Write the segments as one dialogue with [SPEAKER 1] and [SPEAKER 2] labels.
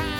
[SPEAKER 1] oh,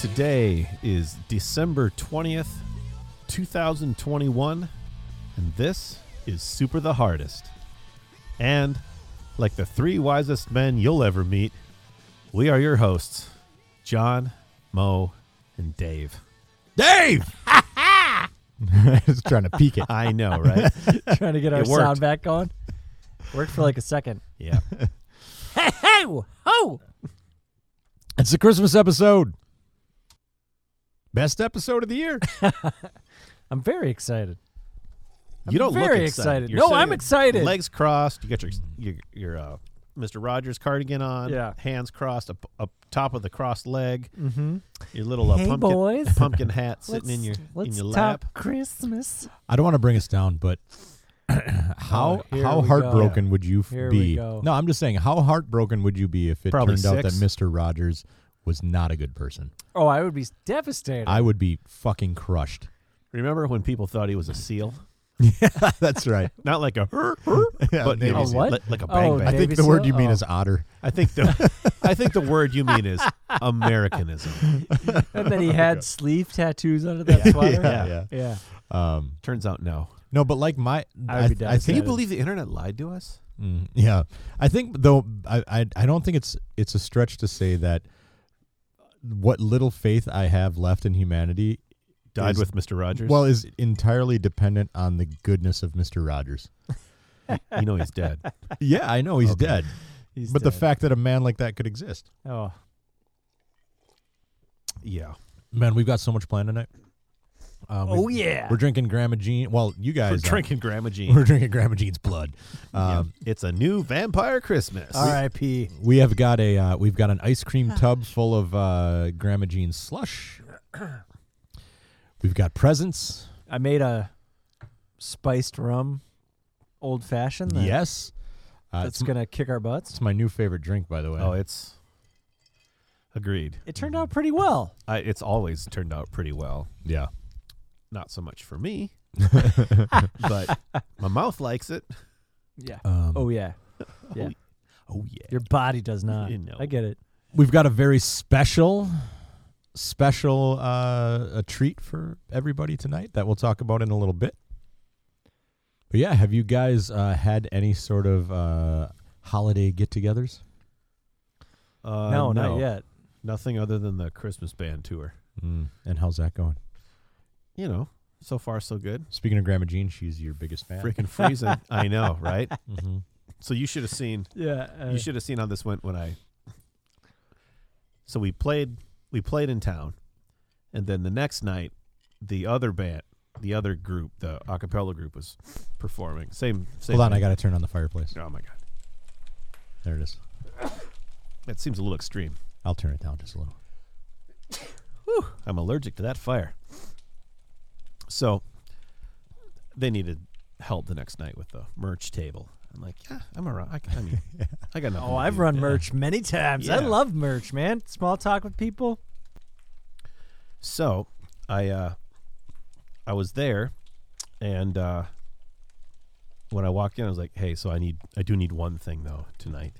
[SPEAKER 2] Today is December 20th, 2021, and this is Super the Hardest. And, like the three wisest men you'll ever meet, we are your hosts, John, Mo, and Dave. Dave!
[SPEAKER 3] Just trying to peek it.
[SPEAKER 2] I know, right?
[SPEAKER 4] trying to get our
[SPEAKER 2] It worked.
[SPEAKER 4] sound back on. Worked for like a second.
[SPEAKER 2] yeah.
[SPEAKER 4] Hey, hey, ho!
[SPEAKER 3] It's the Christmas episode. Best episode of the year.
[SPEAKER 4] I'm very excited.
[SPEAKER 2] you don't look
[SPEAKER 4] very
[SPEAKER 2] excited.
[SPEAKER 4] excited.
[SPEAKER 2] You're
[SPEAKER 4] No, I'm
[SPEAKER 2] sitting-
[SPEAKER 4] excited.
[SPEAKER 2] Legs crossed. You got your your, your uh, Mr. Rogers cardigan on.
[SPEAKER 4] Yeah.
[SPEAKER 2] Hands crossed up, up top of the crossed leg.
[SPEAKER 4] Mm-hmm.
[SPEAKER 2] Your little uh,
[SPEAKER 4] Hey,
[SPEAKER 2] pumpkin
[SPEAKER 4] boys.
[SPEAKER 2] pumpkin hat sitting in your
[SPEAKER 4] let's
[SPEAKER 2] in your
[SPEAKER 4] talk
[SPEAKER 2] lap.
[SPEAKER 4] Christmas.
[SPEAKER 3] I don't want to bring us down, but how
[SPEAKER 4] Oh, here
[SPEAKER 3] how
[SPEAKER 4] we
[SPEAKER 3] heartbroken would you f-
[SPEAKER 4] Here we
[SPEAKER 3] be?
[SPEAKER 4] go.
[SPEAKER 3] No, I'm just saying, how heartbroken would you be if it
[SPEAKER 2] Probably
[SPEAKER 3] turned out that
[SPEAKER 2] six.
[SPEAKER 3] Mr. Rogers was not a good person?
[SPEAKER 4] Oh, I would be devastated.
[SPEAKER 3] I would be fucking crushed.
[SPEAKER 2] Remember when people thought he was a seal?
[SPEAKER 3] That's right.
[SPEAKER 2] Not like a,
[SPEAKER 3] Yeah,
[SPEAKER 2] but
[SPEAKER 3] Navy
[SPEAKER 2] maybe
[SPEAKER 4] A
[SPEAKER 3] Seal.
[SPEAKER 4] what?
[SPEAKER 2] li- like a bang
[SPEAKER 4] Oh,
[SPEAKER 2] bang.
[SPEAKER 3] I
[SPEAKER 4] Navy
[SPEAKER 3] think the word
[SPEAKER 4] Seal?
[SPEAKER 3] you mean
[SPEAKER 4] Oh.
[SPEAKER 3] is otter.
[SPEAKER 2] I think the I think the word you mean is Americanism.
[SPEAKER 4] and then he had sleeve tattoos under that sweater.
[SPEAKER 2] Yeah.
[SPEAKER 4] Yeah.
[SPEAKER 3] Um,
[SPEAKER 2] Turns out no.
[SPEAKER 3] no, but like my,
[SPEAKER 4] I
[SPEAKER 3] I,
[SPEAKER 4] would be
[SPEAKER 3] th- I
[SPEAKER 2] Can
[SPEAKER 3] think
[SPEAKER 2] you
[SPEAKER 4] devastated.
[SPEAKER 2] believe the internet lied to us?
[SPEAKER 3] Mm, yeah, I think though I, I I don't think it's it's a stretch to say that what little faith I have left in humanity
[SPEAKER 2] Died
[SPEAKER 3] is-
[SPEAKER 2] with Mr. Rogers.
[SPEAKER 3] well is entirely dependent on the goodness of Mister Rogers.
[SPEAKER 2] you know he's dead.
[SPEAKER 3] yeah, I know he's
[SPEAKER 2] Okay.
[SPEAKER 3] dead,
[SPEAKER 4] He's
[SPEAKER 3] but the
[SPEAKER 4] dead.
[SPEAKER 3] fact that a man like that could exist,
[SPEAKER 4] Oh,
[SPEAKER 2] Yeah.
[SPEAKER 3] man, we've got so much planned tonight. Um,
[SPEAKER 4] Oh,
[SPEAKER 3] we've-
[SPEAKER 4] yeah.
[SPEAKER 3] we're drinking Grandma Jean. Well, you guys
[SPEAKER 2] We're
[SPEAKER 3] aren't.
[SPEAKER 2] drinking Grandma Jean.
[SPEAKER 3] We're drinking Grandma Jean's blood.
[SPEAKER 2] Yeah.
[SPEAKER 3] Um,
[SPEAKER 2] it's a new vampire Christmas.
[SPEAKER 4] R.I.P.
[SPEAKER 3] We have got a uh, we've got an ice cream tub full of uh, Grandma Jean slush. We've got presents.
[SPEAKER 4] I made a spiced rum, old fashioned. that-
[SPEAKER 3] Yes, uh,
[SPEAKER 4] that's
[SPEAKER 3] it's, m-
[SPEAKER 4] gonna kick our butts.
[SPEAKER 3] it's my new favorite drink, by the way.
[SPEAKER 2] Oh, it's agreed.
[SPEAKER 4] It turned out pretty well.
[SPEAKER 2] I, it's always turned out pretty well.
[SPEAKER 3] yeah.
[SPEAKER 2] Not so much for me, but my mouth likes it.
[SPEAKER 4] Yeah.
[SPEAKER 3] Um,
[SPEAKER 4] Oh yeah. Yeah.
[SPEAKER 2] Oh yeah.
[SPEAKER 4] Your body does not.
[SPEAKER 2] You know.
[SPEAKER 4] I get it.
[SPEAKER 3] we've got a very special, special uh, a treat for everybody tonight that we'll talk about in a little bit. But yeah, have you guys uh, had any sort of uh, holiday get-togethers?
[SPEAKER 2] Uh,
[SPEAKER 4] no, not yet.
[SPEAKER 2] Nothing other than the Christmas band tour.
[SPEAKER 3] Mm, and how's that going?
[SPEAKER 2] You know, so far so good.
[SPEAKER 3] Speaking of Grandma Jean, she's your biggest fan.
[SPEAKER 2] Freaking freezing. I know, right?
[SPEAKER 4] Mm-hmm.
[SPEAKER 3] Mhm.
[SPEAKER 2] So you should have seen.
[SPEAKER 4] Yeah. uh,
[SPEAKER 2] You should have seen how this went when I. So we played. We played in town, and then the next night, the other band, the other group, the a cappella group was performing. Same. same
[SPEAKER 3] Hold on, I
[SPEAKER 2] thing.
[SPEAKER 3] gotta turn on the fireplace.
[SPEAKER 2] Oh my god,
[SPEAKER 3] There it is.
[SPEAKER 2] that seems a little extreme.
[SPEAKER 3] I'll turn it down just a little.
[SPEAKER 2] I'm allergic to that fire. So they needed help the next night with the merch table. I'm like, yeah, I'm around. I, can, I mean, I got nothing.
[SPEAKER 4] Oh,
[SPEAKER 2] to
[SPEAKER 4] I've
[SPEAKER 2] do.
[SPEAKER 4] run merch many times. I
[SPEAKER 2] Yeah.
[SPEAKER 4] love merch, man. Small talk with people.
[SPEAKER 2] So I uh, I was there, and uh, when I walked in, I was like, hey, so I need I do need one thing though tonight.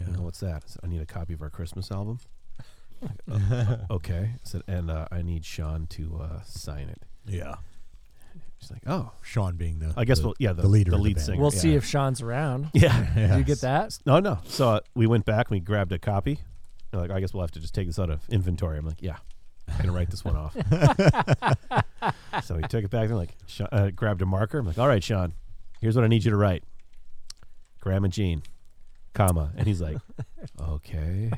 [SPEAKER 2] I go, What's that? I, said, I need a copy of our Christmas album. Uh, okay. I said, and uh, I need Sean to uh, sign it.
[SPEAKER 3] Yeah.
[SPEAKER 2] She's like, oh,
[SPEAKER 3] Sean being the
[SPEAKER 2] I guess
[SPEAKER 3] the,
[SPEAKER 2] we'll yeah the,
[SPEAKER 3] the leader
[SPEAKER 2] the
[SPEAKER 3] of the
[SPEAKER 2] lead
[SPEAKER 3] band.
[SPEAKER 2] singer.
[SPEAKER 4] We'll see
[SPEAKER 2] yeah.
[SPEAKER 4] if Sean's around.
[SPEAKER 2] yeah.
[SPEAKER 4] Did
[SPEAKER 3] yeah.
[SPEAKER 4] you get that?
[SPEAKER 2] No, no. So uh, we went back and we grabbed a copy. They're like, I guess we'll have to just take this out of inventory. I'm like, yeah, I'm gonna write this one off. so we took it back and like Sha- uh, grabbed a marker. I'm like, all right, Sean, here's what I need you to write. Grandma Jean, comma, and he's like, okay.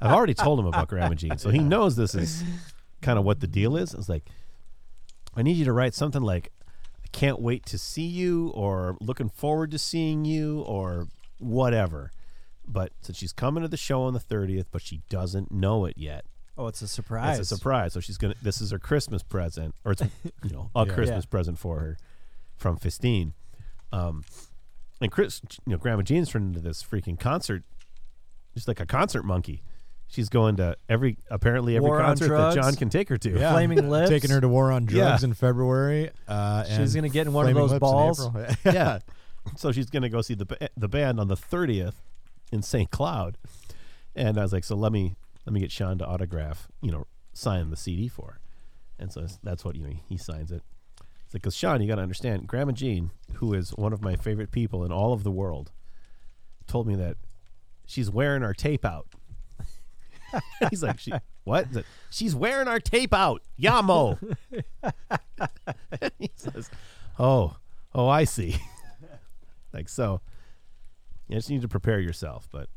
[SPEAKER 2] I've already told him about Grandma Jean, so he knows this is kind of what the deal is. I was like, I need you to write something like, I can't wait to see you, or looking forward to seeing you, or whatever. But since she's coming to the show on the 30th, but she doesn't know it yet.
[SPEAKER 4] Oh, it's a surprise.
[SPEAKER 2] It's a surprise. So she's gonna. This is her Christmas present, or it's you know a
[SPEAKER 3] Yeah.
[SPEAKER 2] Christmas present for her from Fistine. Um, and Chris, you know, Grandma Jean's turned into this freaking concert, just like a concert monkey. She's going to every apparently every
[SPEAKER 4] War on
[SPEAKER 2] concert that
[SPEAKER 4] drugs.
[SPEAKER 2] John can take her to.
[SPEAKER 3] Yeah.
[SPEAKER 4] Flaming lips.
[SPEAKER 3] Taking her to war on drugs
[SPEAKER 2] Yeah.
[SPEAKER 3] in February. Uh,
[SPEAKER 4] She's
[SPEAKER 3] and
[SPEAKER 4] gonna get in one of
[SPEAKER 3] Flaming
[SPEAKER 4] those
[SPEAKER 3] Lips in
[SPEAKER 4] balls.
[SPEAKER 3] April.
[SPEAKER 2] yeah. So she's gonna go see the ba- the band on the thirtieth in St. Cloud, and I was like, so let me let me get Sean to autograph, you know, sign the CD for. And so it's- that's what you know, he signs it. It's like, because Sean, you got to understand, Grandma Jean, who is one of my favorite people in all of the world, told me that she's wearing our tape out. He's like, she, what? He's like, she's wearing our tape out, Yamo. he says, oh, oh, I see. like so, you just need to prepare yourself, but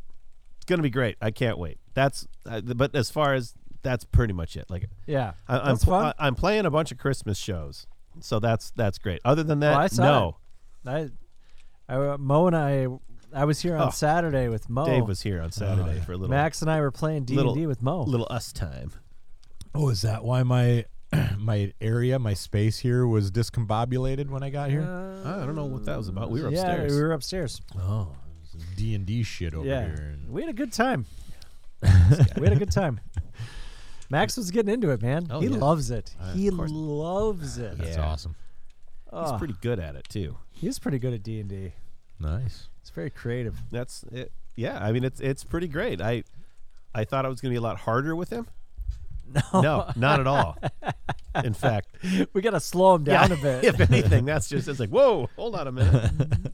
[SPEAKER 2] it's gonna be great. I can't wait. That's uh, but as far as that's pretty much it. Like
[SPEAKER 4] Yeah.
[SPEAKER 2] I, I'm
[SPEAKER 4] That's
[SPEAKER 2] pl-
[SPEAKER 4] fun.
[SPEAKER 2] I, am playing a bunch of Christmas shows, so that's that's great. Other than
[SPEAKER 4] Oh,
[SPEAKER 2] that,
[SPEAKER 4] I saw
[SPEAKER 2] no.
[SPEAKER 4] I, I, Mo and I, I was here on
[SPEAKER 2] Oh.
[SPEAKER 4] Saturday with Mo.
[SPEAKER 2] Dave was here on Saturday
[SPEAKER 3] yeah.
[SPEAKER 2] for a little
[SPEAKER 4] Oh, Max and I were playing D and D
[SPEAKER 2] little-
[SPEAKER 4] with Mo.
[SPEAKER 2] little us time.
[SPEAKER 3] Oh, is that why my my area, my space here was discombobulated when I got
[SPEAKER 4] Uh,
[SPEAKER 3] here?
[SPEAKER 2] I don't know what that was about. We were
[SPEAKER 4] yeah,
[SPEAKER 2] upstairs.
[SPEAKER 4] we were upstairs.
[SPEAKER 3] oh, D and D shit over
[SPEAKER 4] yeah,
[SPEAKER 3] here.
[SPEAKER 4] we had a good time. we had a good time. Max was getting into it, man.
[SPEAKER 2] Oh,
[SPEAKER 4] he
[SPEAKER 2] yeah.
[SPEAKER 4] loves it.
[SPEAKER 2] Uh,
[SPEAKER 4] he
[SPEAKER 2] of course.
[SPEAKER 4] loves it.
[SPEAKER 3] That's
[SPEAKER 2] Yeah.
[SPEAKER 3] awesome.
[SPEAKER 2] He's
[SPEAKER 4] Oh,
[SPEAKER 2] pretty good at it too.
[SPEAKER 4] he's pretty good at D and D.
[SPEAKER 3] Nice.
[SPEAKER 4] It's very creative.
[SPEAKER 2] That's it. Yeah, I mean it's it's pretty great. I I thought I was going to be a lot harder with him.
[SPEAKER 4] No,
[SPEAKER 2] No, not at all. In fact,
[SPEAKER 4] we gotta slow him down a bit.
[SPEAKER 2] if anything, that's just it's like whoa, hold on a minute.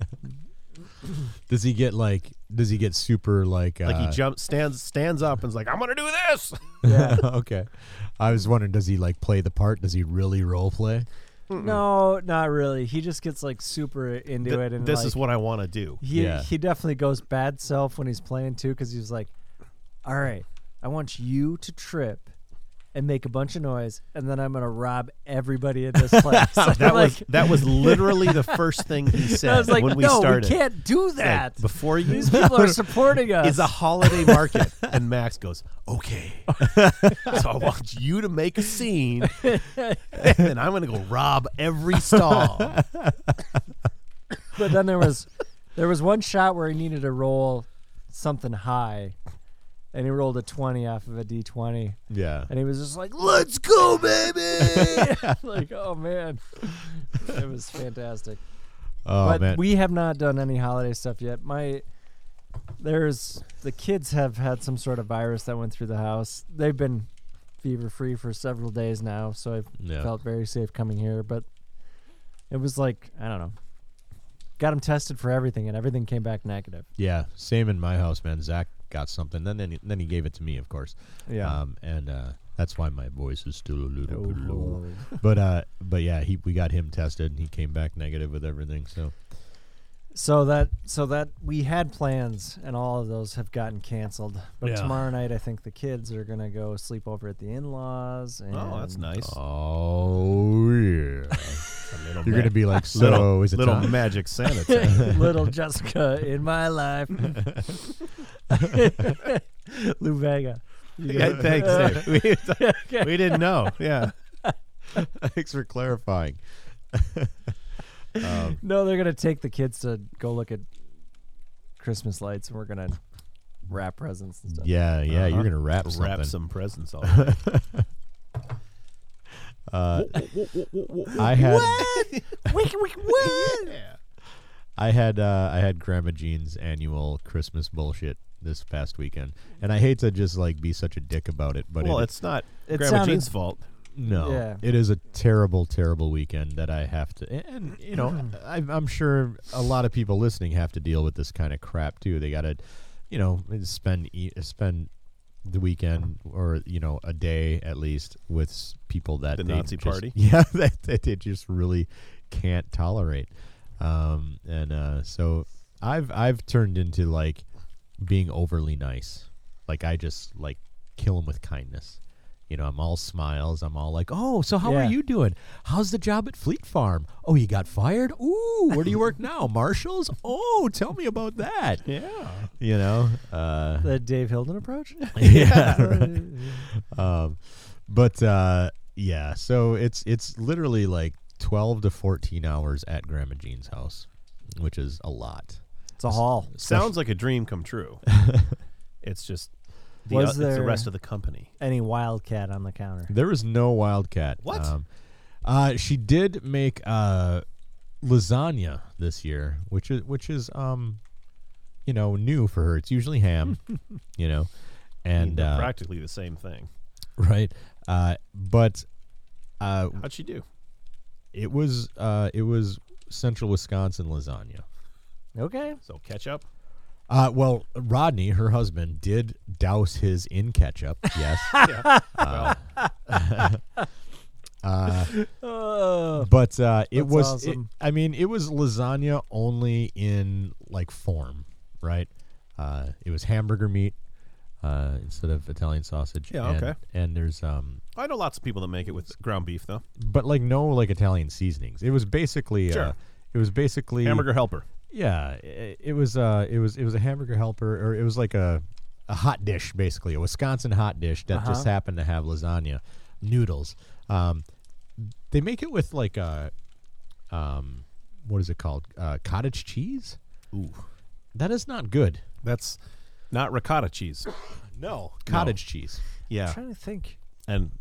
[SPEAKER 3] Does he get like? Does he get super like? Uh,
[SPEAKER 2] Like he jumps, stands stands up, and's like I'm going to do this.
[SPEAKER 4] Yeah.
[SPEAKER 3] okay. I was wondering, does he like play the part? Does he really role play?
[SPEAKER 4] No, not really. He just gets like super into
[SPEAKER 2] Th-
[SPEAKER 4] it, and
[SPEAKER 2] this
[SPEAKER 4] like,
[SPEAKER 2] is what I want to do.
[SPEAKER 4] he
[SPEAKER 3] Yeah.
[SPEAKER 4] he definitely goes bad self when he's playing too, because he's like, "All right, I want you to trip." And make a bunch of noise, and then I'm gonna rob everybody in this place. that
[SPEAKER 2] That was that was literally the first thing he said
[SPEAKER 4] I was like,
[SPEAKER 2] when we
[SPEAKER 4] "No,
[SPEAKER 2] started.
[SPEAKER 4] we can't do
[SPEAKER 2] Like,
[SPEAKER 4] that."
[SPEAKER 2] before you
[SPEAKER 4] These people are supporting us.
[SPEAKER 2] is a holiday market. and Max goes, okay. so I want you to make a scene, and then I'm going to go rob every stall.
[SPEAKER 4] but then there was there was one shot where he needed to roll something high, and he rolled a twenty off of a D twenty,
[SPEAKER 3] Yeah.
[SPEAKER 4] and he was just like,
[SPEAKER 2] Let's go, baby.
[SPEAKER 4] like, oh man, it was fantastic.
[SPEAKER 3] Oh
[SPEAKER 4] but
[SPEAKER 3] man.
[SPEAKER 4] we have not done any holiday stuff yet. My there's the kids have had some sort of virus that went through the house. They've been fever free for several days now, so I've
[SPEAKER 3] yeah.
[SPEAKER 4] felt very safe coming here. But it was like I don't know. Got them tested for everything, and everything came back negative.
[SPEAKER 3] Yeah, same in my house, man. Zach got something, then then he, then he gave it to me, of course.
[SPEAKER 4] Yeah. Oh,
[SPEAKER 3] um, and uh, that's why my voice is still a little bit low. But uh, but yeah, he we got him tested, and he came back negative with everything. So
[SPEAKER 4] So that so that we had plans, and all of those have gotten canceled. But
[SPEAKER 3] Yeah.
[SPEAKER 4] tomorrow night, I think the kids are gonna go sleep over at the in-laws. And
[SPEAKER 2] Oh, that's nice.
[SPEAKER 3] oh yeah,
[SPEAKER 2] A little
[SPEAKER 3] you're gonna
[SPEAKER 2] ma-
[SPEAKER 3] be like so.
[SPEAKER 2] little,
[SPEAKER 3] is it
[SPEAKER 2] little
[SPEAKER 3] time?
[SPEAKER 2] magic Santa. time.
[SPEAKER 4] little Jessica in my life. Lou Vega.
[SPEAKER 2] yeah, thanks, Dave. We, we didn't know. Yeah.
[SPEAKER 3] Thanks for clarifying. um,
[SPEAKER 4] No, they're gonna take the kids to go look at Christmas lights, and we're gonna wrap presents and stuff.
[SPEAKER 3] yeah, yeah,
[SPEAKER 2] Uh-huh.
[SPEAKER 3] you're gonna wrap something.
[SPEAKER 2] Wrap some presents all right.
[SPEAKER 3] Uh, I had.
[SPEAKER 2] Yeah.
[SPEAKER 3] I had uh, I had Grandma Jean's annual Christmas bullshit this past weekend, and I hate to just like be such a dick about it, but
[SPEAKER 2] Well,
[SPEAKER 3] it,
[SPEAKER 2] it's not
[SPEAKER 4] It
[SPEAKER 2] Grandma
[SPEAKER 4] sounded-
[SPEAKER 2] Jean's fault.
[SPEAKER 3] no,
[SPEAKER 4] yeah.
[SPEAKER 3] it is a terrible, terrible weekend that I have to, and you know, I, I'm sure a lot of people listening have to deal with this kind of crap too. They got to, you know, spend e- spend the weekend or you know a day at least with s- people that
[SPEAKER 2] The
[SPEAKER 3] they
[SPEAKER 2] Nazi
[SPEAKER 3] just-
[SPEAKER 2] party?
[SPEAKER 3] yeah, that, that they just really can't tolerate. Um, and uh, so I've I've turned into like being overly nice. Like I just like kill him with kindness. You know, I'm all smiles. I'm all like, "Oh, so how
[SPEAKER 4] Yeah.
[SPEAKER 3] are you doing? How's the job at Fleet Farm? Oh, you got fired? Ooh, where do you work now? Marshalls? Oh, tell me about that."
[SPEAKER 2] Yeah.
[SPEAKER 3] You know, uh,
[SPEAKER 4] The Dave Hilden approach.
[SPEAKER 3] yeah. right. Um, but uh, yeah, so it's it's literally like twelve to fourteen hours at Grandma Jean's house, which is a lot.
[SPEAKER 4] It's a haul.
[SPEAKER 2] Sounds like a dream come true. it's just the,
[SPEAKER 4] Was
[SPEAKER 2] oth- it's the
[SPEAKER 4] there-
[SPEAKER 2] rest of the company.
[SPEAKER 4] Any wildcat on the counter.
[SPEAKER 3] There was no wildcat.
[SPEAKER 2] What?
[SPEAKER 3] Um, uh, she did make uh, lasagna this year, which is which is um, you know, new for her. It's usually ham, you know, and
[SPEAKER 2] They're
[SPEAKER 3] uh,
[SPEAKER 2] practically the same thing.
[SPEAKER 3] right? Uh, but uh,
[SPEAKER 2] How'd she do?
[SPEAKER 3] it was uh, it was Central Wisconsin lasagna.
[SPEAKER 4] Okay.
[SPEAKER 2] So ketchup.
[SPEAKER 3] Uh, well, Rodney, her husband, did douse his in ketchup. Yes,
[SPEAKER 2] Yeah. well,
[SPEAKER 4] Oh.
[SPEAKER 3] but uh, it
[SPEAKER 4] That's
[SPEAKER 3] was. it-
[SPEAKER 4] awesome.
[SPEAKER 3] I mean, it was lasagna only in like form, right? Uh, it was hamburger meat uh, instead of Italian sausage.
[SPEAKER 2] Yeah,
[SPEAKER 3] and-
[SPEAKER 2] okay.
[SPEAKER 3] And there's um,
[SPEAKER 2] I know lots of people that make it with ground beef though.
[SPEAKER 3] but like no like Italian seasonings. It was basically uh,
[SPEAKER 2] Sure.
[SPEAKER 3] it was basically
[SPEAKER 2] Hamburger helper.
[SPEAKER 3] Yeah, it, it was uh it was it was a hamburger helper or it was like a a hot dish basically, a Wisconsin hot dish that just happened to have lasagna, noodles. Um they make it with like a um what is it called? Uh, cottage cheese?
[SPEAKER 2] Ooh,
[SPEAKER 3] That is not good.
[SPEAKER 2] that's not ricotta cheese.
[SPEAKER 3] No, cottage cheese.
[SPEAKER 2] Yeah,
[SPEAKER 4] I'm trying to think.
[SPEAKER 2] and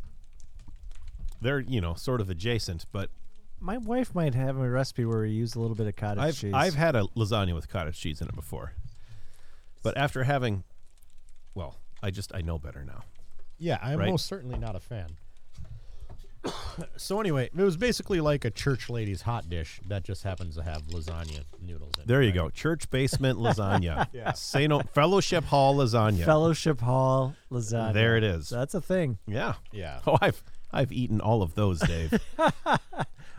[SPEAKER 2] they're you know sort of adjacent, but
[SPEAKER 4] My wife might have a recipe where we use a little bit of cottage
[SPEAKER 2] I've
[SPEAKER 4] cheese.
[SPEAKER 2] I've had a lasagna with cottage cheese in it before, but after having, well, I just I know better now.
[SPEAKER 3] Yeah, I'm
[SPEAKER 2] Right.
[SPEAKER 3] most certainly not a fan. so anyway, it was basically like a church lady's hot dish that just happens to have lasagna noodles in it.
[SPEAKER 2] There you go, church basement lasagna.
[SPEAKER 3] Yeah.
[SPEAKER 2] Sano Fellowship Hall lasagna.
[SPEAKER 4] Fellowship Hall lasagna.
[SPEAKER 2] There it is.
[SPEAKER 4] That's a thing.
[SPEAKER 2] yeah,
[SPEAKER 3] Yeah.
[SPEAKER 2] Oh, I've I've eaten all of those, Dave.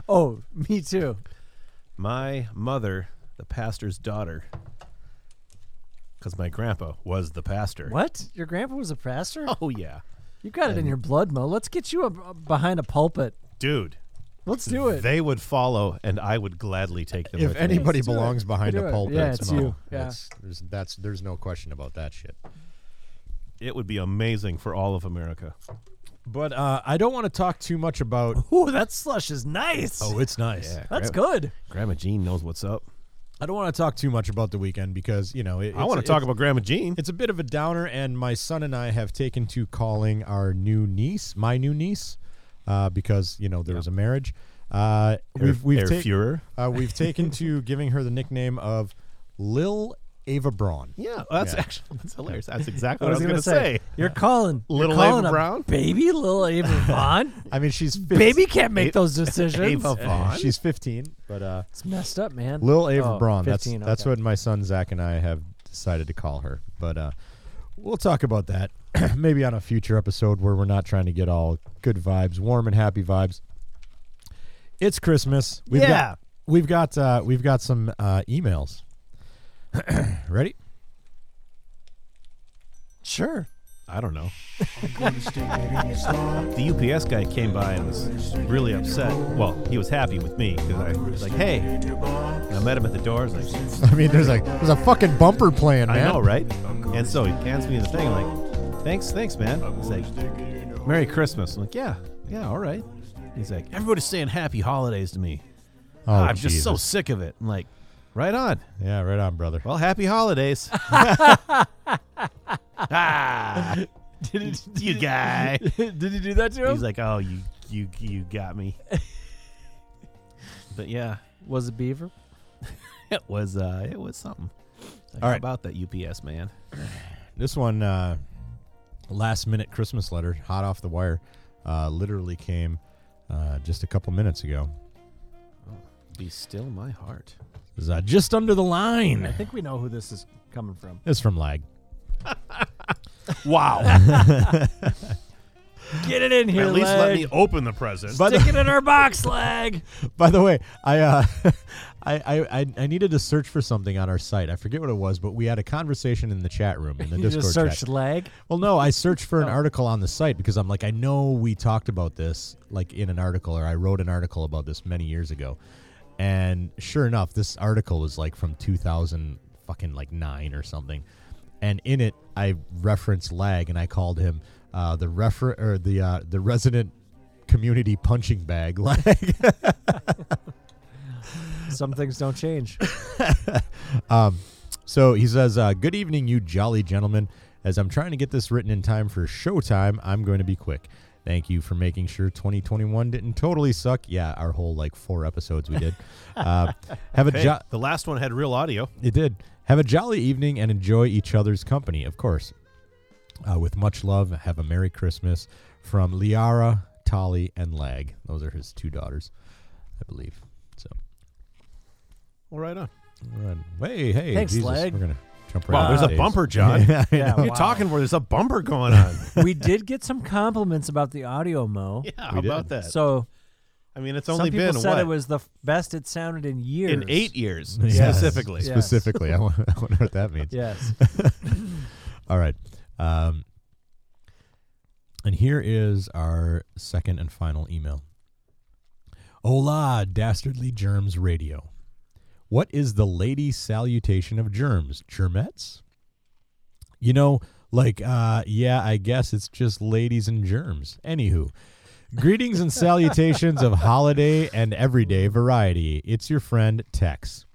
[SPEAKER 4] Oh, me too.
[SPEAKER 2] my mother, the pastor's daughter, because my grandpa was the pastor.
[SPEAKER 4] What? Your grandpa was a pastor?
[SPEAKER 2] Oh yeah,
[SPEAKER 4] You got it in your blood, Mo. Let's get you a, behind a pulpit.
[SPEAKER 2] dude.
[SPEAKER 4] Let's do it.
[SPEAKER 2] They would follow, and I would gladly take them.
[SPEAKER 3] if
[SPEAKER 2] with me.
[SPEAKER 3] anybody
[SPEAKER 4] Let's do it.
[SPEAKER 3] belongs behind
[SPEAKER 4] Do
[SPEAKER 3] a
[SPEAKER 4] it.
[SPEAKER 3] pulpit,
[SPEAKER 4] Yeah, it's
[SPEAKER 3] Mo.
[SPEAKER 4] you. Yeah.
[SPEAKER 3] That's, there's, that's there's no question about that shit.
[SPEAKER 2] it would be amazing for all of America.
[SPEAKER 3] But uh, I don't want to talk too much about. Oh,
[SPEAKER 4] Ooh, that slush is nice.
[SPEAKER 2] Oh,
[SPEAKER 3] it's nice.
[SPEAKER 4] That's
[SPEAKER 2] Grandma,
[SPEAKER 4] good.
[SPEAKER 2] Grandma Jean knows what's up.
[SPEAKER 3] I don't want to talk too much about the weekend because you know
[SPEAKER 2] I
[SPEAKER 3] it, it's-
[SPEAKER 2] want to talk
[SPEAKER 3] it's-
[SPEAKER 2] about Grandma Jean.
[SPEAKER 3] It's a bit of a downer, and my son and I have taken to calling our new niece, my new niece, uh, because you know there was a marriage. Uh, we've we've
[SPEAKER 2] Herr
[SPEAKER 3] ta-
[SPEAKER 2] Führer.
[SPEAKER 3] uh, we've taken to giving her the nickname of Lil Ava Braun.
[SPEAKER 2] Yeah, that's
[SPEAKER 3] Yeah.
[SPEAKER 2] actually that's hilarious. That's exactly what I
[SPEAKER 4] was
[SPEAKER 2] was
[SPEAKER 4] gonna
[SPEAKER 2] going to say.
[SPEAKER 4] You're calling you're
[SPEAKER 2] Little
[SPEAKER 4] calling
[SPEAKER 2] Ava
[SPEAKER 4] a
[SPEAKER 2] Brown?
[SPEAKER 4] baby little Ava Vaughn.
[SPEAKER 3] I mean, she's 15,
[SPEAKER 4] baby can't make those decisions.
[SPEAKER 2] Ava Vaughn.
[SPEAKER 3] She's fifteen, but uh,
[SPEAKER 4] It's messed up, man.
[SPEAKER 3] Lil Ava
[SPEAKER 4] Oh,
[SPEAKER 3] Braun. That's
[SPEAKER 4] 15,
[SPEAKER 3] that's
[SPEAKER 4] okay.
[SPEAKER 3] what my son Zach and I have decided to call her. But uh, we'll talk about that maybe on a future episode where we're not trying to get all good vibes, warm and happy vibes. It's Christmas. We've
[SPEAKER 4] Yeah.
[SPEAKER 3] Got, we've got uh, we've got some uh, emails. Ready?
[SPEAKER 4] Sure.
[SPEAKER 2] I don't know. the UPS guy came by and was really upset. Well, he was happy with me because I was like, "Hey," and I met him at the door. I was like,
[SPEAKER 3] I mean, there's like there's a fucking bumper playing, man.
[SPEAKER 2] I know, right? And so he hands me the thing. I'm like, thanks, thanks, man. He's like, Merry Christmas. I'm like, yeah, yeah, all right. He's like, everybody's saying Happy Holidays to me.
[SPEAKER 3] Oh,
[SPEAKER 2] I'm just so
[SPEAKER 3] Jesus.
[SPEAKER 2] sick of it. I'm like, right on.
[SPEAKER 3] yeah. Right on, brother.
[SPEAKER 2] Well, Happy Holidays. ah, you guy.
[SPEAKER 4] Did you do that to him?
[SPEAKER 2] He's like, oh, you, you, you got me. But yeah,
[SPEAKER 4] was it Beaver?
[SPEAKER 2] it was, uh, it was something. Like, how
[SPEAKER 3] All right.
[SPEAKER 2] about that UPS man.
[SPEAKER 3] This one, uh, last minute Christmas letter, hot off the wire, uh, literally came uh, just a couple minutes ago.
[SPEAKER 2] Be still my heart.
[SPEAKER 3] It was, uh, just under the
[SPEAKER 4] I
[SPEAKER 3] line.
[SPEAKER 4] think we know who this is coming from.
[SPEAKER 3] It's from Lag.
[SPEAKER 2] Wow.
[SPEAKER 4] Get it in here,
[SPEAKER 2] At least let
[SPEAKER 4] leg.
[SPEAKER 2] me open the present.
[SPEAKER 3] But-
[SPEAKER 4] Stick it in our box, leg.
[SPEAKER 3] By the way, I, uh, I, I I I needed to search for something on our site. I forget what it was, but we had a conversation in the chat room in the
[SPEAKER 4] you
[SPEAKER 3] Discord
[SPEAKER 4] just
[SPEAKER 3] chat.
[SPEAKER 4] searched leg.
[SPEAKER 3] Well, no, I searched for an article on the site because I'm like, I know we talked about this like in an article, or I wrote an article about this many years ago, and sure enough, this article was like from 2000 fucking like nine or something, and in it I referenced lag and I called him uh, the refer or the uh, the resident community punching bag lag.
[SPEAKER 4] Some things don't change.
[SPEAKER 3] So he says, uh, Good evening, you jolly gentlemen. As I'm trying to get this written in time for showtime, I'm going to be quick. Thank you for making sure 2021 didn't totally suck. Yeah, our whole like four episodes we did. uh, have a
[SPEAKER 2] Hey,
[SPEAKER 3] jo-
[SPEAKER 2] the last one had real audio.
[SPEAKER 3] it did. Have a jolly evening and enjoy each other's company, of course. Uh, with much love, have a Merry Christmas. from Liara, Tali, and Lag. Those are his two daughters, I believe. So,
[SPEAKER 2] Well, right on.
[SPEAKER 3] we're on- hey, hey,
[SPEAKER 4] Thanks,
[SPEAKER 3] Jesus,
[SPEAKER 4] Lag.
[SPEAKER 3] We're gonna jump right.
[SPEAKER 2] Wow,
[SPEAKER 3] on
[SPEAKER 2] there's a
[SPEAKER 3] days.
[SPEAKER 2] bumper, John.
[SPEAKER 3] yeah, I
[SPEAKER 4] Yeah.
[SPEAKER 3] know.
[SPEAKER 2] You're
[SPEAKER 4] Wow.
[SPEAKER 2] talking where there's a bumper going on.
[SPEAKER 4] we did get some compliments about the audio, Mo.
[SPEAKER 2] yeah, how
[SPEAKER 3] did.
[SPEAKER 2] about that?
[SPEAKER 4] So
[SPEAKER 2] I mean, it's
[SPEAKER 4] some
[SPEAKER 2] only
[SPEAKER 4] people
[SPEAKER 2] been
[SPEAKER 4] said
[SPEAKER 2] what
[SPEAKER 4] it was the f- best it sounded in years.
[SPEAKER 2] in eight years
[SPEAKER 3] Yes.
[SPEAKER 2] specifically.
[SPEAKER 4] Yeah.
[SPEAKER 3] Specifically, I wonder I wonder what that means.
[SPEAKER 4] Yes.
[SPEAKER 3] All right. Um, and here is our second and final email. Hola, dastardly germs radio. What is the lady salutation of germs? Germettes? You know, like, uh, yeah, I guess it's just ladies and germs. Anywho, greetings and salutations of holiday and everyday variety. It's your friend Tex.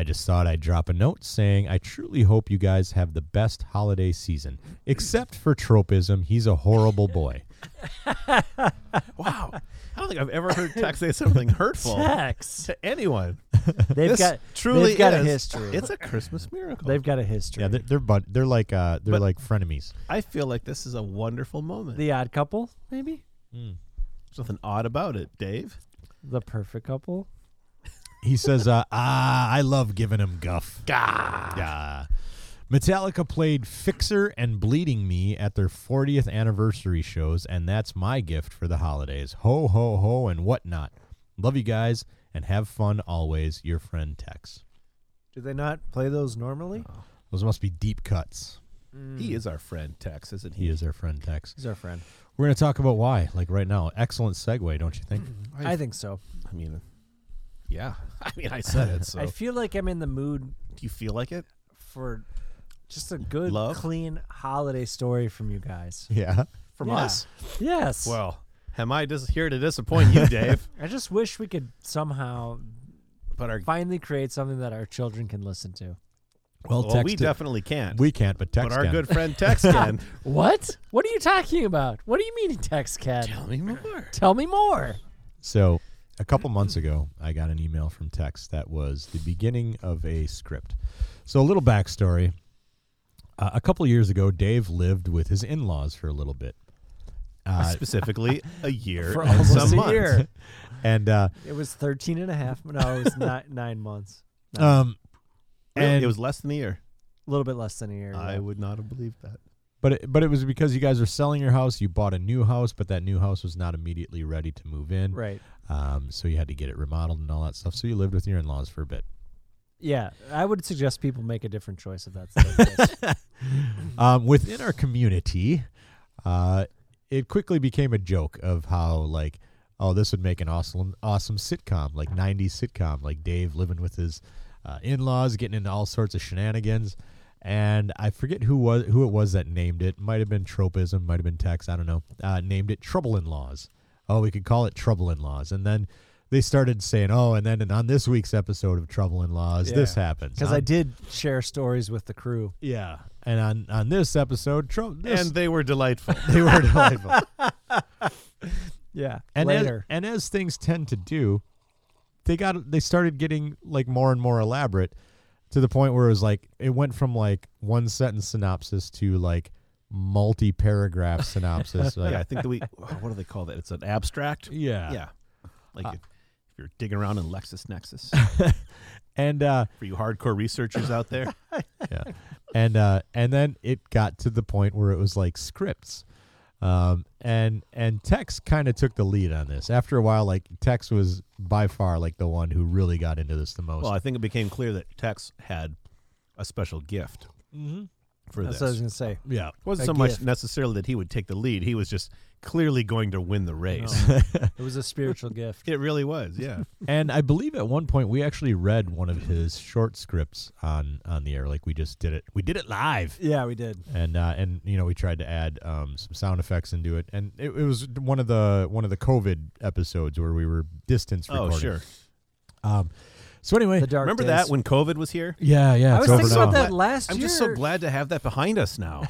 [SPEAKER 3] I just thought I'd drop a note saying I truly hope you guys have the best holiday season. Except for tropism, he's a horrible boy.
[SPEAKER 2] Wow. I don't think I've ever heard Tex say something hurtful
[SPEAKER 4] Tex.
[SPEAKER 2] to anyone.
[SPEAKER 4] They've
[SPEAKER 2] This
[SPEAKER 4] got
[SPEAKER 2] truly
[SPEAKER 4] they've got a
[SPEAKER 2] is-
[SPEAKER 4] history.
[SPEAKER 2] It's a Christmas miracle.
[SPEAKER 4] they've got a history.
[SPEAKER 3] Yeah, they're they're, bud- they're like uh, they're
[SPEAKER 2] But-
[SPEAKER 3] like frenemies.
[SPEAKER 2] I feel like this is a wonderful moment.
[SPEAKER 4] the odd couple, maybe?
[SPEAKER 2] There's nothing odd about it, Dave.
[SPEAKER 4] The perfect couple.
[SPEAKER 3] He says, uh, "Ah, I love giving him guff." Yeah. Metallica played "Fixer" and "Bleeding Me" at their 40th anniversary shows, and that's my gift for the holidays. Ho ho ho and whatnot. Love you guys and have fun always. Your friend Tex.
[SPEAKER 4] Do they not play those normally?
[SPEAKER 3] Those must be deep cuts.
[SPEAKER 2] He is our friend, Tex, isn't he?
[SPEAKER 3] He is our friend Tex.
[SPEAKER 4] He's our friend.
[SPEAKER 3] We're going to talk about why, like right now. Excellent segue, don't you think?
[SPEAKER 2] I-
[SPEAKER 4] I think so.
[SPEAKER 2] I mean, yeah. I mean, I said it. So
[SPEAKER 4] I feel like I'm in the mood
[SPEAKER 2] do you feel like it?
[SPEAKER 4] for just a good,
[SPEAKER 2] Love?
[SPEAKER 4] clean holiday story from you guys.
[SPEAKER 3] Yeah.
[SPEAKER 2] From
[SPEAKER 4] Yeah.
[SPEAKER 2] us?
[SPEAKER 4] Yes.
[SPEAKER 2] Well, am I just here to disappoint you, Dave?
[SPEAKER 4] I just wish we could somehow
[SPEAKER 2] But our
[SPEAKER 4] finally create something that our children can listen to.
[SPEAKER 3] Well,
[SPEAKER 2] well,
[SPEAKER 3] Tex
[SPEAKER 2] we
[SPEAKER 3] did-
[SPEAKER 2] definitely can't.
[SPEAKER 3] we can't, but Tex
[SPEAKER 2] but our
[SPEAKER 3] can.
[SPEAKER 2] good friend Tex can.
[SPEAKER 4] What? What are you talking about? What do you mean, text cat?
[SPEAKER 2] Tell me more.
[SPEAKER 4] Tell me more.
[SPEAKER 3] So, a couple months ago, I got an email from Tex that was the beginning of a script. So, a little backstory. Uh, a couple years ago, Dave lived with his in laws for a little bit. Uh,
[SPEAKER 2] Specifically, a year
[SPEAKER 4] For
[SPEAKER 2] and
[SPEAKER 4] almost
[SPEAKER 2] some
[SPEAKER 4] a
[SPEAKER 2] months.
[SPEAKER 4] year.
[SPEAKER 3] and uh,
[SPEAKER 4] It was 13 and a half. No, it was not nine months.
[SPEAKER 3] um,
[SPEAKER 2] Really,
[SPEAKER 3] And-
[SPEAKER 2] it was less than a year.
[SPEAKER 4] A little bit less than a year.
[SPEAKER 2] I
[SPEAKER 4] yeah.
[SPEAKER 2] would not have believed that.
[SPEAKER 3] But it, but it was because you guys were selling your house. You bought a new house, but that new house was not immediately ready to move in.
[SPEAKER 4] Right.
[SPEAKER 3] Um, so you had to get it remodeled and all that stuff. So you lived with your in-laws for a bit.
[SPEAKER 4] Yeah. I would suggest people make a different choice if that's the case.
[SPEAKER 3] Um, within our community, uh, it quickly became a joke of how like, oh, this would make an awesome awesome sitcom, like '90s sitcom, like Dave living with his uh, in-laws, getting into all sorts of shenanigans. And I forget who was who it was that named it. Might have been tropism, might have been Tex. I don't know. Uh, named it Trouble in Laws. Oh, we could call it Trouble in Laws. And then they started saying, oh, and then and on this week's episode of Trouble in Laws, this
[SPEAKER 4] Yeah.
[SPEAKER 3] happens.
[SPEAKER 4] Because I
[SPEAKER 3] On-
[SPEAKER 4] did share stories with the crew.
[SPEAKER 3] yeah. And on on this episode, Trou- this,
[SPEAKER 2] And they were delightful.
[SPEAKER 3] they were delightful.
[SPEAKER 4] Yeah.
[SPEAKER 3] And
[SPEAKER 4] later.
[SPEAKER 3] As, and as things tend to do, they got they started getting like more and more elaborate to the point where it was like it went from like one sentence synopsis to like multi paragraph synopsis. like,
[SPEAKER 2] yeah, I think that we. oh, What do they call that? It's an abstract.
[SPEAKER 3] yeah.
[SPEAKER 2] Yeah, like
[SPEAKER 3] Uh,
[SPEAKER 2] if, if you're digging around in LexisNexis
[SPEAKER 3] And uh
[SPEAKER 2] for you hardcore researchers out there.
[SPEAKER 3] yeah. And uh and then it got to the point where it was like scripts. Um and and Tex kind of took the lead on this. After a while like Tex was by far like the one who really got into this the most.
[SPEAKER 2] Well, I think it became clear that Tex had a special gift for
[SPEAKER 4] That's what I
[SPEAKER 2] this.
[SPEAKER 4] was
[SPEAKER 2] It
[SPEAKER 4] going to say.
[SPEAKER 3] Mm-hmm. yeah.
[SPEAKER 2] wasn't
[SPEAKER 4] a
[SPEAKER 2] so much
[SPEAKER 4] gift.
[SPEAKER 2] necessarily that he would take the lead. He was just clearly going to win the race.
[SPEAKER 4] It was a spiritual gift.
[SPEAKER 2] It really was, yeah.
[SPEAKER 3] and I believe at one point we actually read one of his short scripts on on the air. Like we just did it, we did it live,
[SPEAKER 4] Yeah, we did.
[SPEAKER 3] and uh, and you know we tried to add um, some sound effects into it. And it, it was one of the one of the COVID episodes where we were distance
[SPEAKER 2] oh,
[SPEAKER 3] recording.
[SPEAKER 2] sure.
[SPEAKER 3] Um, so anyway,
[SPEAKER 4] The dark
[SPEAKER 2] Remember
[SPEAKER 4] days.
[SPEAKER 2] that when COVID was here?
[SPEAKER 3] yeah, yeah,
[SPEAKER 4] I
[SPEAKER 3] it's
[SPEAKER 4] was
[SPEAKER 3] over
[SPEAKER 4] thinking
[SPEAKER 3] now.
[SPEAKER 4] about that last
[SPEAKER 2] I'm
[SPEAKER 4] year.
[SPEAKER 2] just so glad to have that behind us now.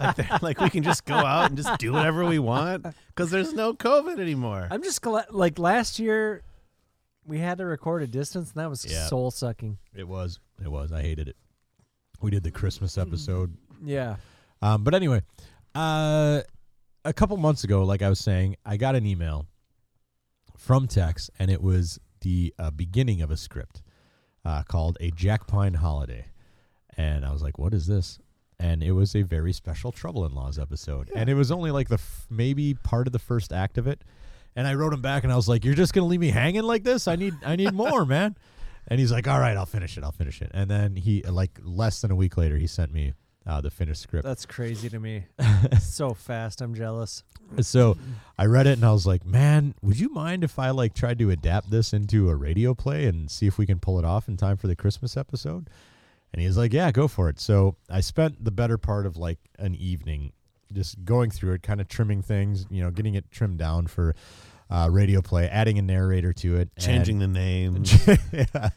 [SPEAKER 2] like, that- like we can just go out and just do whatever we want because there's no COVID anymore.
[SPEAKER 4] I'm just glad. Like last year, we had to record a distance, and that was
[SPEAKER 3] Yeah.
[SPEAKER 4] soul sucking.
[SPEAKER 3] It was, it was. I hated it.
[SPEAKER 2] Hmm.
[SPEAKER 3] We did the Christmas episode.
[SPEAKER 4] Yeah.
[SPEAKER 3] Um, but anyway, uh, a couple months ago, like I was saying, I got an email from Tex, and it was the uh, beginning of a script uh, called "A Jack Pine Holiday," and I was like, "What is this?" And it was a very special Trouble in Laws episode, and it was only like the f- maybe part of the first act of it. And I wrote him back, and I was like, "You're just gonna leave me hanging like this? I need, I need more, man." And he's like, "All right, I'll finish it. I'll finish it." And then he, like, less than a week later, he sent me uh, the finished script.
[SPEAKER 4] That's crazy to me. so fast. I'm jealous.
[SPEAKER 3] So I read it and I was like, man, would you mind if I like tried to adapt this into a radio play and see if we can pull it off in time for the Christmas episode? And he was like, yeah, go for it. So I spent the better part of like an evening just going through it, kind of trimming things, you know, getting it trimmed down for uh, radio play, adding a narrator to it, and-
[SPEAKER 2] Changing the name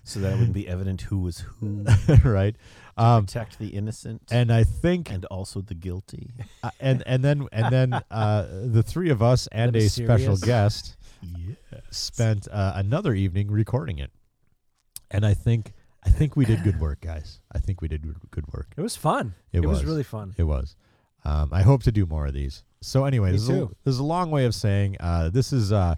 [SPEAKER 2] so that it wouldn't be evident who was who.
[SPEAKER 3] right? Um,
[SPEAKER 2] Protect the innocent
[SPEAKER 3] and I think,
[SPEAKER 2] and also the guilty.
[SPEAKER 3] uh, and and then and then uh, the three of us and
[SPEAKER 4] The
[SPEAKER 3] a special
[SPEAKER 4] mysterious.
[SPEAKER 3] guest.
[SPEAKER 2] Yeah.
[SPEAKER 3] spent uh, another evening recording it, and I think I think we did good work, guys. I think we did good- good work.
[SPEAKER 4] It was fun.
[SPEAKER 3] It
[SPEAKER 4] was.
[SPEAKER 3] was.
[SPEAKER 4] really fun.
[SPEAKER 3] It was. Um, I hope to do more of these. So anyway,
[SPEAKER 4] Me
[SPEAKER 3] this is, a,
[SPEAKER 4] too.
[SPEAKER 3] this is a long way of saying uh, this is uh,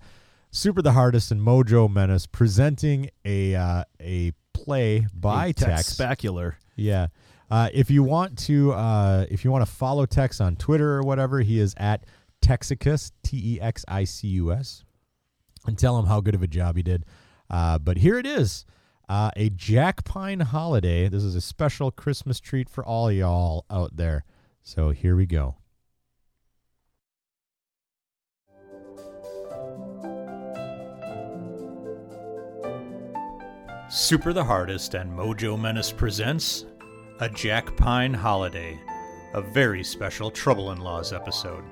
[SPEAKER 3] super the hardest and Mojo Menace presenting a uh, a play by
[SPEAKER 2] A
[SPEAKER 3] Tex.
[SPEAKER 2] Spacular.
[SPEAKER 3] Yeah. Uh, if you want to, uh, if you want to follow Tex on Twitter or whatever, he is at Texicus, T E X I C U S, and tell him how good of a job he did. Uh, but here it is, uh, a Jack Pine holiday. This is a special Christmas treat for all y'all out there. So here we go.
[SPEAKER 5] Super the Hardest and Mojo Menace presents A Jack Pine Holiday, a very special Trouble in Laws episode.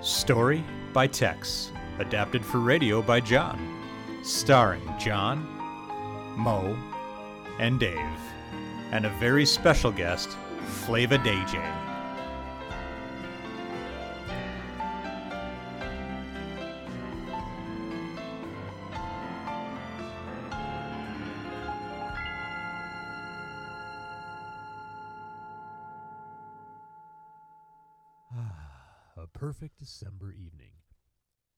[SPEAKER 5] Story by Tex, adapted for radio by John, starring John, Mo, and Dave, and a very special guest, Flava DJ.
[SPEAKER 3] A perfect December evening.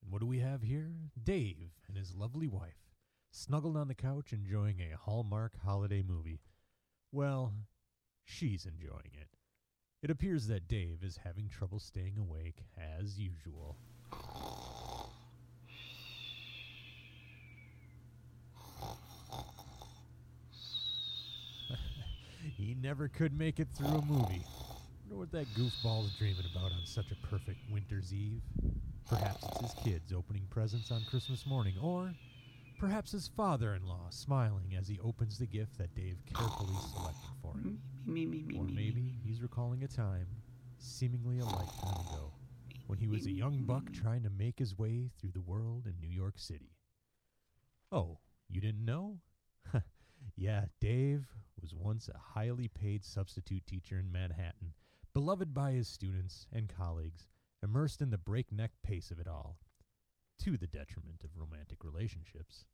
[SPEAKER 3] And what do we have here? Dave and his lovely wife, snuggled on the couch enjoying a Hallmark holiday movie. Well, she's enjoying it. It appears that Dave is having trouble staying awake as usual. he never could make it through a movie. Wonder what that goofball's dreaming about on such a perfect winter's eve. Perhaps it's his kids opening presents on Christmas morning, or perhaps his father in law smiling as he opens the gift that Dave carefully selected for him. Or maybe he's recalling a time, seemingly a lifetime ago, when he was a young buck trying to make his way through the world in New York City. Oh, you didn't know? yeah, Dave was once a highly paid substitute teacher in Manhattan, beloved by his students and colleagues, immersed in the breakneck pace of it all, to the detriment of romantic relationships.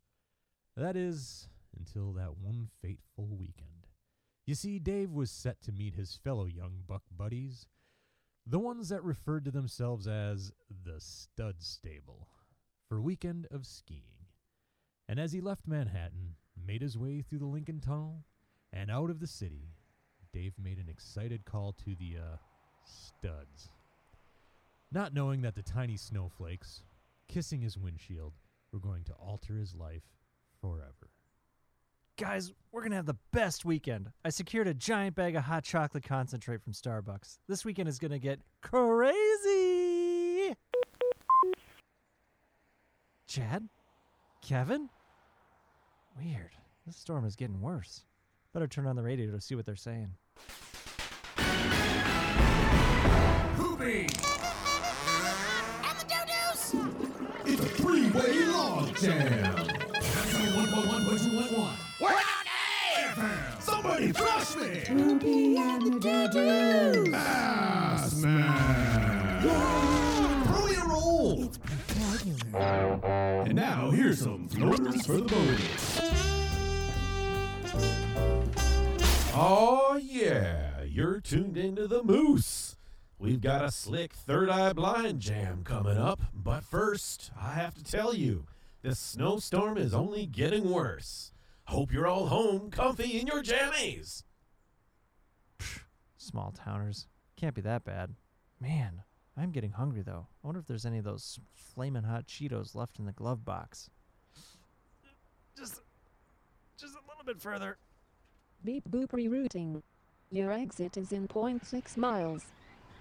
[SPEAKER 3] That is, until that one fateful weekend. You see, Dave was set to meet his fellow young buck buddies, the ones that referred to themselves as the stud stable, for a weekend of skiing and as he left Manhattan, made his way through the Lincoln Tunnel and out of the city, Dave made an excited call to the uh, studs. Not knowing that the tiny snowflakes, kissing his windshield, were going to alter his life forever.
[SPEAKER 4] Guys, we're going to have the best weekend. I secured a giant bag of hot chocolate concentrate from Starbucks. This weekend is going to get crazy. Chad? Kevin? Weird. This storm is getting worse. Better turn on the radio to see what they're saying.
[SPEAKER 6] And the doo-doos!
[SPEAKER 1] It's freeway log jam. We're on air. Somebody flush me. Ah, smash. Throw your roll. And now here's some floaters for the boys. Oh yeah, you're tuned into the Moose.
[SPEAKER 2] We've got a slick third eye blind jam coming up, but first, I have to tell you, this snowstorm is only getting worse. Hope you're all home comfy in your jammies.
[SPEAKER 4] Small towners. Can't be that bad. Man, I'm getting hungry though. I wonder if there's any of those flaming hot Cheetos left in the glove box. Just just a little bit further.
[SPEAKER 7] Beep boop rerouting. Your exit is in 0.6 miles.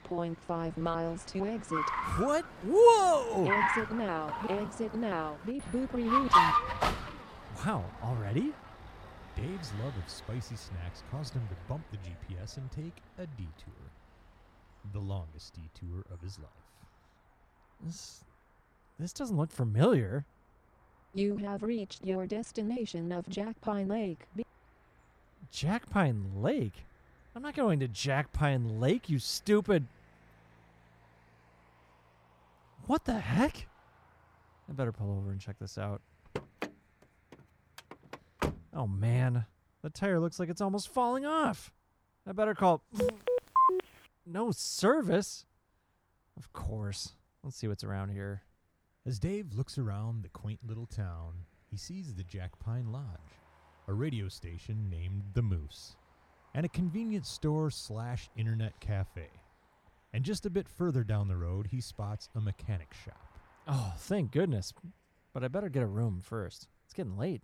[SPEAKER 7] 0.5 miles to exit.
[SPEAKER 4] What? Whoa!
[SPEAKER 7] Exit now. Exit now. Beep boop rerouting.
[SPEAKER 4] Wow, already?
[SPEAKER 3] Dave's love of spicy snacks caused him to bump the GPS and take a detour. The longest detour of his life.
[SPEAKER 4] This this doesn't look familiar.
[SPEAKER 7] You have reached your destination of Jackpine Lake. Beep.
[SPEAKER 4] Jackpine Lake? I'm not going to Jackpine Lake, you stupid. What the heck? I better pull over and check this out. Oh man, the tire looks like it's almost falling off. I better call. No service? Of course. Let's see what's around here.
[SPEAKER 3] As Dave looks around the quaint little town, he sees the Jackpine Lodge, a radio station named The Moose, and a convenience store slash internet cafe. And just a bit further down the road, he spots a mechanic shop.
[SPEAKER 4] Oh, thank goodness. But I better get a room first. It's getting late.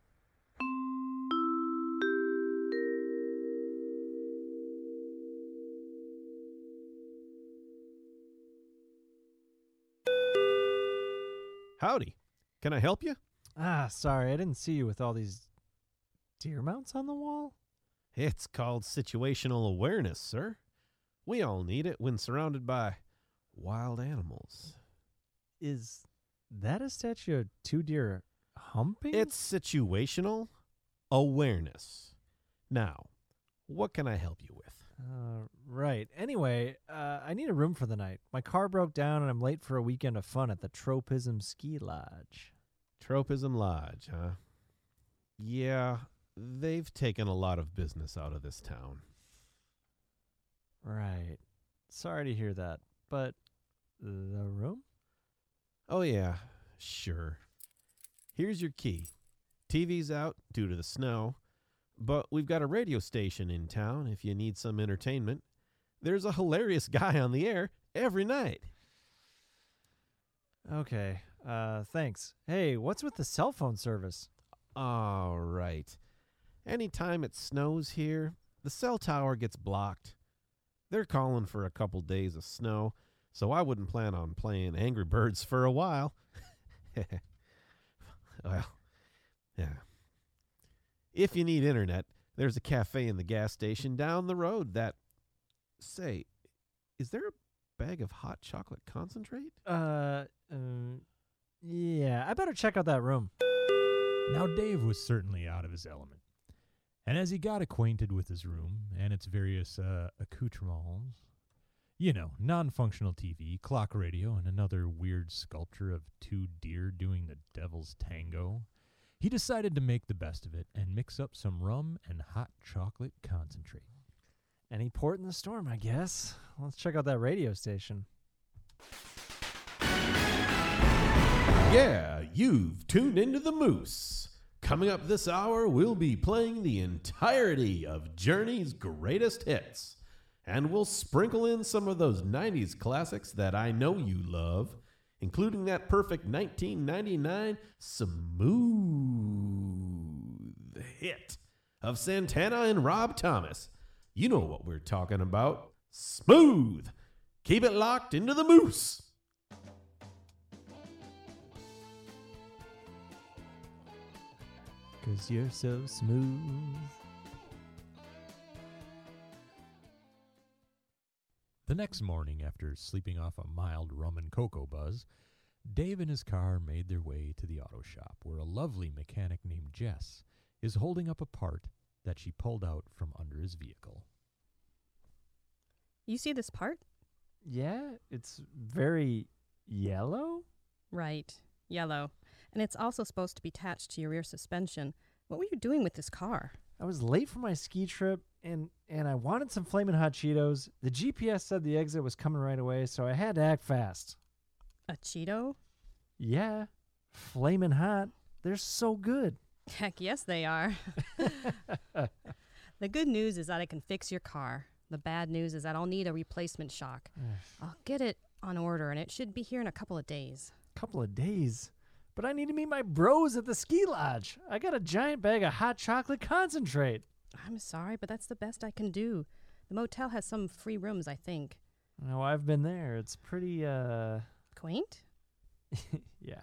[SPEAKER 2] Howdy. Can I help you?
[SPEAKER 4] Ah, sorry, I didn't see you with all these deer mounts on the wall.
[SPEAKER 2] It's called situational awareness, sir. We all need it when surrounded by wild animals.
[SPEAKER 4] Is that a statue of two deer humping?
[SPEAKER 2] It's situational awareness. Now, what can I help you with?
[SPEAKER 4] Uh, right. Anyway, uh, I need a room for the night. My car broke down and I'm late for a weekend of fun at the Tropism Ski Lodge.
[SPEAKER 2] Tropism Lodge, huh? Yeah, they've taken a lot of business out of this town.
[SPEAKER 4] Right. Sorry to hear that, but the room?
[SPEAKER 2] Oh, yeah, sure. Here's your key. TV's out due to the snow, but we've got a radio station in town if you need some entertainment. There's a hilarious guy on the air every night.
[SPEAKER 4] Okay. Uh, thanks. Hey, what's with the cell phone service?
[SPEAKER 2] All right. Anytime it snows here, the cell tower gets blocked. They're calling for a couple days of snow, so I wouldn't plan on playing Angry Birds for a while. well, yeah. If you need internet, there's a cafe in the gas station down the road that. Say, is there a bag of hot chocolate concentrate?
[SPEAKER 4] Uh, um, yeah, I better check out that room.
[SPEAKER 3] Now, Dave was certainly out of his element. And as he got acquainted with his room and its various uh, accoutrements, you know, non functional TV, clock radio, and another weird sculpture of two deer doing the devil's tango, he decided to make the best of it and mix up some rum and hot chocolate concentrate.
[SPEAKER 4] Any port in the storm, I guess. Let's check out that radio station.
[SPEAKER 2] Yeah, you've tuned into the Moose. Coming up this hour, we'll be playing the entirety of Journey's greatest hits. And we'll sprinkle in some of those 90s classics that I know you love, including that perfect 1999 smooth hit of Santana and Rob Thomas. You know what we're talking about. Smooth! Keep it locked into the Moose!
[SPEAKER 4] Cause you're so smooth.
[SPEAKER 3] The next morning, after sleeping off a mild rum and cocoa buzz, Dave and his car made their way to the auto shop where a lovely mechanic named Jess is holding up a part that she pulled out from under his vehicle.
[SPEAKER 8] You see this part?
[SPEAKER 4] Yeah, it's very yellow?
[SPEAKER 8] Right. Yellow. And it's also supposed to be attached to your rear suspension. What were you doing with this car?
[SPEAKER 4] I was late for my ski trip and and I wanted some flaming hot Cheetos. The GPS said the exit was coming right away, so I had to act fast.
[SPEAKER 6] A Cheeto?
[SPEAKER 4] Yeah, flaming hot. They're so good.
[SPEAKER 6] Heck yes, they are. the good news is that I can fix your car. The bad news is that I'll need a replacement shock. I'll get it on order and it should be here in a couple of days.
[SPEAKER 4] Couple of days, but I need to meet my bros at the ski lodge. I got a giant bag of hot chocolate concentrate.
[SPEAKER 6] I'm sorry, but that's the best I can do. The motel has some free rooms, I think.
[SPEAKER 4] No, I've been there. It's pretty. uh
[SPEAKER 6] Quaint?
[SPEAKER 4] Yeah.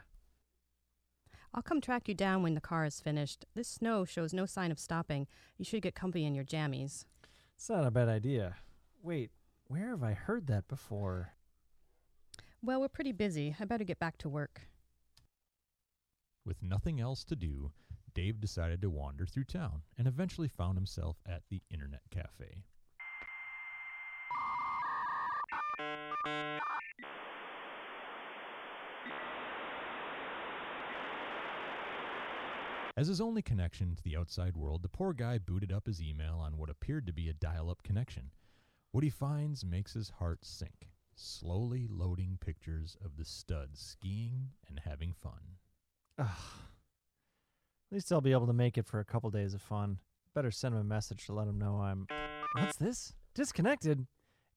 [SPEAKER 6] I'll come track you down when the car is finished. This snow shows no sign of stopping. You should get comfy in your jammies.
[SPEAKER 4] It's not a bad idea. Wait, where have I heard that before?
[SPEAKER 6] Well, we're pretty busy. I better get back to work.
[SPEAKER 3] With nothing else to do, Dave decided to wander through town and eventually found himself at the Internet Cafe. As his only connection to the outside world, the poor guy booted up his email on what appeared to be a dial up connection. What he finds makes his heart sink, slowly loading pictures of the studs skiing and having fun.
[SPEAKER 4] At least I'll be able to make it for a couple days of fun. Better send him a message to let him know I'm. What's this? Disconnected?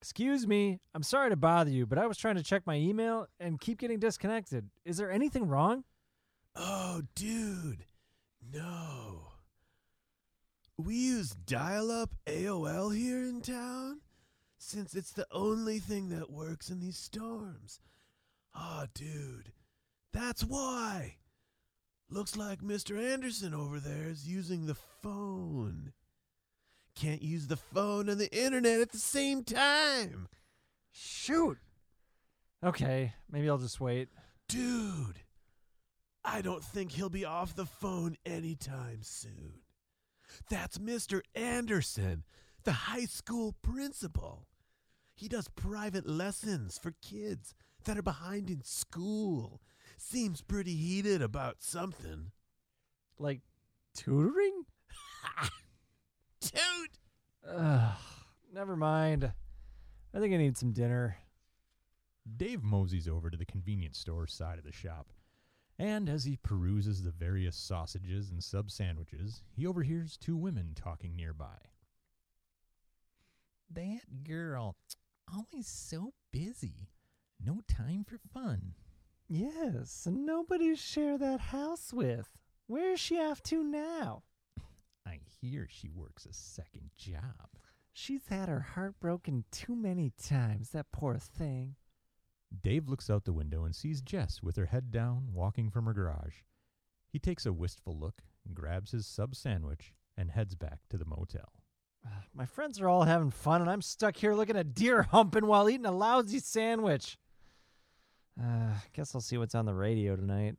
[SPEAKER 4] Excuse me. I'm sorry to bother you, but I was trying to check my email and keep getting disconnected. Is there anything wrong?
[SPEAKER 2] Oh, dude. No. We use dial up AOL here in town since it's the only thing that works in these storms. Ah, dude. That's why. Looks like Mr. Anderson over there is using the phone. Can't use the phone and the internet at the same time.
[SPEAKER 4] Shoot. Okay, maybe I'll just wait.
[SPEAKER 2] Dude, I don't think he'll be off the phone anytime soon. That's Mr. Anderson, the high school principal. He does private lessons for kids that are behind in school. Seems pretty heated about something.
[SPEAKER 4] Like, tutoring?
[SPEAKER 2] Dude!
[SPEAKER 4] Ugh, never mind. I think I need some dinner.
[SPEAKER 3] Dave moseys over to the convenience store side of the shop, and as he peruses the various sausages and sub sandwiches, he overhears two women talking nearby. That girl, always so busy. No time for fun.
[SPEAKER 4] Yes, and nobody to share that house with. Where is she off to now?
[SPEAKER 3] I hear she works a second job.
[SPEAKER 4] She's had her heart broken too many times, that poor thing.
[SPEAKER 3] Dave looks out the window and sees Jess with her head down, walking from her garage. He takes a wistful look, grabs his sub sandwich, and heads back to the motel.
[SPEAKER 4] Ugh, My friends are all having fun, and I'm stuck here looking at deer humping while eating a lousy sandwich. Uh, guess I'll see what's on the radio tonight.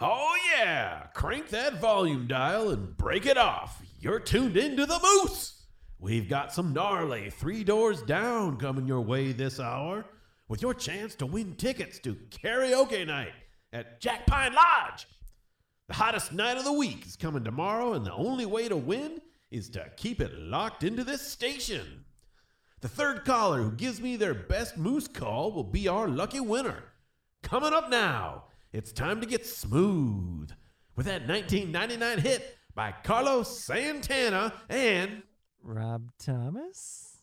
[SPEAKER 2] Oh, yeah! Crank that volume dial and break it off. You're tuned into the Moose! We've got some gnarly three doors down coming your way this hour with your chance to win tickets to karaoke night at Jack Pine Lodge. The hottest night of the week is coming tomorrow, and the only way to win is to keep it locked into this station. The third caller who gives me their best moose call will be our lucky winner. Coming up now, it's time to get smooth with that 1999 hit by Carlos Santana and
[SPEAKER 4] Rob Thomas?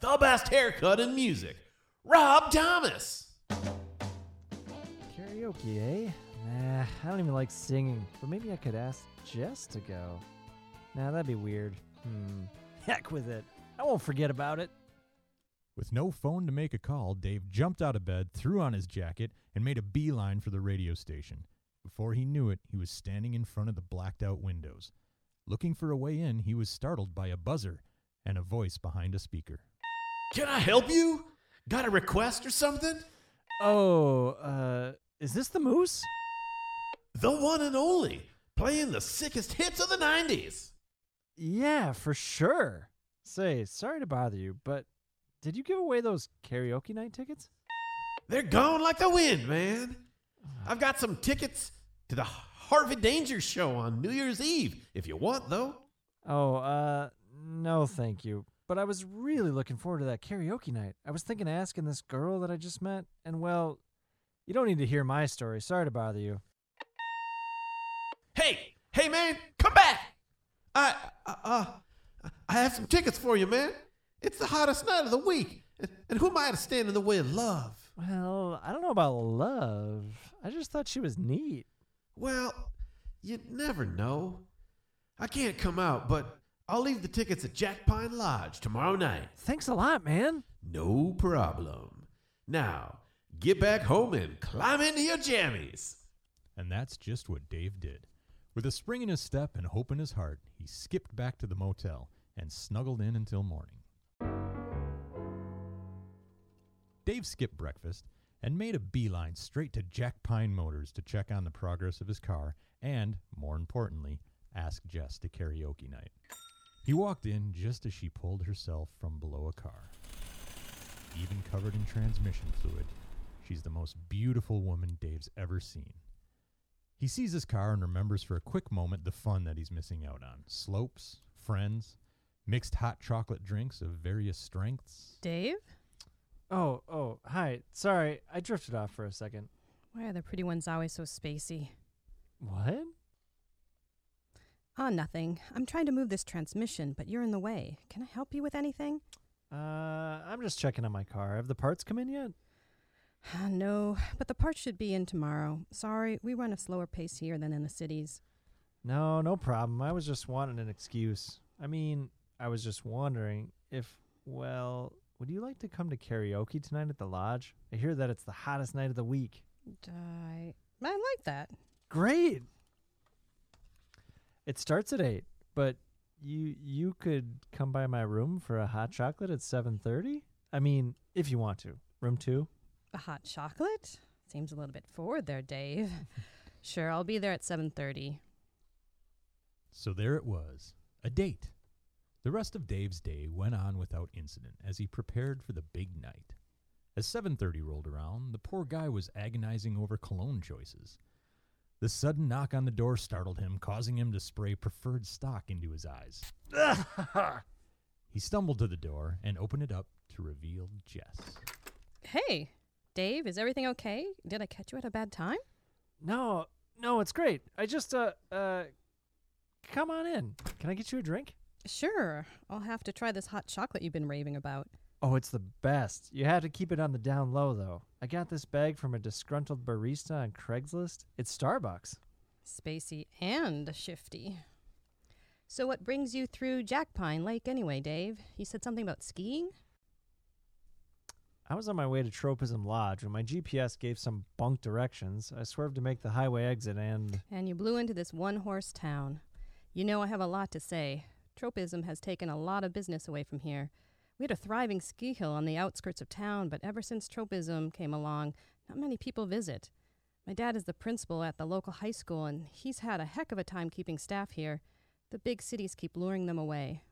[SPEAKER 2] the best haircut in music, Rob Thomas.
[SPEAKER 4] Karaoke, eh? Nah, I don't even like singing, but maybe I could ask Jess to go. Nah, that'd be weird. Hmm. Heck with it. I won't forget about it.
[SPEAKER 3] With no phone to make a call, Dave jumped out of bed, threw on his jacket, and made a beeline for the radio station. Before he knew it, he was standing in front of the blacked out windows. Looking for a way in, he was startled by a buzzer and a voice behind a speaker.
[SPEAKER 2] Can I help you? Got a request or something?
[SPEAKER 4] Oh, uh, is this the moose?
[SPEAKER 2] The one and only, playing the sickest hits of the 90s.
[SPEAKER 4] Yeah, for sure. Say, sorry to bother you, but did you give away those karaoke night tickets?
[SPEAKER 2] They're gone like the wind, man. I've got some tickets to the Harvey Danger show on New Year's Eve if you want, though.
[SPEAKER 4] Oh, uh, no, thank you. But I was really looking forward to that karaoke night. I was thinking of asking this girl that I just met, and well, you don't need to hear my story. Sorry to bother you.
[SPEAKER 2] Hey, hey, man, come back! I, uh, uh, I have some tickets for you, man. It's the hottest night of the week, and, and who am I to stand in the way of love?
[SPEAKER 4] Well, I don't know about love. I just thought she was neat.
[SPEAKER 2] Well, you never know. I can't come out, but I'll leave the tickets at Jack Pine Lodge tomorrow night.
[SPEAKER 4] Thanks a lot, man.
[SPEAKER 2] No problem. Now, get back home and climb into your jammies.
[SPEAKER 3] And that's just what Dave did. With a spring in his step and hope in his heart, he skipped back to the motel and snuggled in until morning. Dave skipped breakfast and made a beeline straight to Jack Pine Motors to check on the progress of his car and, more importantly, ask Jess to karaoke night. He walked in just as she pulled herself from below a car. Even covered in transmission fluid, she's the most beautiful woman Dave's ever seen. He sees his car and remembers for a quick moment the fun that he's missing out on slopes, friends, mixed hot chocolate drinks of various strengths.
[SPEAKER 6] Dave?
[SPEAKER 4] Oh, oh, hi. Sorry, I drifted off for a second.
[SPEAKER 6] Why are the pretty ones always so spacey?
[SPEAKER 4] What?
[SPEAKER 6] Ah, nothing. I'm trying to move this transmission, but you're in the way. Can I help you with anything?
[SPEAKER 4] Uh, I'm just checking on my car. Have the parts come in yet?
[SPEAKER 6] Ah, no, but the parts should be in tomorrow. Sorry, we run a slower pace here than in the cities.
[SPEAKER 4] No, no problem. I was just wanting an excuse. I mean, I was just wondering if, well, would you like to come to karaoke tonight at the lodge? I hear that it's the hottest night of the week.
[SPEAKER 6] I, I like that.
[SPEAKER 4] Great. It starts at 8, but you you could come by my room for a hot chocolate at 7:30? I mean, if you want to. Room 2?
[SPEAKER 6] A hot chocolate? Seems a little bit forward there, Dave. sure, I'll be there at 7:30.
[SPEAKER 3] So there it was, a date. The rest of Dave's day went on without incident as he prepared for the big night. As 7:30 rolled around, the poor guy was agonizing over cologne choices. The sudden knock on the door startled him, causing him to spray preferred stock into his eyes. he stumbled to the door and opened it up to reveal Jess.
[SPEAKER 6] Hey, Dave, is everything okay? Did I catch you at a bad time?
[SPEAKER 4] No, no, it's great. I just uh uh come on in. Can I get you a drink?
[SPEAKER 6] Sure, I'll have to try this hot chocolate you've been raving about.
[SPEAKER 4] Oh, it's the best. You have to keep it on the down low though. I got this bag from a disgruntled barista on Craigslist. It's Starbucks.
[SPEAKER 6] Spacey and shifty. So, what brings you through Jack Pine Lake anyway, Dave? You said something about skiing?
[SPEAKER 4] I was on my way to Tropism Lodge when my GPS gave some bunk directions. I swerved to make the highway exit and
[SPEAKER 6] And you blew into this one horse town. You know, I have a lot to say. Tropism has taken a lot of business away from here. We had a thriving ski hill on the outskirts of town, but ever since tropism came along, not many people visit. My dad is the principal at the local high school, and he's had a heck of a time keeping staff here. The big cities keep luring them away.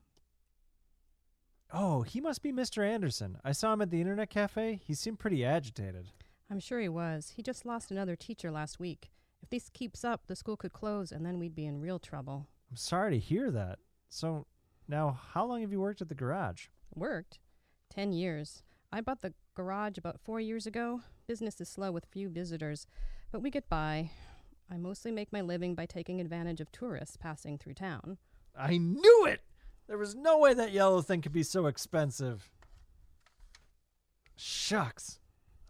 [SPEAKER 4] Oh, he must be Mr. Anderson. I saw him at the internet cafe. He seemed pretty agitated.
[SPEAKER 6] I'm sure he was. He just lost another teacher last week. If this keeps up, the school could close, and then we'd be in real trouble.
[SPEAKER 4] I'm sorry to hear that. So, now how long have you worked at the garage?
[SPEAKER 6] Worked? Ten years. I bought the garage about four years ago. Business is slow with few visitors, but we get by. I mostly make my living by taking advantage of tourists passing through town.
[SPEAKER 4] I knew it! There was no way that yellow thing could be so expensive. Shucks.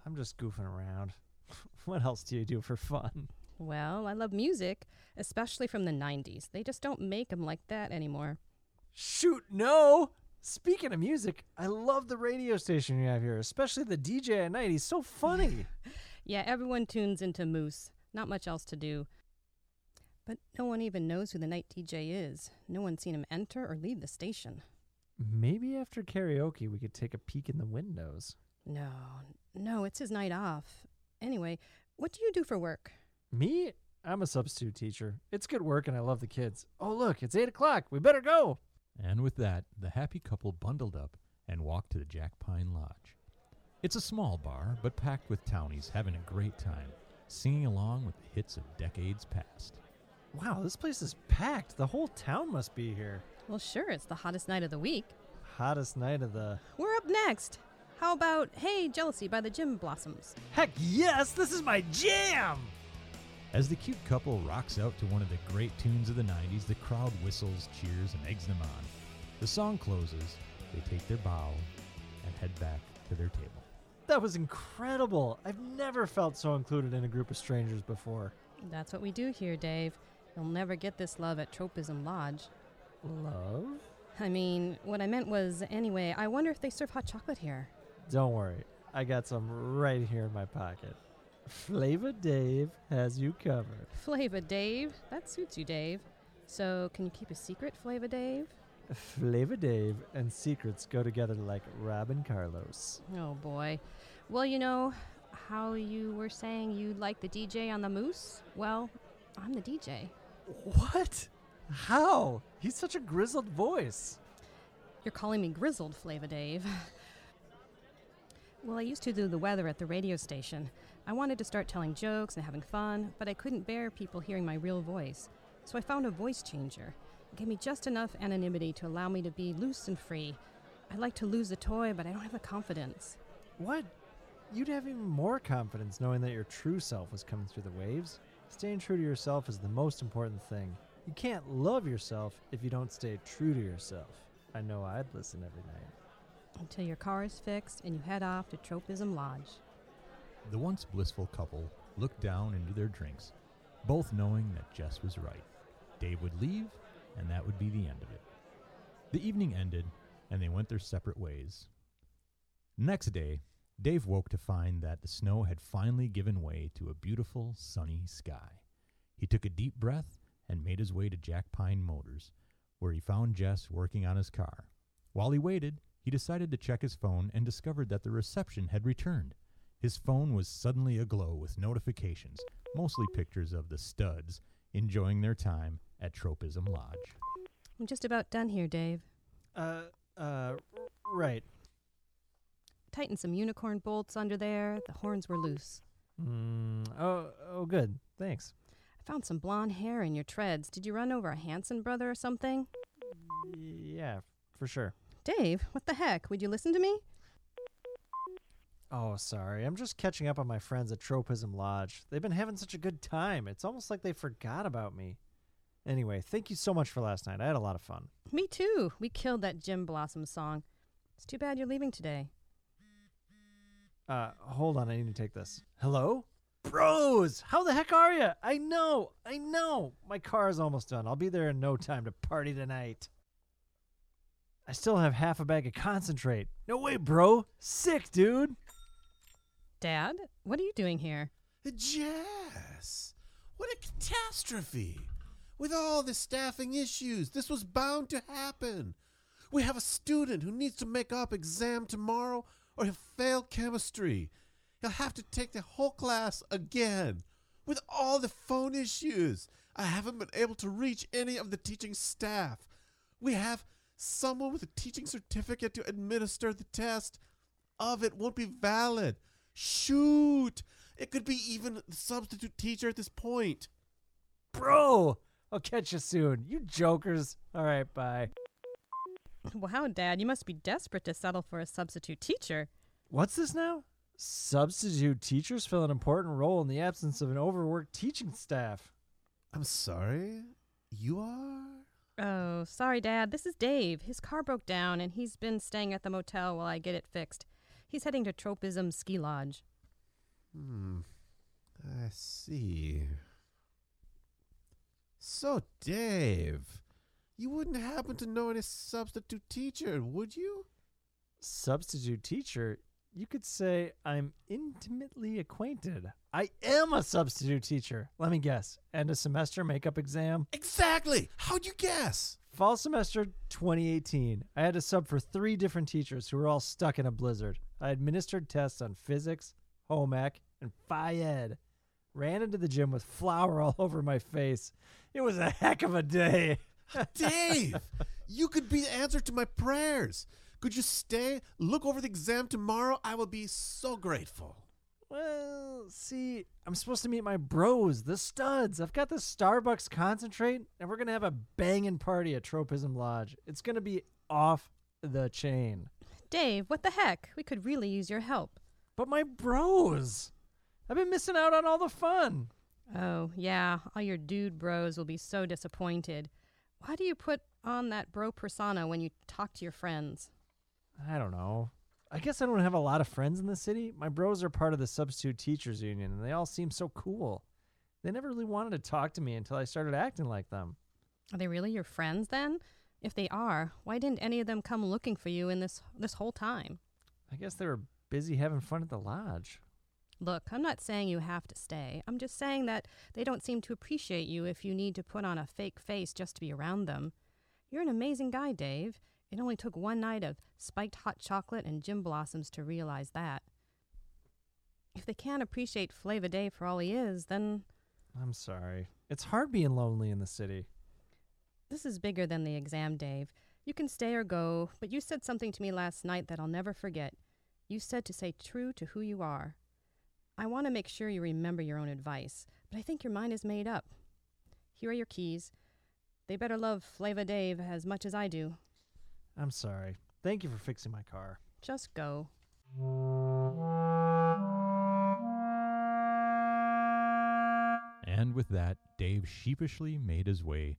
[SPEAKER 4] I'm just goofing around. what else do you do for fun?
[SPEAKER 6] Well, I love music, especially from the 90s. They just don't make 'em like that anymore.
[SPEAKER 4] Shoot, no! Speaking of music, I love the radio station you have here, especially the DJ at night. He's so funny.
[SPEAKER 6] Yeah, everyone tunes into Moose. Not much else to do. But no one even knows who the night DJ is. No one's seen him enter or leave the station.
[SPEAKER 4] Maybe after karaoke, we could take a peek in the windows.
[SPEAKER 6] No, no, it's his night off. Anyway, what do you do for work?
[SPEAKER 4] Me? I'm a substitute teacher. It's good work and I love the kids. Oh, look, it's 8 o'clock. We better go.
[SPEAKER 3] And with that, the happy couple bundled up and walked to the Jack Pine Lodge. It's a small bar, but packed with townies having a great time, singing along with the hits of decades past.
[SPEAKER 4] Wow, this place is packed. The whole town must be here.
[SPEAKER 8] Well, sure, it's the hottest night of the week.
[SPEAKER 4] Hottest night of the.
[SPEAKER 8] We're up next. How about Hey Jealousy by the Gym Blossoms?
[SPEAKER 4] Heck yes, this is my jam!
[SPEAKER 3] As the cute couple rocks out to one of the great tunes of the 90s, the crowd whistles, cheers, and eggs them on. The song closes, they take their bow, and head back to their table.
[SPEAKER 4] That was incredible. I've never felt so included in a group of strangers before.
[SPEAKER 8] That's what we do here, Dave. You'll never get this love at Tropism Lodge.
[SPEAKER 4] Love?
[SPEAKER 8] I mean, what I meant was, anyway, I wonder if they serve hot chocolate here.
[SPEAKER 4] Don't worry, I got some right here in my pocket. Flavor Dave has you covered.
[SPEAKER 8] Flava Dave? That suits you, Dave. So, can you keep a secret, Flava Dave?
[SPEAKER 4] Flavor Dave and secrets go together like Rob and Carlos.
[SPEAKER 8] Oh boy. Well, you know how you were saying you like the DJ on the Moose? Well, I'm the DJ.
[SPEAKER 4] What? How? He's such a grizzled voice.
[SPEAKER 8] You're calling me grizzled, Flava Dave. well, I used to do the weather at the radio station. I wanted to start telling jokes and having fun, but I couldn't bear people hearing my real voice. So I found a voice changer. It gave me just enough anonymity to allow me to be loose and free. I'd like to lose the toy, but I don't have the confidence.
[SPEAKER 4] What? You'd have even more confidence knowing that your true self was coming through the waves. Staying true to yourself is the most important thing. You can't love yourself if you don't stay true to yourself. I know I'd listen every night.
[SPEAKER 8] Until your car is fixed and you head off to Tropism Lodge.
[SPEAKER 3] The once blissful couple looked down into their drinks, both knowing that Jess was right. Dave would leave, and that would be the end of it. The evening ended, and they went their separate ways. Next day, Dave woke to find that the snow had finally given way to a beautiful, sunny sky. He took a deep breath and made his way to Jack Pine Motors, where he found Jess working on his car. While he waited, he decided to check his phone and discovered that the reception had returned. His phone was suddenly aglow with notifications, mostly pictures of the studs enjoying their time at Tropism Lodge.
[SPEAKER 8] I'm just about done here, Dave.
[SPEAKER 4] Uh, uh, right.
[SPEAKER 8] Tighten some unicorn bolts under there. The horns were loose.
[SPEAKER 4] Mm, oh, oh, good. Thanks.
[SPEAKER 8] I found some blonde hair in your treads. Did you run over a Hanson brother or something?
[SPEAKER 4] Yeah, for sure.
[SPEAKER 8] Dave, what the heck? Would you listen to me?
[SPEAKER 4] Oh, sorry. I'm just catching up on my friends at Tropism Lodge. They've been having such a good time. It's almost like they forgot about me. Anyway, thank you so much for last night. I had a lot of fun.
[SPEAKER 8] Me too. We killed that Jim Blossom song. It's too bad you're leaving today.
[SPEAKER 4] Uh, hold on. I need to take this. Hello? Bros, how the heck are you? I know, I know. My car is almost done. I'll be there in no time to party tonight. I still have half a bag of concentrate. No way, bro. Sick, dude.
[SPEAKER 8] Dad, what are you doing here?
[SPEAKER 2] Jess, what a catastrophe! With all the staffing issues, this was bound to happen. We have a student who needs to make up exam tomorrow, or he'll fail chemistry. He'll have to take the whole class again. With all the phone issues, I haven't been able to reach any of the teaching staff. We have someone with a teaching certificate to administer the test. Of it won't be valid. Shoot! It could be even the substitute teacher at this point.
[SPEAKER 4] Bro, I'll catch you soon. You jokers. All right, bye.
[SPEAKER 8] Wow, Dad, you must be desperate to settle for a substitute teacher.
[SPEAKER 4] What's this now? Substitute teachers fill an important role in the absence of an overworked teaching staff.
[SPEAKER 2] I'm sorry? You are?
[SPEAKER 8] Oh, sorry, Dad. This is Dave. His car broke down, and he's been staying at the motel while I get it fixed. He's heading to Tropism Ski Lodge.
[SPEAKER 2] Hmm. I see. So, Dave, you wouldn't happen to know any substitute teacher, would you?
[SPEAKER 4] Substitute teacher? You could say I'm intimately acquainted. I am a substitute teacher. Let me guess. End of semester makeup exam.
[SPEAKER 2] Exactly! How'd you guess?
[SPEAKER 4] Fall semester 2018, I had to sub for three different teachers who were all stuck in a blizzard. I administered tests on physics, home ec, and phi ed. Ran into the gym with flour all over my face. It was a heck of a day.
[SPEAKER 2] Dave, you could be the answer to my prayers. Could you stay, look over the exam tomorrow? I will be so grateful.
[SPEAKER 4] Well, see, I'm supposed to meet my bros, the studs. I've got the Starbucks concentrate, and we're gonna have a banging party at Tropism Lodge. It's gonna be off the chain.
[SPEAKER 8] Dave, what the heck? We could really use your help.
[SPEAKER 4] But my bros! I've been missing out on all the fun.
[SPEAKER 8] Oh, yeah, all your dude bros will be so disappointed. Why do you put on that bro persona when you talk to your friends?
[SPEAKER 4] I don't know. I guess I don't have a lot of friends in the city. My bros are part of the substitute teachers union, and they all seem so cool. They never really wanted to talk to me until I started acting like them.
[SPEAKER 8] Are they really your friends then? If they are, why didn't any of them come looking for you in this this whole time?
[SPEAKER 4] I guess they were busy having fun at the lodge.
[SPEAKER 8] Look, I'm not saying you have to stay. I'm just saying that they don't seem to appreciate you if you need to put on a fake face just to be around them. You're an amazing guy, Dave. It only took one night of spiked hot chocolate and gym blossoms to realize that. If they can't appreciate Flava Dave for all he is, then
[SPEAKER 4] I'm sorry. It's hard being lonely in the city.
[SPEAKER 8] This is bigger than the exam, Dave. You can stay or go, but you said something to me last night that I'll never forget. You said to stay true to who you are. I want to make sure you remember your own advice, but I think your mind is made up. Here are your keys. They better love Flava Dave as much as I do.
[SPEAKER 4] I'm sorry. Thank you for fixing my car.
[SPEAKER 8] Just go.
[SPEAKER 3] And with that, Dave sheepishly made his way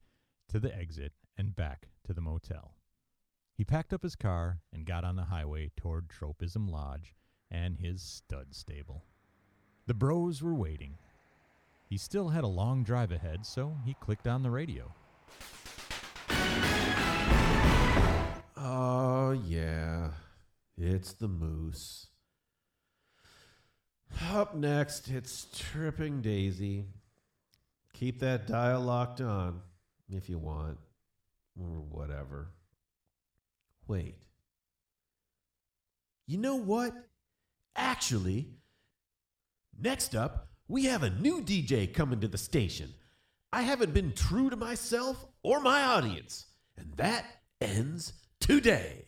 [SPEAKER 3] to the exit and back to the motel. He packed up his car and got on the highway toward Tropism Lodge and his stud stable. The bros were waiting. He still had a long drive ahead, so he clicked on the radio.
[SPEAKER 2] Oh, yeah. It's the moose. Up next, it's Tripping Daisy. Keep that dial locked on if you want, or whatever. Wait. You know what? Actually, next up, we have a new DJ coming to the station. I haven't been true to myself or my audience, and that ends today.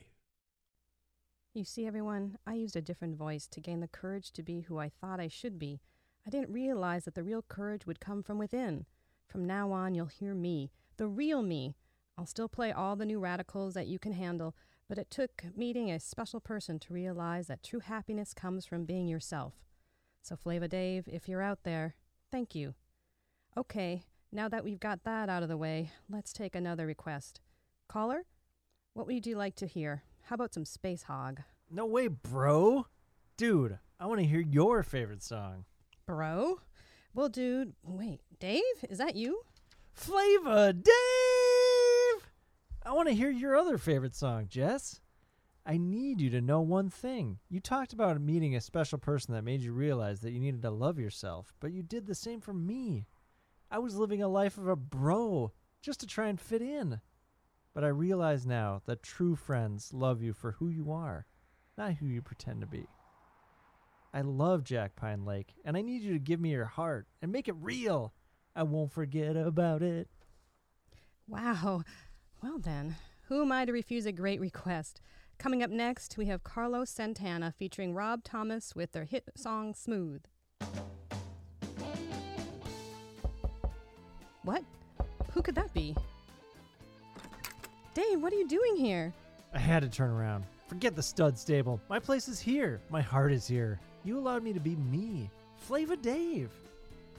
[SPEAKER 8] You see, everyone, I used a different voice to gain the courage to be who I thought I should be. I didn't realize that the real courage would come from within. From now on, you'll hear me, the real me. I'll still play all the new radicals that you can handle, but it took meeting a special person to realize that true happiness comes from being yourself. So, Flava Dave, if you're out there, thank you. Okay, now that we've got that out of the way, let's take another request. Caller, what would you like to hear? How about some Space Hog?
[SPEAKER 4] No way, bro. Dude, I want to hear your favorite song.
[SPEAKER 8] Bro? Well, dude, wait, Dave, is that you?
[SPEAKER 4] Flava Dave! I want to hear your other favorite song, Jess. I need you to know one thing. You talked about meeting a special person that made you realize that you needed to love yourself, but you did the same for me. I was living a life of a bro just to try and fit in. But I realize now that true friends love you for who you are, not who you pretend to be. I love Jack Pine Lake, and I need you to give me your heart and make it real. I won't forget about it.
[SPEAKER 8] Wow. Well, then, who am I to refuse a great request? Coming up next, we have Carlos Santana featuring Rob Thomas with their hit song Smooth. What? Who could that be? Dave, what are you doing here?
[SPEAKER 4] I had to turn around. Forget the stud stable. My place is here. My heart is here. You allowed me to be me, Flava Dave.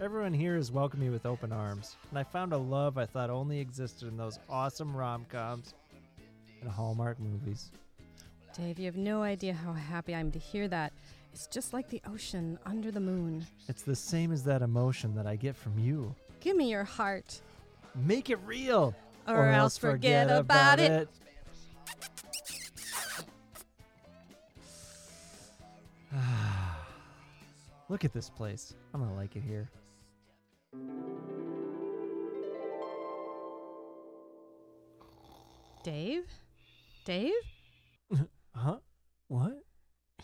[SPEAKER 4] Everyone here has welcomed me with open arms, and I found a love I thought only existed in those awesome rom coms and Hallmark movies.
[SPEAKER 8] Dave, you have no idea how happy I am to hear that. It's just like the ocean under the moon.
[SPEAKER 4] It's the same as that emotion that I get from you.
[SPEAKER 8] Give me your heart.
[SPEAKER 4] Make it real!
[SPEAKER 8] Or else forget about it.
[SPEAKER 4] Look at this place. I'm gonna like it here.
[SPEAKER 8] Dave? Dave?
[SPEAKER 4] Huh? What?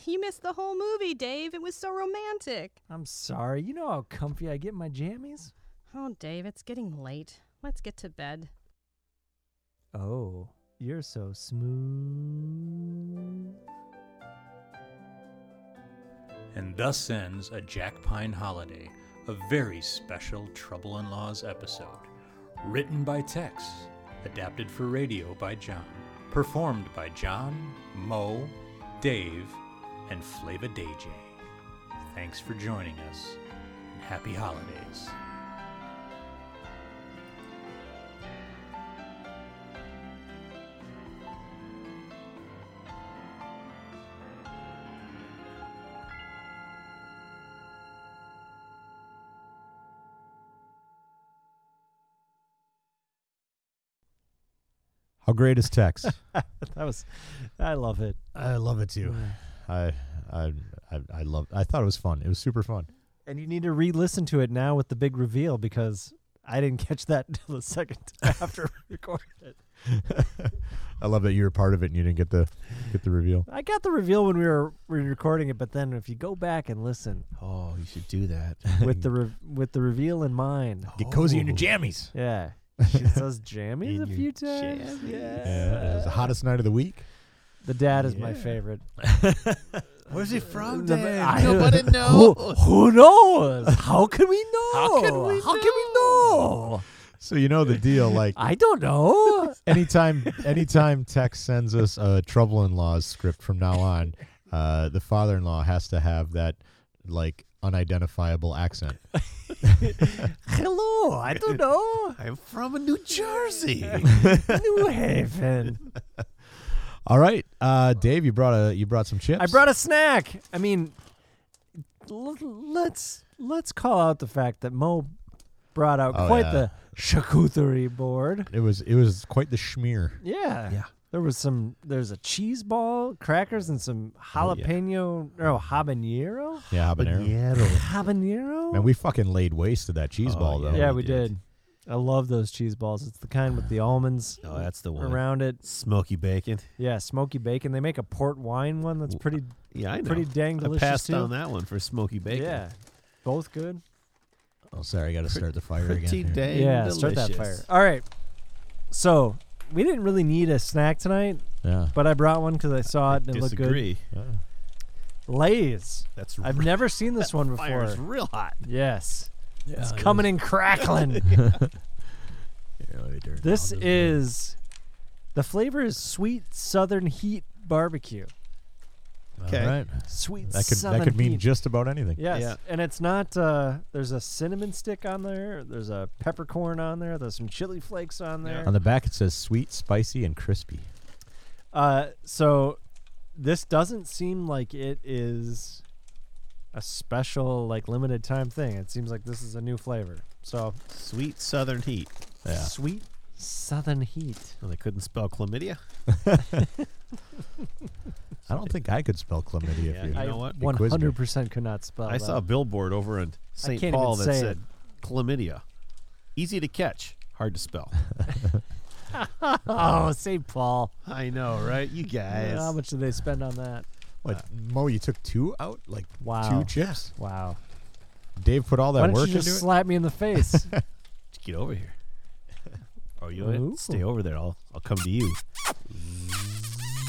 [SPEAKER 8] You missed the whole movie, Dave. It was so romantic.
[SPEAKER 4] I'm sorry. You know how comfy I get in my jammies?
[SPEAKER 8] Oh, Dave, it's getting late. Let's get to bed.
[SPEAKER 4] Oh, you're so smooth.
[SPEAKER 5] And thus ends a Jack Pine holiday, a very special Trouble in Laws episode. Written by Tex, adapted for radio by John, performed by John, Mo, Dave, and Flava DJ. Thanks for joining us, and happy holidays.
[SPEAKER 3] How great is Tex?
[SPEAKER 4] that was, I love it.
[SPEAKER 3] I love it too. I, I I I love. I thought it was fun. It was super fun.
[SPEAKER 4] And you need to re-listen to it now with the big reveal because I didn't catch that until the second time after we recorded it.
[SPEAKER 3] I love that you were part of it and you didn't get the get the reveal.
[SPEAKER 4] I got the reveal when we were, we were recording it, but then if you go back and listen
[SPEAKER 2] Oh, you should do that.
[SPEAKER 4] with the re- with the reveal in mind,
[SPEAKER 3] Get cozy in your
[SPEAKER 2] Oh.
[SPEAKER 3] jammies.
[SPEAKER 4] yeah, she says jammies
[SPEAKER 2] In your
[SPEAKER 4] a few times. Yeah.
[SPEAKER 3] Yeah, it was the hottest night of the week.
[SPEAKER 4] The dad is my favorite.
[SPEAKER 9] Where's he from,
[SPEAKER 4] The-
[SPEAKER 9] Dave?
[SPEAKER 4] I-
[SPEAKER 9] Nobody
[SPEAKER 4] Who,
[SPEAKER 9] knows.
[SPEAKER 4] who knows? How can we know?
[SPEAKER 9] How can we
[SPEAKER 4] How can we know?
[SPEAKER 3] So you know the deal. Like
[SPEAKER 4] I don't know.
[SPEAKER 3] anytime, anytime Tex sends us a trouble in laws script from now on, uh, the father in law has to have that like unidentifiable accent.
[SPEAKER 4] Hello, Oh, I don't know.
[SPEAKER 9] I'm from New Jersey.
[SPEAKER 4] New Haven.
[SPEAKER 3] All right, uh, Dave, you brought a you brought some chips.
[SPEAKER 4] I brought a snack. I mean, l- let's let's call out the fact that Mo brought out
[SPEAKER 3] Oh,
[SPEAKER 4] quite
[SPEAKER 3] yeah.
[SPEAKER 4] the charcuterie board.
[SPEAKER 3] It was it was quite the schmear.
[SPEAKER 4] Yeah.
[SPEAKER 2] Yeah.
[SPEAKER 4] There was some. There's a cheese ball, crackers, and some
[SPEAKER 3] Oh, yeah.
[SPEAKER 4] jalapeno. No, habanero.
[SPEAKER 3] Yeah, habanero.
[SPEAKER 4] Habanero.
[SPEAKER 3] Man, we fucking laid waste to that cheese
[SPEAKER 2] Oh,
[SPEAKER 3] ball though.
[SPEAKER 2] yeah.
[SPEAKER 4] yeah,
[SPEAKER 2] we
[SPEAKER 4] we
[SPEAKER 2] did.
[SPEAKER 4] did. I love those cheese balls. It's the kind with the almonds
[SPEAKER 2] Oh, that's the one.
[SPEAKER 4] around it.
[SPEAKER 2] Smoky bacon.
[SPEAKER 4] Yeah, smoky bacon. They make a port wine one that's
[SPEAKER 2] W-
[SPEAKER 4] pretty
[SPEAKER 2] Yeah, I know.
[SPEAKER 4] pretty dang delicious
[SPEAKER 2] I passed
[SPEAKER 4] too.
[SPEAKER 2] on that one for smoky bacon.
[SPEAKER 4] Yeah, both good.
[SPEAKER 3] Oh, sorry, I got to start the fire again.
[SPEAKER 2] Pretty
[SPEAKER 3] here.
[SPEAKER 2] dang
[SPEAKER 4] yeah,
[SPEAKER 2] delicious.
[SPEAKER 4] start that fire. Oh, All right. So we didn't really need a snack tonight,
[SPEAKER 3] Yeah.
[SPEAKER 4] but I brought one because I saw it and it looked good.
[SPEAKER 2] Disagree.
[SPEAKER 4] Lay's.
[SPEAKER 2] That's
[SPEAKER 4] I've
[SPEAKER 2] re-
[SPEAKER 4] never seen this one
[SPEAKER 2] fire
[SPEAKER 4] before.
[SPEAKER 2] is real hot.
[SPEAKER 4] Yes. it's coming in crackling. This is the flavor is sweet southern heat barbecue.
[SPEAKER 2] Okay.
[SPEAKER 3] All right.
[SPEAKER 4] Sweet
[SPEAKER 3] That could
[SPEAKER 4] southern
[SPEAKER 3] that could mean
[SPEAKER 4] heat.
[SPEAKER 3] just about anything.
[SPEAKER 4] Yes,
[SPEAKER 2] Yeah.
[SPEAKER 4] and it's not. Uh, there's a cinnamon stick on there. There's a peppercorn on there. There's some chili flakes on there.
[SPEAKER 3] On the back it says sweet, spicy, and crispy.
[SPEAKER 4] Uh, so this doesn't seem like it is a special, like limited time thing. It seems like this is a new flavor. So
[SPEAKER 2] Sweet southern heat.
[SPEAKER 3] Yeah.
[SPEAKER 4] sweet southern heat.
[SPEAKER 2] Well, they couldn't spell chlamydia.
[SPEAKER 3] I don't think I could spell chlamydia
[SPEAKER 2] Yeah,
[SPEAKER 3] if you.
[SPEAKER 2] I-
[SPEAKER 4] I
[SPEAKER 2] know what?
[SPEAKER 3] It quizzed me.
[SPEAKER 4] 100% could not spell.
[SPEAKER 2] I
[SPEAKER 4] that.
[SPEAKER 2] saw a billboard over in St.
[SPEAKER 4] can't
[SPEAKER 2] Paul
[SPEAKER 4] even
[SPEAKER 2] that
[SPEAKER 4] say it.
[SPEAKER 2] said chlamydia. Easy to catch, hard to spell.
[SPEAKER 4] Oh, St. Paul.
[SPEAKER 2] I know, right? You guys.
[SPEAKER 4] How much did they spend on that?
[SPEAKER 3] What, Mo? You took two out, like
[SPEAKER 4] Wow.
[SPEAKER 3] two chips.
[SPEAKER 4] Wow.
[SPEAKER 3] Dave put all
[SPEAKER 4] Why
[SPEAKER 3] that
[SPEAKER 4] don't
[SPEAKER 3] work
[SPEAKER 4] you
[SPEAKER 3] into
[SPEAKER 4] just
[SPEAKER 3] it.
[SPEAKER 4] slap me in the face?
[SPEAKER 2] Just get over here. Oh, you know
[SPEAKER 4] Ooh.
[SPEAKER 2] what? Stay over there. I'll I'll come to you.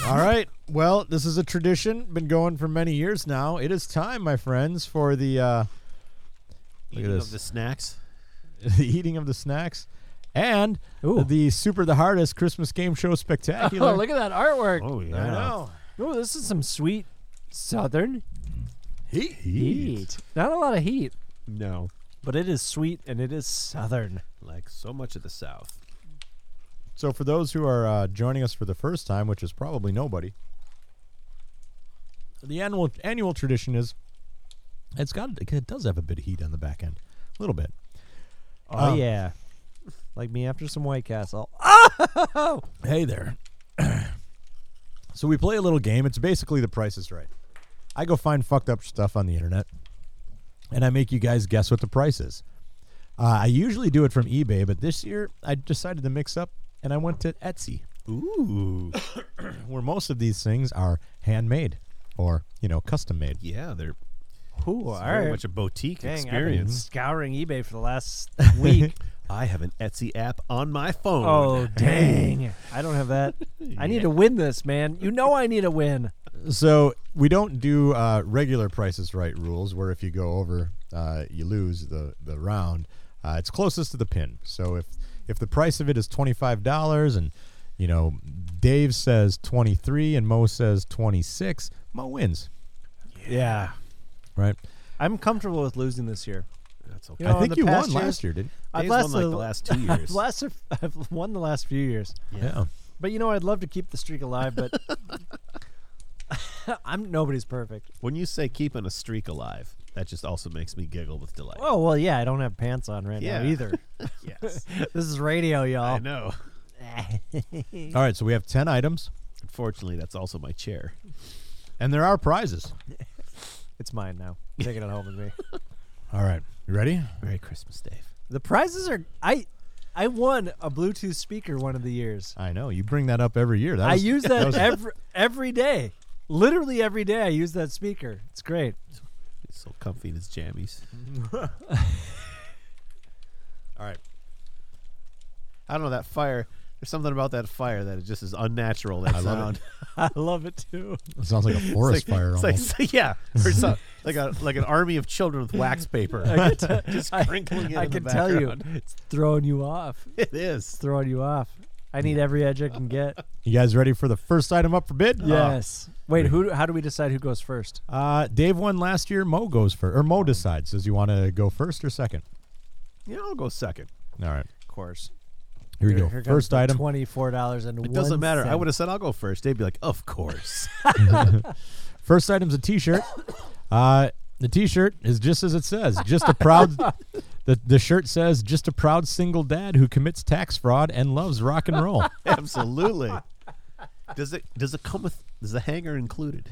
[SPEAKER 3] All right. Well, this is a tradition been going for many years now. It is time, my friends, for the uh, Look at
[SPEAKER 2] Eating
[SPEAKER 3] this.
[SPEAKER 2] of the snacks.
[SPEAKER 3] the eating of the snacks and
[SPEAKER 4] Ooh.
[SPEAKER 3] the super the hardest Christmas game show spectacular.
[SPEAKER 4] Oh, look at that artwork.
[SPEAKER 2] Oh yeah.
[SPEAKER 3] I know.
[SPEAKER 4] Oh, this is some sweet southern
[SPEAKER 3] Heat.
[SPEAKER 4] heat. Not a lot of heat,
[SPEAKER 2] No.
[SPEAKER 4] but it is sweet and it is southern.
[SPEAKER 2] Like so much of the South.
[SPEAKER 3] So for those who are uh, joining us for the first time, which is probably nobody, the annual annual tradition is it's got it does have a bit of heat on the back end, a little bit.
[SPEAKER 4] Oh
[SPEAKER 3] Um,
[SPEAKER 4] yeah. Like me after some White Castle.
[SPEAKER 3] Hey there. so we play a little game. It's basically the price is right. I go find fucked up stuff on the internet and I make you guys guess what the price is. Uh, I usually do it from eBay, but this year I decided to mix up and I went to Etsy,
[SPEAKER 2] Ooh.
[SPEAKER 3] where most of these things are handmade or, you know, custom made.
[SPEAKER 2] Yeah, they're
[SPEAKER 4] Ooh, all
[SPEAKER 2] it's very
[SPEAKER 4] right.
[SPEAKER 2] much a boutique
[SPEAKER 4] Dang, I've been
[SPEAKER 2] experience.
[SPEAKER 4] scouring eBay for the last week.
[SPEAKER 2] I have an Etsy app on my phone.
[SPEAKER 4] oh dang. I don't have that. I need to win this, man. You know I need a win.
[SPEAKER 3] So we don't do uh, regular prices right rules where if you go over, uh, you lose the the round. Uh, it's closest to the pin. So if if the price of it is twenty five dollars and you know Dave says twenty three and Mo says twenty six, Mo wins,
[SPEAKER 2] Yeah.
[SPEAKER 3] right?
[SPEAKER 4] I'm comfortable with losing this year.
[SPEAKER 2] That's okay.
[SPEAKER 4] You know,
[SPEAKER 3] I
[SPEAKER 4] in
[SPEAKER 3] think
[SPEAKER 4] the
[SPEAKER 3] you won
[SPEAKER 4] past
[SPEAKER 3] last year, didn't?
[SPEAKER 4] I've
[SPEAKER 2] Dave's won,
[SPEAKER 4] lost
[SPEAKER 2] like,
[SPEAKER 4] the,
[SPEAKER 2] the last two
[SPEAKER 4] I've
[SPEAKER 2] years.
[SPEAKER 4] lost a- I've won the last few years.
[SPEAKER 3] Yeah. yeah.
[SPEAKER 4] But you know, I'd love to keep the streak alive, but I'm nobody's perfect.
[SPEAKER 2] When you say keeping a streak alive, that just also makes me giggle with delight.
[SPEAKER 4] Oh well, yeah, I don't have pants on right
[SPEAKER 2] Yeah.
[SPEAKER 4] now either.
[SPEAKER 2] yes.
[SPEAKER 4] this is radio,
[SPEAKER 2] I
[SPEAKER 4] y'all.
[SPEAKER 2] know.
[SPEAKER 3] All right. So we have ten items,
[SPEAKER 2] Unfortunately, that's also my chair.
[SPEAKER 3] and there are prizes.
[SPEAKER 4] It's mine now. I'm taking it home with me.
[SPEAKER 3] All right. You ready?
[SPEAKER 2] Merry Christmas, Dave.
[SPEAKER 4] The prizes are I I won a Bluetooth speaker one of the years.
[SPEAKER 3] I know you bring that up every year. That
[SPEAKER 4] I
[SPEAKER 3] was-
[SPEAKER 4] use that every every day. Literally every day I use that speaker. It's great.
[SPEAKER 2] He's so comfy in his jammies.
[SPEAKER 3] All right.
[SPEAKER 2] I don't know that fire. There's something about that fire that it just is unnatural. That
[SPEAKER 3] I love it.
[SPEAKER 2] sound.
[SPEAKER 4] I love it too.
[SPEAKER 3] It sounds like a forest
[SPEAKER 2] like,
[SPEAKER 3] fire.
[SPEAKER 2] it's
[SPEAKER 3] almost.
[SPEAKER 2] like- yeah, or so, like a like an army of children with wax paper. just crinkling it
[SPEAKER 4] I
[SPEAKER 2] in the
[SPEAKER 4] can tell you
[SPEAKER 2] background.
[SPEAKER 4] it's throwing you off.
[SPEAKER 2] It
[SPEAKER 4] It's
[SPEAKER 2] is.
[SPEAKER 4] throwing you off. I need every edge I can get.
[SPEAKER 3] you guys ready for the first item up for bid?
[SPEAKER 4] Yes. Wait, who how do we decide who goes first?
[SPEAKER 3] Uh, Dave won last year. Mo goes first, or Mo decides. Does he want to go first or second?
[SPEAKER 2] Yeah, I'll go second.
[SPEAKER 3] All right,
[SPEAKER 4] Of course.
[SPEAKER 3] here we go.
[SPEAKER 4] Here comes
[SPEAKER 3] first
[SPEAKER 4] the
[SPEAKER 3] item.
[SPEAKER 4] Twenty-four dollars and
[SPEAKER 2] It doesn't matter. I would have said I'll go first. They'd be like, of course.
[SPEAKER 3] First item's a T-shirt. uh, the T-shirt is just as it says. Just a proud. the The shirt says, "Just a proud single dad who commits tax fraud and loves rock and roll."
[SPEAKER 2] Absolutely. Does it does it come with is the hanger included?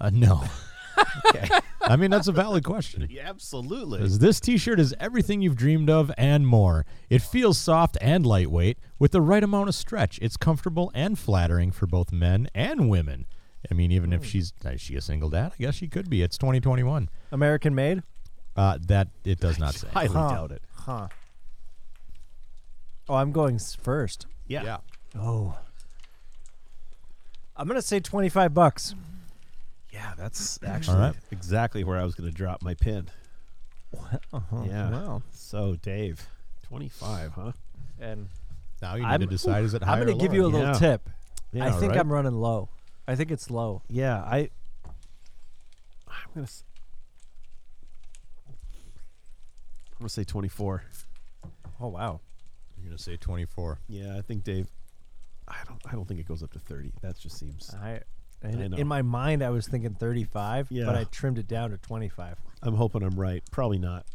[SPEAKER 3] Uh, no,
[SPEAKER 2] Okay.
[SPEAKER 3] I mean that's a valid question.
[SPEAKER 2] Yeah, absolutely.
[SPEAKER 3] 'Cause This T-shirt is everything you've dreamed of and more. It feels soft and lightweight with the right amount of stretch. It's comfortable and flattering for both men and women. I mean, even
[SPEAKER 2] Hmm.
[SPEAKER 3] if she's uh, is she a single dad, I guess she could be. It's 2021.
[SPEAKER 4] American made.
[SPEAKER 3] Uh, that it does not say.
[SPEAKER 2] Highly
[SPEAKER 4] Huh.
[SPEAKER 2] doubt it.
[SPEAKER 4] Huh. Oh, I'm going s- first.
[SPEAKER 2] Yeah.
[SPEAKER 4] Oh. I'm gonna say twenty-five bucks.
[SPEAKER 2] Yeah, that's actually
[SPEAKER 3] right.
[SPEAKER 2] exactly where I was going to drop my pin. yeah. So, Dave, 25, huh?
[SPEAKER 4] And
[SPEAKER 3] Now you need
[SPEAKER 4] I'm-
[SPEAKER 3] to decide: is it high
[SPEAKER 4] I'm gonna
[SPEAKER 3] or
[SPEAKER 4] give
[SPEAKER 3] low?
[SPEAKER 4] you a little
[SPEAKER 2] Yeah.
[SPEAKER 4] tip.
[SPEAKER 2] Yeah,
[SPEAKER 4] I think
[SPEAKER 2] right?
[SPEAKER 4] I'm running low. I think it's low.
[SPEAKER 2] Yeah, I I'm going to I'm going to say 24.
[SPEAKER 4] Oh wow.
[SPEAKER 3] You're gonna say 24.
[SPEAKER 2] Yeah, I think Dave I don't I don't think it goes up to 30. That just
[SPEAKER 3] Uh,
[SPEAKER 2] seems
[SPEAKER 4] I,
[SPEAKER 2] I
[SPEAKER 4] in,
[SPEAKER 2] know.
[SPEAKER 4] in my mind, I was thinking 35,
[SPEAKER 2] Yeah.
[SPEAKER 4] but I trimmed it down to 25.
[SPEAKER 2] I'm hoping I'm right. Probably not.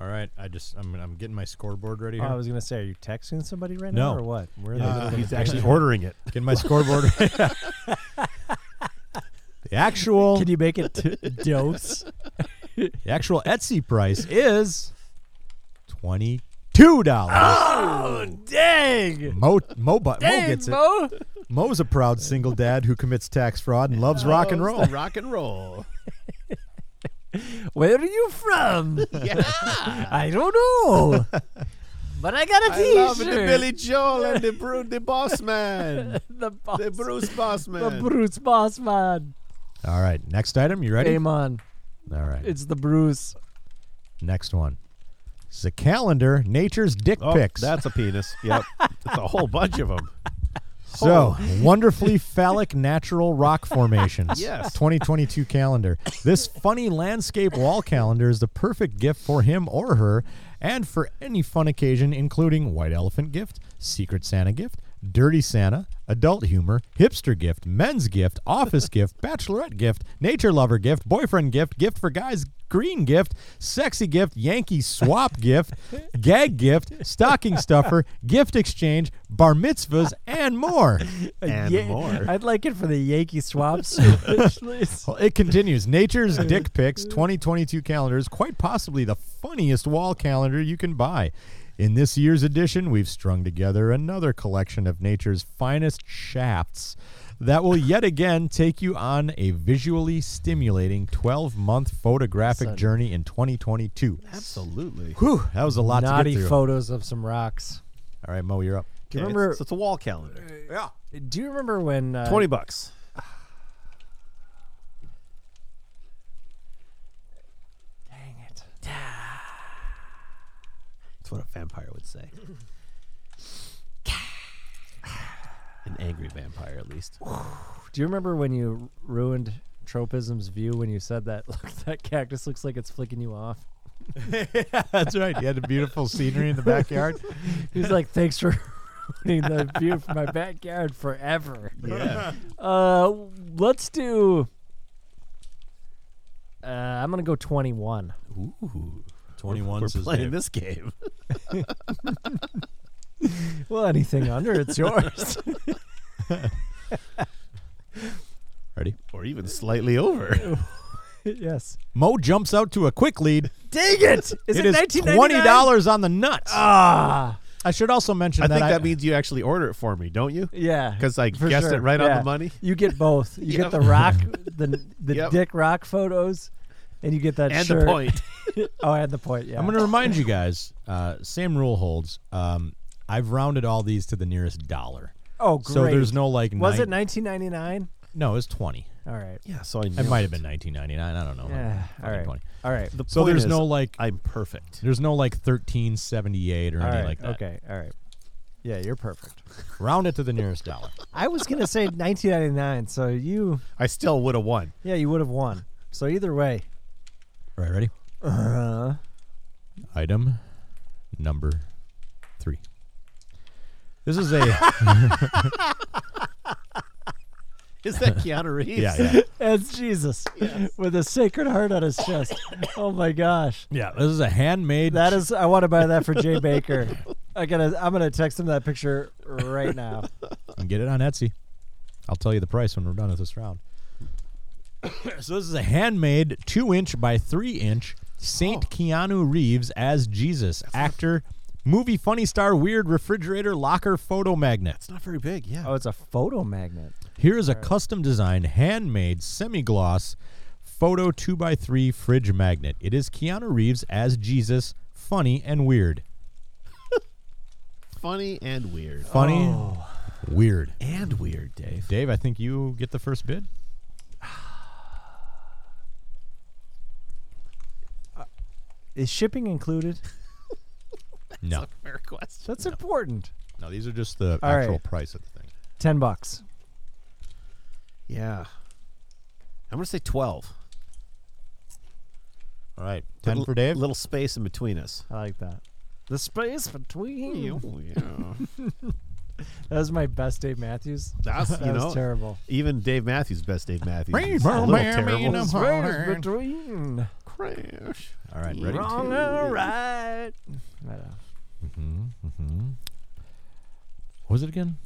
[SPEAKER 3] All right. I just I'm, I'm getting my scoreboard ready
[SPEAKER 4] Oh,
[SPEAKER 3] here.
[SPEAKER 4] I was going to say, are you texting somebody right now
[SPEAKER 3] No.
[SPEAKER 4] or what? We're in the middle
[SPEAKER 2] Yeah,
[SPEAKER 4] of
[SPEAKER 2] he's
[SPEAKER 4] a
[SPEAKER 2] actually
[SPEAKER 4] pandemic.
[SPEAKER 2] ordering it.
[SPEAKER 3] getting my scoreboard. ready. the actual
[SPEAKER 4] Can you make it t- dose?
[SPEAKER 3] The actual Etsy price is twenty-two dollars. Oh, dang! Mo, Mo, bu- Mo gets it. Mo? Mo's a proud single dad who commits tax fraud and loves rock and roll.
[SPEAKER 2] Oh, Rock and roll.
[SPEAKER 4] Where are you from? I don't know. but I got a
[SPEAKER 2] I love the
[SPEAKER 4] t-shirt.
[SPEAKER 2] Billy Joel and the Bruce the Boss Man.
[SPEAKER 4] The boss.
[SPEAKER 2] The Bruce Boss
[SPEAKER 4] The
[SPEAKER 2] Man.
[SPEAKER 4] Bruce boss man.
[SPEAKER 3] All right, next item. You ready?
[SPEAKER 4] Hey, man.
[SPEAKER 3] All right,
[SPEAKER 4] It's the Bruce.
[SPEAKER 3] next one. It's a calendar. Nature's dick
[SPEAKER 2] Oh,
[SPEAKER 3] pics.
[SPEAKER 2] that's a penis. Yep. It's a whole bunch of them.
[SPEAKER 3] So, wonderfully phallic natural rock formations.
[SPEAKER 2] Yes.
[SPEAKER 3] 2022 calendar. This funny landscape wall calendar is the perfect gift for him or her and for any fun occasion, including white elephant gift, secret Santa gift, dirty Santa, adult humor, hipster gift, men's gift, office gift, bachelorette gift, nature lover gift, boyfriend gift, gift for guys. Green gift, sexy gift, Yankee swap gift, gag gift, stocking stuffer, gift exchange, bar mitzvahs, and more.
[SPEAKER 2] And
[SPEAKER 4] Yeah,
[SPEAKER 2] more.
[SPEAKER 4] I'd like it for the Yankee swaps. please.
[SPEAKER 3] Well, it continues. Nature's Dick Pics 2022 calendar is quite possibly the funniest wall calendar you can buy. In this year's edition, we've strung together another collection of nature's finest shafts that will yet again take you on a visually stimulating 12 month photographic journey in 2022.
[SPEAKER 2] Absolutely.
[SPEAKER 3] Whew, that was a lot to
[SPEAKER 4] Naughty
[SPEAKER 3] get through.
[SPEAKER 4] photos of some rocks.
[SPEAKER 3] All right, Mo, you're up.
[SPEAKER 4] Do you
[SPEAKER 2] Okay,
[SPEAKER 4] remember?
[SPEAKER 2] It's, it's a wall calendar.
[SPEAKER 4] Do you remember when uh,
[SPEAKER 2] Twenty bucks. That's what a vampire would say. An angry vampire, at least.
[SPEAKER 4] Do you remember when you ruined Tropism's view when you said that? Look, that cactus looks like it's flicking you off.
[SPEAKER 3] That's right. You had the beautiful scenery in the backyard.
[SPEAKER 4] He was like, "Thanks for ruining the view from my backyard forever."
[SPEAKER 3] Yeah.
[SPEAKER 4] Uh, let's do. Uh, I'm gonna go 21.
[SPEAKER 2] Ooh.
[SPEAKER 3] 21
[SPEAKER 2] We're
[SPEAKER 3] says
[SPEAKER 2] playing
[SPEAKER 3] Dave.
[SPEAKER 2] this game.
[SPEAKER 4] well, anything under, it's yours.
[SPEAKER 3] Ready?
[SPEAKER 2] Or even slightly over.
[SPEAKER 4] yes.
[SPEAKER 3] Mo jumps out to a quick lead.
[SPEAKER 4] Dang it! Is
[SPEAKER 3] it
[SPEAKER 4] it
[SPEAKER 3] is twenty
[SPEAKER 4] 1999?
[SPEAKER 3] dollars on the nuts.
[SPEAKER 4] Ah.
[SPEAKER 3] I should also mention
[SPEAKER 2] I
[SPEAKER 3] that
[SPEAKER 2] think
[SPEAKER 3] I,
[SPEAKER 2] that means you actually order it for me, don't you?
[SPEAKER 4] Yeah,
[SPEAKER 2] Because I
[SPEAKER 4] for
[SPEAKER 2] guessed
[SPEAKER 4] sure.
[SPEAKER 2] it right on
[SPEAKER 4] Yeah.
[SPEAKER 2] the money.
[SPEAKER 4] You get both. You
[SPEAKER 2] Yep.
[SPEAKER 4] get the rock, the the
[SPEAKER 2] Yep.
[SPEAKER 4] dick rock photos, and you get that
[SPEAKER 2] And the
[SPEAKER 4] shirt.
[SPEAKER 2] point.
[SPEAKER 4] oh, and the point. Yeah,
[SPEAKER 3] I'm going to remind you guys. Uh, same rule holds. Um, I've rounded all these to the nearest dollar.
[SPEAKER 4] Oh, great.
[SPEAKER 3] So there's no like.
[SPEAKER 4] Was
[SPEAKER 3] nine-
[SPEAKER 4] it 1999?
[SPEAKER 3] No, it's twenty.
[SPEAKER 4] All right.
[SPEAKER 2] Yeah, so I
[SPEAKER 3] It might have been 1999. I don't know.
[SPEAKER 4] Yeah,
[SPEAKER 3] Fucking
[SPEAKER 4] all right.
[SPEAKER 3] 20.
[SPEAKER 4] All right.
[SPEAKER 2] The
[SPEAKER 3] So
[SPEAKER 2] point
[SPEAKER 3] there's
[SPEAKER 2] is,
[SPEAKER 3] no like.
[SPEAKER 2] I'm perfect.
[SPEAKER 3] There's no like 1378 or
[SPEAKER 4] all
[SPEAKER 3] anything
[SPEAKER 4] right.
[SPEAKER 3] like that.
[SPEAKER 4] Okay. All right. Yeah, you're perfect.
[SPEAKER 3] Round it to the nearest dollar.
[SPEAKER 4] I was gonna say 1999, so you,
[SPEAKER 2] I still would have won.
[SPEAKER 4] yeah, you would have won. So either way,
[SPEAKER 3] All right, ready?
[SPEAKER 4] uh,
[SPEAKER 3] Item number three. This is a
[SPEAKER 2] Is that Keanu Reeves?
[SPEAKER 3] yeah yeah
[SPEAKER 4] that's Jesus with a sacred heart on his chest. oh my gosh.
[SPEAKER 3] yeah. This is a handmade.
[SPEAKER 4] That is, I want to buy that for Jay Baker. I gotta, I'm gonna text him that picture right now.
[SPEAKER 3] and get it on Etsy. I'll tell you the price when we're done with this round. so this is a handmade two inch by three inch Saint Keanu Reeves as Jesus actor, movie funny star, weird refrigerator locker photo magnet.
[SPEAKER 2] It's not very big, yeah.
[SPEAKER 4] Oh, it's a photo magnet.
[SPEAKER 3] Here is a custom designed handmade semi gloss photo two by three fridge magnet. It is Keanu Reeves as Jesus, funny and weird.
[SPEAKER 2] Funny and weird. Oh.
[SPEAKER 3] Funny, weird.
[SPEAKER 2] And weird, Dave.
[SPEAKER 3] Dave, I think you get the first bid.
[SPEAKER 4] Is shipping included?
[SPEAKER 3] No,
[SPEAKER 2] Fair question.
[SPEAKER 4] That's important.
[SPEAKER 3] no, these are just the
[SPEAKER 4] All
[SPEAKER 3] actual
[SPEAKER 4] right.
[SPEAKER 3] price of the thing.
[SPEAKER 4] Ten bucks.
[SPEAKER 2] Yeah. I'm going to say 12.
[SPEAKER 3] All right,
[SPEAKER 2] Put a
[SPEAKER 3] ten
[SPEAKER 2] l-
[SPEAKER 3] for Dave.
[SPEAKER 2] Little space in between us.
[SPEAKER 4] I like that. The space between you.
[SPEAKER 2] Oh, yeah.
[SPEAKER 4] That was my best Dave Matthews.
[SPEAKER 2] That's,
[SPEAKER 4] that
[SPEAKER 2] you
[SPEAKER 4] was
[SPEAKER 2] know,
[SPEAKER 4] terrible.
[SPEAKER 2] even Dave Matthews, best Dave Matthews. is a
[SPEAKER 3] Rainbow
[SPEAKER 2] little
[SPEAKER 3] Man,
[SPEAKER 2] terrible.
[SPEAKER 3] in a
[SPEAKER 4] The
[SPEAKER 3] powder.
[SPEAKER 4] space between
[SPEAKER 2] Crash.
[SPEAKER 3] All right, ready?
[SPEAKER 4] wrong and right. I know.
[SPEAKER 3] What was it again?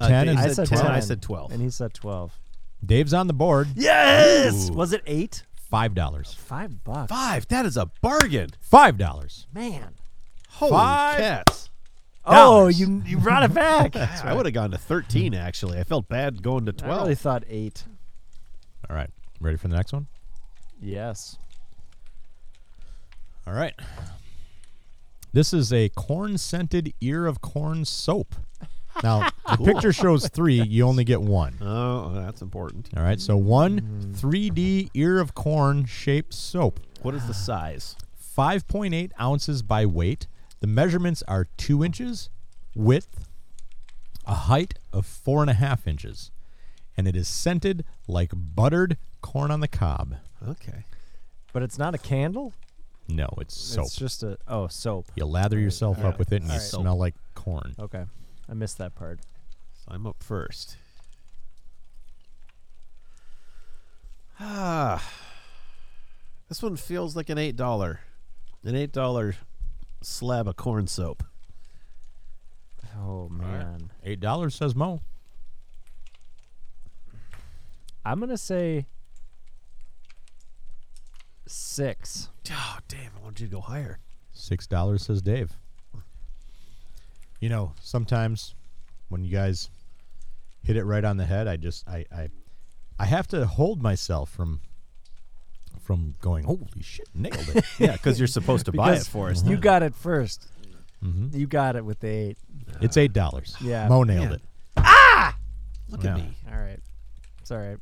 [SPEAKER 2] Uh,
[SPEAKER 3] 10
[SPEAKER 2] Dave
[SPEAKER 3] and
[SPEAKER 4] I
[SPEAKER 2] said
[SPEAKER 4] said
[SPEAKER 2] 10, I
[SPEAKER 4] 10.
[SPEAKER 2] said 12.
[SPEAKER 4] And he said twelve.
[SPEAKER 3] Dave's on the board.
[SPEAKER 4] Yes. Was it eight?
[SPEAKER 3] Five dollars.
[SPEAKER 4] Five bucks.
[SPEAKER 2] Five. That is a bargain.
[SPEAKER 3] Five dollars.
[SPEAKER 4] Man.
[SPEAKER 2] Holy
[SPEAKER 3] Five
[SPEAKER 2] cats.
[SPEAKER 4] Oh,
[SPEAKER 3] Dollars.
[SPEAKER 4] you you brought it back.
[SPEAKER 2] I would have gone to 13, actually. I felt bad going to 12.
[SPEAKER 4] I really thought eight.
[SPEAKER 3] All right, ready for the next one?
[SPEAKER 4] Yes.
[SPEAKER 3] All right. This is a corn scented ear of corn soap. Now, the picture shows three. You only get one.
[SPEAKER 2] oh, that's important.
[SPEAKER 3] All right. So, one 3D ear of corn shaped soap,
[SPEAKER 2] What is the size?
[SPEAKER 3] 5.8 ounces by weight. The measurements are two inches, width, a height of four and a half inches. And it is scented like buttered corn on the cob.
[SPEAKER 2] Okay.
[SPEAKER 4] But it's not a candle.
[SPEAKER 3] No, it's soap.
[SPEAKER 4] It's just a oh soap.
[SPEAKER 3] you lather yourself
[SPEAKER 2] Yeah.
[SPEAKER 3] up with it and you
[SPEAKER 2] Alright.
[SPEAKER 3] smell like corn.
[SPEAKER 4] Okay, I missed that part.
[SPEAKER 2] So I'm up first. Ah. This one feels like an $8. An $8 slab of corn soap.
[SPEAKER 4] Oh man,
[SPEAKER 3] Eight dollars says Mo.
[SPEAKER 4] I'm gonna say six.
[SPEAKER 2] Oh, damn. I wanted you to go higher.
[SPEAKER 3] Six dollars says Dave. You know, sometimes when you guys hit it right on the head, I just I I, I have to hold myself from from going, holy shit, nailed it.
[SPEAKER 2] Yeah, because you're supposed to buy it
[SPEAKER 4] Because
[SPEAKER 2] for us. Mm-hmm.
[SPEAKER 4] You got it 1st
[SPEAKER 3] Mhm.
[SPEAKER 4] You got it with the eight.
[SPEAKER 3] it's eight dollars.
[SPEAKER 4] Yeah.
[SPEAKER 3] Mo nailed
[SPEAKER 2] Yeah.
[SPEAKER 3] it.
[SPEAKER 2] Look
[SPEAKER 3] Yeah.
[SPEAKER 2] at me.
[SPEAKER 4] All right, it's all right.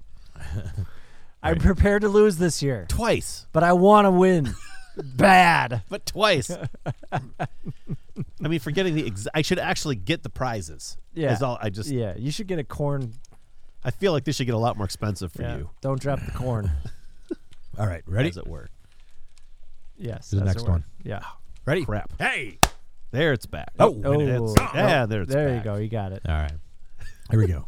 [SPEAKER 4] I'm prepared to lose this year,
[SPEAKER 2] Twice.
[SPEAKER 4] but I want to win. Bad.
[SPEAKER 2] but twice. I mean, forgetting the ex- I should actually get the prizes.
[SPEAKER 4] Yeah.
[SPEAKER 2] Is all I just
[SPEAKER 4] Yeah, you should get a corn.
[SPEAKER 2] I feel like this should get a lot more expensive for
[SPEAKER 4] Yeah,
[SPEAKER 2] you.
[SPEAKER 4] Don't drop the corn.
[SPEAKER 3] All right, ready?
[SPEAKER 2] As it were.
[SPEAKER 4] Yes.
[SPEAKER 3] To the
[SPEAKER 4] as it
[SPEAKER 3] next
[SPEAKER 4] were.
[SPEAKER 3] one.
[SPEAKER 4] Yeah.
[SPEAKER 3] Ready?
[SPEAKER 2] Crap.
[SPEAKER 5] Hey.
[SPEAKER 2] There it's back.
[SPEAKER 3] Oh.
[SPEAKER 2] And it's-
[SPEAKER 3] Oh.
[SPEAKER 2] yeah, there it's
[SPEAKER 4] There
[SPEAKER 2] back.
[SPEAKER 4] you go. You got it.
[SPEAKER 3] All right. Here we go.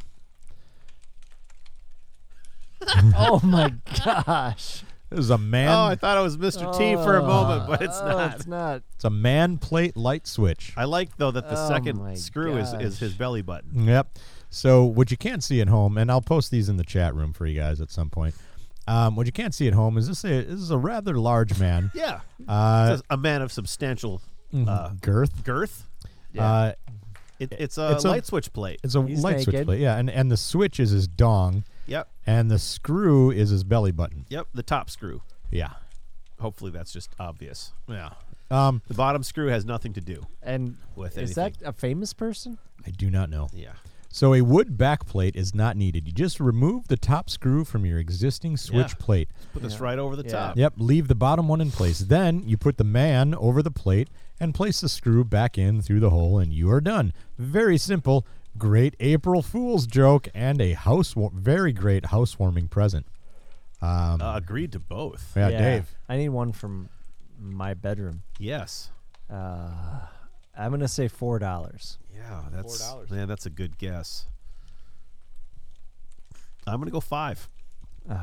[SPEAKER 4] oh my gosh.
[SPEAKER 3] This is a man.
[SPEAKER 2] Oh, I thought it was Mr. T for a moment,
[SPEAKER 4] Oh,
[SPEAKER 2] but it's
[SPEAKER 4] oh,
[SPEAKER 2] not.
[SPEAKER 4] It's not.
[SPEAKER 3] It's a man plate light switch.
[SPEAKER 2] I like though that the
[SPEAKER 4] Oh my
[SPEAKER 2] second screw is, is
[SPEAKER 4] gosh.
[SPEAKER 2] his belly button.
[SPEAKER 3] Yep. So what you can't see at home, and I'll post these in the chat room for you guys at some point. Um, what you can't see at home is this. A, this is a rather large man.
[SPEAKER 2] Yeah.
[SPEAKER 3] Uh,
[SPEAKER 2] Says a man of substantial
[SPEAKER 3] mhm,
[SPEAKER 2] uh,
[SPEAKER 3] girth.
[SPEAKER 2] girth.
[SPEAKER 3] Uh,
[SPEAKER 2] It, it's a
[SPEAKER 3] It's a-
[SPEAKER 2] light switch plate.
[SPEAKER 3] it's a
[SPEAKER 4] He's
[SPEAKER 3] light switch
[SPEAKER 4] naked.
[SPEAKER 3] plate. Yeah, and and the switch is his dong,
[SPEAKER 2] Yep.
[SPEAKER 3] and the screw is his belly button.
[SPEAKER 2] Yep. The top screw.
[SPEAKER 3] Yeah.
[SPEAKER 2] Hopefully that's just obvious.
[SPEAKER 3] Yeah. Um,
[SPEAKER 2] The bottom screw has nothing to do
[SPEAKER 4] And
[SPEAKER 2] with
[SPEAKER 4] is
[SPEAKER 2] anything.
[SPEAKER 4] that a famous person?
[SPEAKER 3] I do not know.
[SPEAKER 2] Yeah.
[SPEAKER 3] So a wood backplate is not needed. You just remove the top screw from your existing switch
[SPEAKER 2] Yeah.
[SPEAKER 3] plate.
[SPEAKER 2] Put this right over the
[SPEAKER 4] Yeah.
[SPEAKER 2] top.
[SPEAKER 3] Yep, leave the bottom one in place. Then you put the man over the plate and place the screw back in through the hole, and you are done. Very simple. Great April Fool's joke and a house, very great housewarming present. Um,
[SPEAKER 2] Uh, agreed to both.
[SPEAKER 3] yeah, Uh, Dave.
[SPEAKER 4] I need one from my bedroom.
[SPEAKER 2] Yes.
[SPEAKER 4] Uh, I'm gonna say four dollars.
[SPEAKER 2] Yeah, that's man. That's a good guess. I'm gonna go five.
[SPEAKER 4] Dang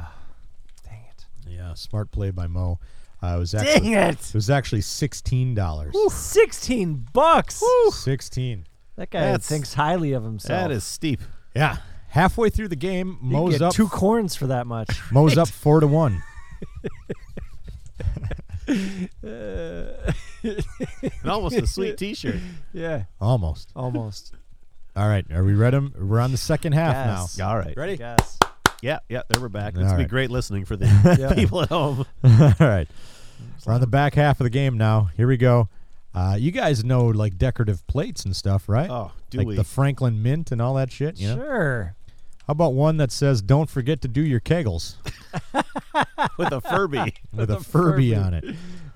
[SPEAKER 4] it.
[SPEAKER 3] Yeah, smart play by Mo. Uh, it was actually,
[SPEAKER 4] it!
[SPEAKER 3] It was actually sixteen dollars.
[SPEAKER 4] Sixteen bucks.
[SPEAKER 3] Sixteen.
[SPEAKER 4] That guy
[SPEAKER 2] That's-
[SPEAKER 4] thinks highly of himself.
[SPEAKER 2] That is steep.
[SPEAKER 3] Yeah. Halfway through the game,
[SPEAKER 4] You can
[SPEAKER 3] Mo's
[SPEAKER 4] get
[SPEAKER 3] up.
[SPEAKER 4] two corns for that much.
[SPEAKER 3] Mo's up four to one.
[SPEAKER 2] And almost a sweet T-shirt.
[SPEAKER 4] yeah,
[SPEAKER 3] Almost.
[SPEAKER 4] almost.
[SPEAKER 3] All right. Are we ready? We're on the second half
[SPEAKER 4] Yes.
[SPEAKER 3] now.
[SPEAKER 2] All right.
[SPEAKER 3] Ready?
[SPEAKER 4] Yes.
[SPEAKER 2] Yeah, yeah. There we're back. This
[SPEAKER 3] All
[SPEAKER 2] will be
[SPEAKER 3] right.
[SPEAKER 2] great listening for the
[SPEAKER 4] Yeah.
[SPEAKER 2] people at home.
[SPEAKER 3] All right. We're on the back half of the game now. Here we go. Uh, you guys know like decorative plates and stuff, right?
[SPEAKER 2] Oh, do
[SPEAKER 3] like
[SPEAKER 2] we?
[SPEAKER 3] the Franklin Mint and all that shit. You know?
[SPEAKER 4] Sure.
[SPEAKER 3] How about one that says "Don't forget to do your kegels"
[SPEAKER 2] with a Furby.
[SPEAKER 3] with a Furby, on it?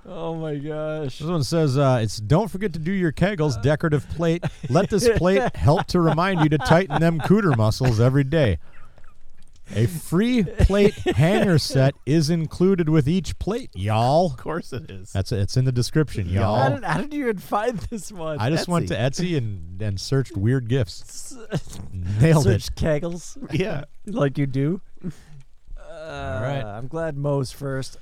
[SPEAKER 4] Oh my gosh.
[SPEAKER 3] This one says uh, it's "Don't forget to do your kegels." Decorative plate. Let this plate help to remind you to tighten them cooter muscles every day. A free plate hanger set is included with each plate, y'all.
[SPEAKER 2] Of course it is.
[SPEAKER 3] That's it's in the description, y'all.
[SPEAKER 4] How did, how did you even find this one?
[SPEAKER 3] Oh. I just went to Etsy and, and searched weird gifts. Nailed
[SPEAKER 4] Search
[SPEAKER 3] it.
[SPEAKER 4] kegels
[SPEAKER 2] yeah.
[SPEAKER 4] like you do. Uh,
[SPEAKER 3] right.
[SPEAKER 4] I'm glad Mo's first.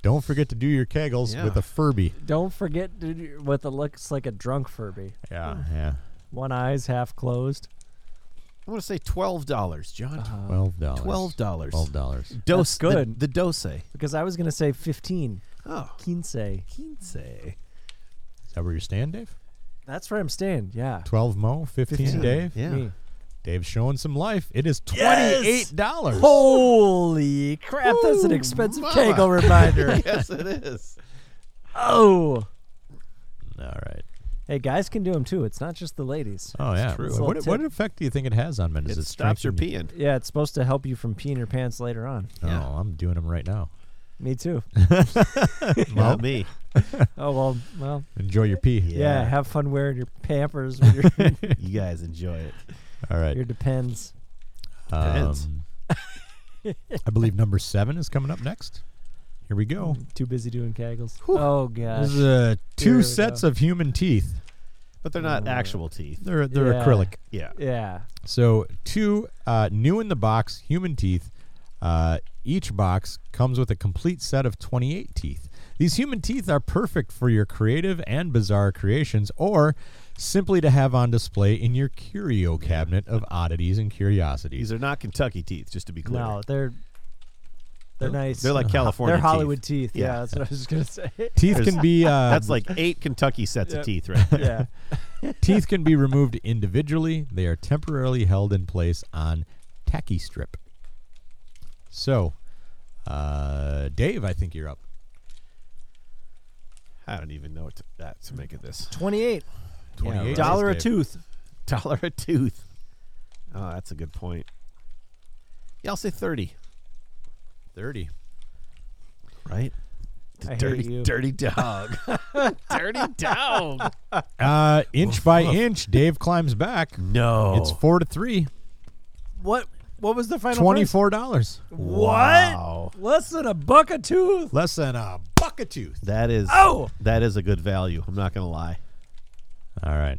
[SPEAKER 3] Don't forget to do your kegels
[SPEAKER 2] Yeah.
[SPEAKER 3] with a Furby.
[SPEAKER 4] Don't forget to do what the looks like a drunk Furby.
[SPEAKER 3] Yeah, yeah.
[SPEAKER 4] One eye's half closed.
[SPEAKER 2] I'm gonna say twelve dollars, John.
[SPEAKER 3] Twelve dollars.
[SPEAKER 2] Uh, Twelve dollars.
[SPEAKER 3] Twelve dollars.
[SPEAKER 2] Dose.
[SPEAKER 4] Uh-huh. That's good.
[SPEAKER 2] The, the dose.
[SPEAKER 4] Because I was gonna say fifteen.
[SPEAKER 2] Oh,
[SPEAKER 4] Quince.
[SPEAKER 2] quince.
[SPEAKER 3] Is that where you're staying, Dave?
[SPEAKER 4] That's where I'm staying. Yeah.
[SPEAKER 3] Twelve mo, fifteen, Dave.
[SPEAKER 2] Yeah.
[SPEAKER 4] Me.
[SPEAKER 3] Dave's showing some life. It is
[SPEAKER 4] Yes!
[SPEAKER 3] twenty-eight dollars.
[SPEAKER 4] Holy crap! that's an
[SPEAKER 2] Ooh,
[SPEAKER 4] expensive
[SPEAKER 2] mama.
[SPEAKER 4] kegel reminder.
[SPEAKER 2] yes, it is.
[SPEAKER 4] oh.
[SPEAKER 3] All right.
[SPEAKER 4] Hey, guys can do them too. It's not just the ladies.
[SPEAKER 3] Oh yeah.
[SPEAKER 2] true.
[SPEAKER 3] What,
[SPEAKER 4] Little
[SPEAKER 3] what
[SPEAKER 4] tip.
[SPEAKER 3] effect do you think it has on men? Does
[SPEAKER 2] It,
[SPEAKER 3] it,
[SPEAKER 2] stops your
[SPEAKER 3] strengthen
[SPEAKER 2] peeing.
[SPEAKER 4] Yeah, it's supposed to help you from peeing your pants later on.
[SPEAKER 3] you?
[SPEAKER 2] Yeah.
[SPEAKER 3] Oh, I'm doing them right now.
[SPEAKER 4] Me too.
[SPEAKER 3] Well,
[SPEAKER 2] Not me.
[SPEAKER 4] Oh well, well.
[SPEAKER 3] enjoy your pee.
[SPEAKER 4] Yeah. have fun wearing your Pampers with your
[SPEAKER 2] You guys enjoy it.
[SPEAKER 3] All right.
[SPEAKER 4] your Depends.
[SPEAKER 2] Depends.
[SPEAKER 3] Um, I believe number seven is coming up next. Here we go.
[SPEAKER 4] Too busy doing kegels. Oh gosh.
[SPEAKER 3] This is uh,
[SPEAKER 4] Here
[SPEAKER 3] two
[SPEAKER 4] we
[SPEAKER 3] sets
[SPEAKER 4] go.
[SPEAKER 3] of human teeth.
[SPEAKER 2] But they're not
[SPEAKER 4] Mm.
[SPEAKER 2] actual teeth.
[SPEAKER 3] They're they're
[SPEAKER 4] Yeah.
[SPEAKER 3] acrylic.
[SPEAKER 2] Yeah.
[SPEAKER 4] yeah.
[SPEAKER 3] So two uh, new in the box human teeth. Uh, each box comes with a complete set of 28 teeth. These human teeth are perfect for your creative and bizarre creations, or simply to have on display in your curio cabinet of oddities and curiosities.
[SPEAKER 2] These are not Kentucky teeth, just to be clear.
[SPEAKER 4] No, they're they're nice.
[SPEAKER 2] They're like California.
[SPEAKER 4] they're
[SPEAKER 2] teeth.
[SPEAKER 4] Hollywood teeth. Yeah.
[SPEAKER 2] Yeah.
[SPEAKER 4] that's what I was gonna say.
[SPEAKER 3] Teeth can be uh,
[SPEAKER 2] That's like eight Kentucky sets
[SPEAKER 4] Yep.
[SPEAKER 2] of teeth, right? there.
[SPEAKER 4] yeah.
[SPEAKER 3] Teeth can be removed individually. They are temporarily held in place on tacky strip. So, uh, Dave, I think you're up.
[SPEAKER 2] I don't even know what to, uh, to make of this.
[SPEAKER 4] Twenty-eight
[SPEAKER 2] Yeah,
[SPEAKER 3] $28.
[SPEAKER 4] dollar a
[SPEAKER 3] Dave.
[SPEAKER 4] tooth.
[SPEAKER 2] Dollar a tooth. Oh, that's a good point. Yeah, I'll say thirty.
[SPEAKER 3] 30.
[SPEAKER 2] Right?
[SPEAKER 4] I hate
[SPEAKER 10] dirty,
[SPEAKER 4] you. Oh,
[SPEAKER 10] dirty dog. dirty dog.
[SPEAKER 3] Uh, inch by inch, Dave climbs back.
[SPEAKER 2] No,
[SPEAKER 3] it's four to three.
[SPEAKER 11] What what was the final price?
[SPEAKER 3] Twenty-four dollars.
[SPEAKER 11] What? Less than a buck a tooth.
[SPEAKER 3] Less than a buck a tooth.
[SPEAKER 2] That is
[SPEAKER 11] Oh!
[SPEAKER 2] that is a good value. I'm not gonna lie.
[SPEAKER 3] All right.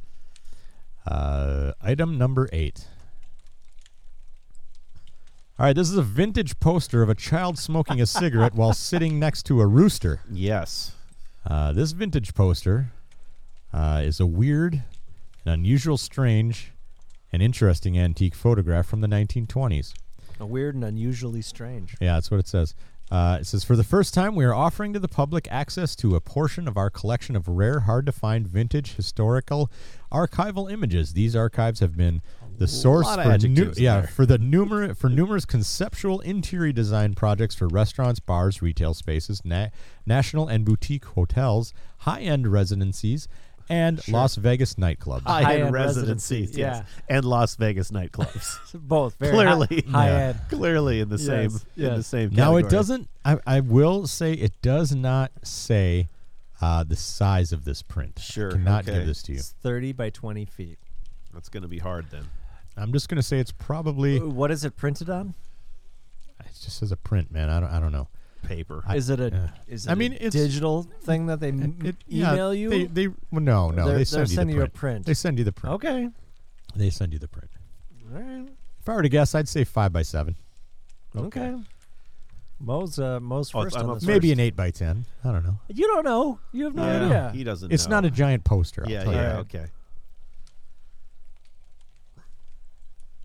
[SPEAKER 3] Uh, item number eight. All right, this is a vintage poster of a child smoking a cigarette while sitting next to a rooster.
[SPEAKER 2] Yes.
[SPEAKER 3] Uh, this vintage poster uh, is a weird and unusual, strange, and interesting antique photograph from the 1920s.
[SPEAKER 4] A weird and unusually strange.
[SPEAKER 3] Yeah, that's what it says. Uh, it says, for the first time, we are offering to the public access to a portion of our collection of rare, hard to find vintage, historical, archival images. These archives have been the source
[SPEAKER 10] lot of
[SPEAKER 3] for,
[SPEAKER 10] adjectives in
[SPEAKER 3] yeah,
[SPEAKER 10] there.
[SPEAKER 3] for, the numer- for numerous conceptual interior design projects for restaurants, bars, retail spaces, na- national and boutique hotels, high end residencies, and Las Vegas nightclubs.
[SPEAKER 10] High-end residencies, yes.
[SPEAKER 2] And Las Vegas nightclubs.
[SPEAKER 4] Both very high-
[SPEAKER 2] clearly
[SPEAKER 4] high end.
[SPEAKER 2] Clearly in the
[SPEAKER 4] Yes,
[SPEAKER 2] same in the
[SPEAKER 4] yes.
[SPEAKER 2] same
[SPEAKER 3] Now it
[SPEAKER 2] category.
[SPEAKER 3] doesn't. I, I will say it does not say uh, the size of this print. Sure, I cannot give this to you.
[SPEAKER 4] It's 30 by 20 feet.
[SPEAKER 2] That's going to be hard then.
[SPEAKER 3] I'm just gonna say it's probably.
[SPEAKER 4] Uh, What is it printed on?
[SPEAKER 3] It just says a print, man. I don't. I don't know.
[SPEAKER 2] Paper.
[SPEAKER 4] is it a
[SPEAKER 3] yeah.
[SPEAKER 4] is it
[SPEAKER 3] I mean,
[SPEAKER 4] a
[SPEAKER 3] it's
[SPEAKER 4] digital thing that they m-
[SPEAKER 3] yeah,
[SPEAKER 4] email you?
[SPEAKER 3] They, they well, no
[SPEAKER 4] They're-
[SPEAKER 3] no they
[SPEAKER 4] they're
[SPEAKER 3] send you
[SPEAKER 4] sending
[SPEAKER 3] the
[SPEAKER 4] you a
[SPEAKER 3] print.
[SPEAKER 4] print.
[SPEAKER 3] They send you the print.
[SPEAKER 4] Okay.
[SPEAKER 3] They send you the print.
[SPEAKER 4] All right.
[SPEAKER 3] If I were to guess, I'd say five by seven.
[SPEAKER 4] Okay. Mo's uh, Mo's
[SPEAKER 2] Oh,
[SPEAKER 4] first
[SPEAKER 2] I'm
[SPEAKER 4] on
[SPEAKER 2] up
[SPEAKER 4] this.
[SPEAKER 3] Maybe
[SPEAKER 4] one.
[SPEAKER 3] an eight by ten. I don't know.
[SPEAKER 4] You don't know. You have no
[SPEAKER 2] Yeah,
[SPEAKER 4] idea.
[SPEAKER 2] He doesn't
[SPEAKER 3] It's
[SPEAKER 2] know.
[SPEAKER 3] not a giant poster. I'll
[SPEAKER 2] yeah,
[SPEAKER 3] tell you
[SPEAKER 2] yeah,
[SPEAKER 3] that.
[SPEAKER 2] okay.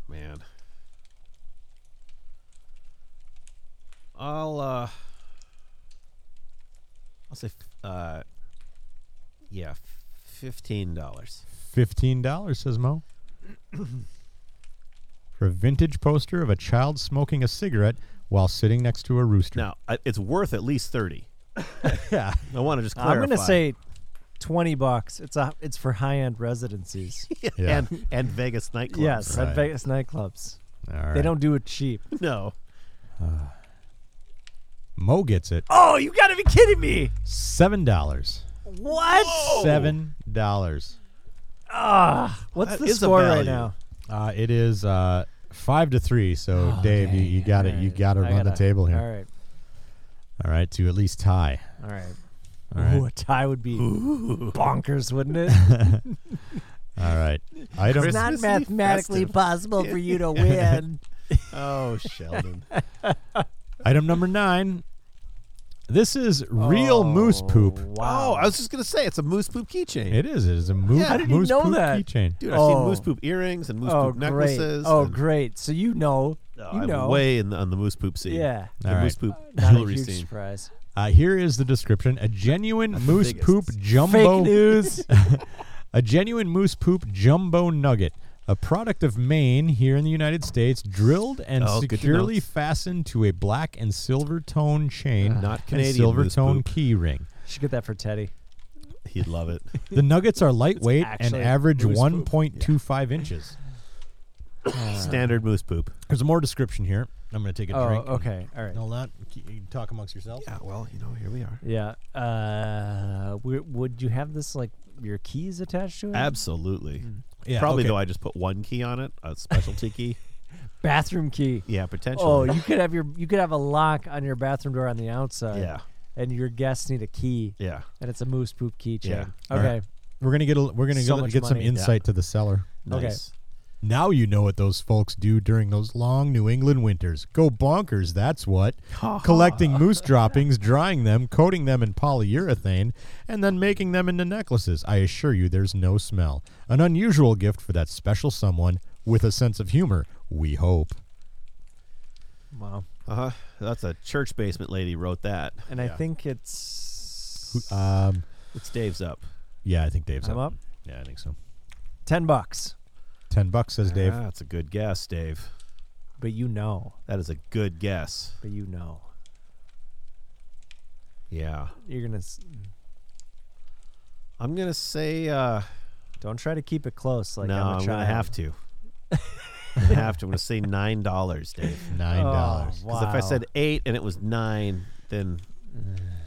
[SPEAKER 2] Man. I'll uh I'll say f- uh yeah, $15.
[SPEAKER 3] Fifteen dollars, says Mo. For a vintage poster of a child smoking a cigarette while sitting next to a rooster.
[SPEAKER 2] Now, I- it's worth at least 30.
[SPEAKER 3] yeah.
[SPEAKER 2] I want to just clarify.
[SPEAKER 4] I'm gonna say twenty bucks. It's a it's for high end residencies.
[SPEAKER 3] Yeah.
[SPEAKER 2] and and Vegas nightclubs.
[SPEAKER 4] Yes,
[SPEAKER 3] Right.
[SPEAKER 4] at Vegas nightclubs.
[SPEAKER 3] All
[SPEAKER 4] They
[SPEAKER 3] right.
[SPEAKER 4] don't do it cheap.
[SPEAKER 2] No.
[SPEAKER 3] Mo gets it.
[SPEAKER 4] Oh, you gotta be kidding me!
[SPEAKER 3] Seven dollars.
[SPEAKER 4] What?
[SPEAKER 3] Seven dollars.
[SPEAKER 4] Ah, what's
[SPEAKER 2] That
[SPEAKER 4] the
[SPEAKER 2] is a
[SPEAKER 4] score right
[SPEAKER 2] value.
[SPEAKER 4] now?
[SPEAKER 3] Uh, it is uh, five to three. So
[SPEAKER 4] Oh,
[SPEAKER 3] Dave, you, you got it. You got to
[SPEAKER 4] I
[SPEAKER 3] run the
[SPEAKER 4] gotta-
[SPEAKER 3] table here.
[SPEAKER 4] All right,
[SPEAKER 3] All right, to at least tie.
[SPEAKER 4] all right.
[SPEAKER 3] All right.
[SPEAKER 4] Ooh, a tie would be bonkers, wouldn't it?
[SPEAKER 3] All right. Item.
[SPEAKER 11] It's not mathematically possible for you to win.
[SPEAKER 2] Oh, Sheldon.
[SPEAKER 3] Item number nine. This is real moose poop.
[SPEAKER 2] Oh, I was just going to say it's a moose poop keychain.
[SPEAKER 3] It is. It is a moose,
[SPEAKER 2] Yeah. How
[SPEAKER 4] did you
[SPEAKER 3] moose
[SPEAKER 4] know
[SPEAKER 3] poop
[SPEAKER 4] that?
[SPEAKER 3] keychain.
[SPEAKER 2] Dude, I've seen moose
[SPEAKER 4] Oh.
[SPEAKER 2] poop earrings and moose
[SPEAKER 4] oh,
[SPEAKER 2] poop
[SPEAKER 4] great.
[SPEAKER 2] necklaces.
[SPEAKER 4] Oh,
[SPEAKER 2] and-
[SPEAKER 4] great. So you know,
[SPEAKER 2] Oh,
[SPEAKER 4] you
[SPEAKER 2] I'm
[SPEAKER 4] know,
[SPEAKER 2] way in the, on the moose poop scene.
[SPEAKER 4] yeah.
[SPEAKER 2] The
[SPEAKER 3] All right.
[SPEAKER 2] moose poop
[SPEAKER 4] Not a
[SPEAKER 2] jewelry
[SPEAKER 4] huge
[SPEAKER 2] scene.
[SPEAKER 4] surprise.
[SPEAKER 3] Uh, here is the description: a genuine moose
[SPEAKER 2] biggest.
[SPEAKER 3] poop jumbo.
[SPEAKER 4] Fake news.
[SPEAKER 3] a genuine moose poop jumbo nugget, a product of Maine here in the United States, drilled and
[SPEAKER 2] Oh, good to know.
[SPEAKER 3] securely fastened to a black and silver tone
[SPEAKER 4] Ah.
[SPEAKER 3] chain,
[SPEAKER 2] Not
[SPEAKER 3] and
[SPEAKER 2] Canadian
[SPEAKER 3] silver
[SPEAKER 2] moose
[SPEAKER 3] tone
[SPEAKER 2] poop.
[SPEAKER 3] key ring.
[SPEAKER 4] Should get that for Teddy.
[SPEAKER 2] He'd love it.
[SPEAKER 3] The nuggets are lightweight and
[SPEAKER 4] actually
[SPEAKER 3] average
[SPEAKER 4] moose poop.
[SPEAKER 3] 1.25 inches.
[SPEAKER 2] Standard moose poop.
[SPEAKER 3] There's more description here. I'm going to take a
[SPEAKER 4] Oh,
[SPEAKER 3] drink.
[SPEAKER 4] okay. All right.
[SPEAKER 3] Hold on. You can talk amongst yourselves.
[SPEAKER 2] Yeah, Uh, well, you know, here we are.
[SPEAKER 4] Yeah. Uh, w- would you have this like your keys attached to it?
[SPEAKER 2] Absolutely.
[SPEAKER 3] Yeah,
[SPEAKER 2] Probably
[SPEAKER 3] okay.
[SPEAKER 2] though, I just put one key on it, a specialty key.
[SPEAKER 4] bathroom key.
[SPEAKER 2] Yeah, potentially.
[SPEAKER 4] Oh, you could have your you could have a lock on your bathroom door on the outside.
[SPEAKER 2] Yeah.
[SPEAKER 4] And your guests need a key.
[SPEAKER 2] Yeah.
[SPEAKER 4] And it's a moose poop keychain.
[SPEAKER 2] Yeah.
[SPEAKER 3] All right.
[SPEAKER 4] Okay.
[SPEAKER 3] We're gonna get a, we're gonna
[SPEAKER 4] So
[SPEAKER 3] go-
[SPEAKER 4] much
[SPEAKER 3] get some
[SPEAKER 4] money. Yeah.
[SPEAKER 3] insight to the seller.
[SPEAKER 4] Okay.
[SPEAKER 2] Nice.
[SPEAKER 3] Now you know what those folks do during those long New England winters. Go bonkers, that's what. Collecting moose droppings, drying them, coating them in polyurethane, and then making them into necklaces. I assure you there's no smell. An unusual gift for that special someone with a sense of humor, we hope.
[SPEAKER 4] Wow.
[SPEAKER 2] Uh huh. That's a church basement lady wrote that.
[SPEAKER 4] And I think it's
[SPEAKER 3] Um,
[SPEAKER 2] It's Dave's up.
[SPEAKER 3] yeah, I think Dave's
[SPEAKER 4] I'm up.
[SPEAKER 3] Yeah, I think so.
[SPEAKER 4] ten bucks.
[SPEAKER 3] 10 bucks says Dave.
[SPEAKER 2] Ah, that's a good guess, Dave.
[SPEAKER 4] But you know.
[SPEAKER 2] That is a good guess.
[SPEAKER 4] But you know.
[SPEAKER 2] Yeah.
[SPEAKER 4] You're gonna s-
[SPEAKER 2] I'm gonna say. uh
[SPEAKER 4] don't try to keep it close. Like
[SPEAKER 2] No,
[SPEAKER 4] I'm, a
[SPEAKER 2] I'm
[SPEAKER 4] child.
[SPEAKER 2] gonna have to. I'm gonna have to. I'm gonna say nine dollars, Dave.
[SPEAKER 3] $9.
[SPEAKER 4] Oh,
[SPEAKER 2] Because if I
[SPEAKER 4] wow.
[SPEAKER 2] said eight and it was nine, then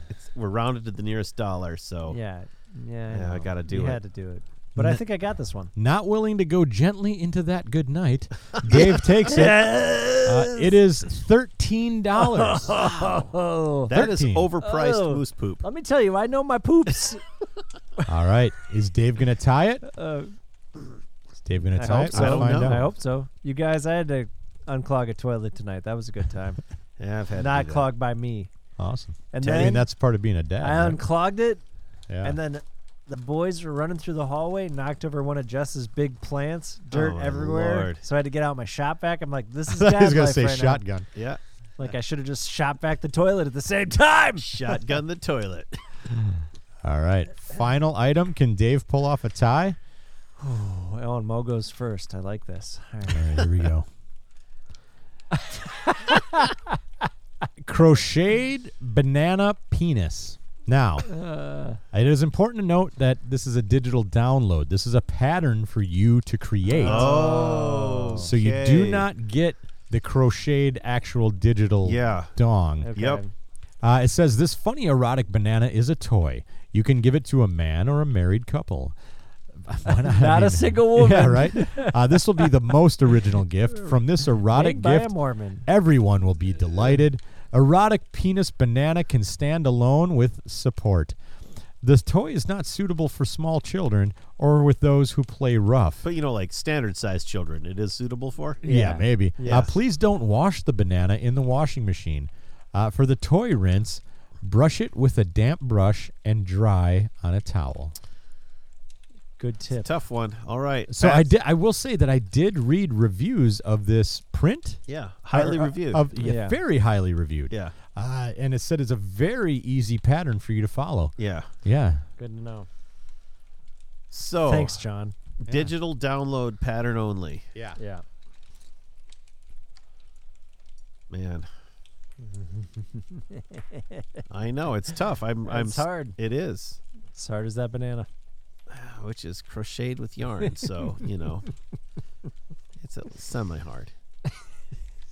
[SPEAKER 2] it's, we're rounded to the nearest dollar, so
[SPEAKER 4] Yeah, yeah.
[SPEAKER 2] Yeah, I
[SPEAKER 4] know.
[SPEAKER 2] gotta do
[SPEAKER 4] You
[SPEAKER 2] it.
[SPEAKER 4] had to do it. But I
[SPEAKER 3] N-
[SPEAKER 4] think I got this one.
[SPEAKER 3] Not willing to go gently into that good night, Dave takes it. Uh, it is thirteen dollars.
[SPEAKER 4] That is Oh. Let me tell you, I know my poops.
[SPEAKER 3] All right, is Dave gonna tie it?
[SPEAKER 4] uh,
[SPEAKER 3] Is Dave gonna
[SPEAKER 4] I
[SPEAKER 3] tie
[SPEAKER 4] hope
[SPEAKER 3] it?
[SPEAKER 4] so.
[SPEAKER 3] We'll find out.
[SPEAKER 4] I hope so. You guys, I had to unclog a toilet tonight. That was a good time.
[SPEAKER 2] yeah, I've
[SPEAKER 3] had to
[SPEAKER 4] not
[SPEAKER 3] do that.
[SPEAKER 4] clogged by me.
[SPEAKER 3] Awesome.
[SPEAKER 4] And
[SPEAKER 3] I mean,
[SPEAKER 4] then
[SPEAKER 3] that's part of being a dad,
[SPEAKER 4] I
[SPEAKER 3] right?
[SPEAKER 4] unclogged it,
[SPEAKER 3] Yeah.
[SPEAKER 4] and then the boys were running through the hallway, knocked over one of Jess's big plants, dirt
[SPEAKER 2] Oh, my
[SPEAKER 4] everywhere.
[SPEAKER 2] Lord.
[SPEAKER 4] So I had to get out my shop vac. I'm like, this is
[SPEAKER 3] I thought
[SPEAKER 4] dad
[SPEAKER 3] he was gonna
[SPEAKER 4] life
[SPEAKER 3] say
[SPEAKER 4] right now.
[SPEAKER 3] shotgun.
[SPEAKER 2] Yeah.
[SPEAKER 4] Like I should have just shot back the toilet at the same time.
[SPEAKER 2] Shotgun the toilet.
[SPEAKER 3] All right, final item. Can Dave pull off a tie?
[SPEAKER 4] Oh, Ellen Mo goes first. I like this. All right.
[SPEAKER 3] All right, here we go. Crocheted banana penis. Now,
[SPEAKER 4] Uh.
[SPEAKER 3] it is important to note that this is a digital download. This is a pattern for you to create.
[SPEAKER 2] Oh,
[SPEAKER 3] so you do
[SPEAKER 2] okay.
[SPEAKER 3] not get the crocheted actual digital
[SPEAKER 2] Yeah.
[SPEAKER 3] dong.
[SPEAKER 2] Okay. Yep.
[SPEAKER 3] Uh, it says this funny erotic banana is a toy. You can give it to a man or a married couple. Why not
[SPEAKER 4] Not a single
[SPEAKER 3] Yeah,
[SPEAKER 4] woman.
[SPEAKER 3] right. Uh, this will be the most original gift from this erotic
[SPEAKER 4] by a
[SPEAKER 3] gift.
[SPEAKER 4] Mormon.
[SPEAKER 3] Everyone will be delighted. Erotic penis banana can stand alone with support. This toy is not suitable for small children or with those who play rough.
[SPEAKER 2] But you know, like standard sized children, it is suitable for.
[SPEAKER 3] Yeah, maybe. Uh,
[SPEAKER 2] Yeah.
[SPEAKER 3] please don't wash the banana in the washing machine. Uh, for the toy rinse, brush it with a damp brush and dry on a towel.
[SPEAKER 4] Good tip.
[SPEAKER 2] tough one. All right.
[SPEAKER 3] So I
[SPEAKER 2] Pat.
[SPEAKER 3] did. I will say that I did read reviews of this print.
[SPEAKER 2] Yeah, highly
[SPEAKER 3] Or, uh,
[SPEAKER 2] reviewed.
[SPEAKER 3] Of, yeah,
[SPEAKER 2] Yeah.
[SPEAKER 3] very highly reviewed.
[SPEAKER 2] Yeah.
[SPEAKER 3] Uh, and it said it's a very easy pattern for you to follow.
[SPEAKER 2] Yeah.
[SPEAKER 3] Yeah.
[SPEAKER 4] Good to know.
[SPEAKER 2] So
[SPEAKER 4] Thanks, John. Yeah.
[SPEAKER 2] Digital download pattern only.
[SPEAKER 3] Yeah.
[SPEAKER 4] Yeah.
[SPEAKER 2] Man. I know it's tough. I'm. I'm.
[SPEAKER 4] It's
[SPEAKER 2] s-
[SPEAKER 4] hard.
[SPEAKER 2] It is,
[SPEAKER 4] As hard as that banana.
[SPEAKER 2] which is crocheted with yarn. So you know, it's a semi-hard at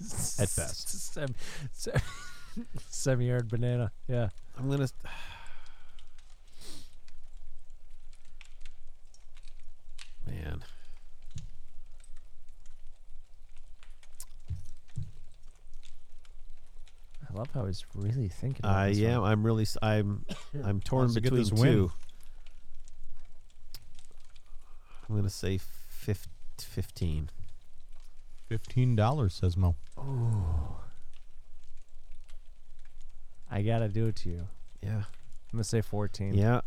[SPEAKER 2] best.
[SPEAKER 4] Sem- sem- Semi-hard banana. Yeah.
[SPEAKER 2] I'm gonna. Man.
[SPEAKER 4] I love how he's really thinking. About
[SPEAKER 2] I
[SPEAKER 4] this
[SPEAKER 2] am.
[SPEAKER 4] one.
[SPEAKER 2] I'm really. s- I'm. I'm torn
[SPEAKER 3] Wants to get
[SPEAKER 2] between
[SPEAKER 3] this win.
[SPEAKER 2] two. I'm gonna say fif- fifteen.
[SPEAKER 3] Fifteen dollars says Mo.
[SPEAKER 4] I gotta do it to you.
[SPEAKER 2] Yeah.
[SPEAKER 4] I'm gonna say 14.
[SPEAKER 2] Yeah,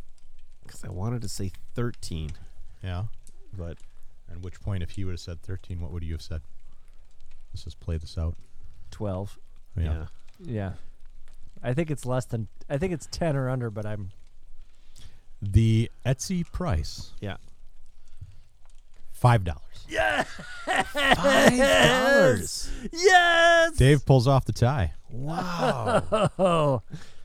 [SPEAKER 2] because I wanted to say thirteen.
[SPEAKER 3] Yeah.
[SPEAKER 2] But
[SPEAKER 3] At which point, if he would have said thirteen, what would you have said? Let's just play this out.
[SPEAKER 4] 12.
[SPEAKER 3] Yeah.
[SPEAKER 4] Yeah. I think it's less than. I think it's 10 or under, but I'm.
[SPEAKER 3] The Etsy price.
[SPEAKER 2] Yeah.
[SPEAKER 3] Five dollars.
[SPEAKER 4] Yeah.
[SPEAKER 2] Five dollars.
[SPEAKER 4] Yes.
[SPEAKER 3] Dave pulls off the tie.
[SPEAKER 4] Wow.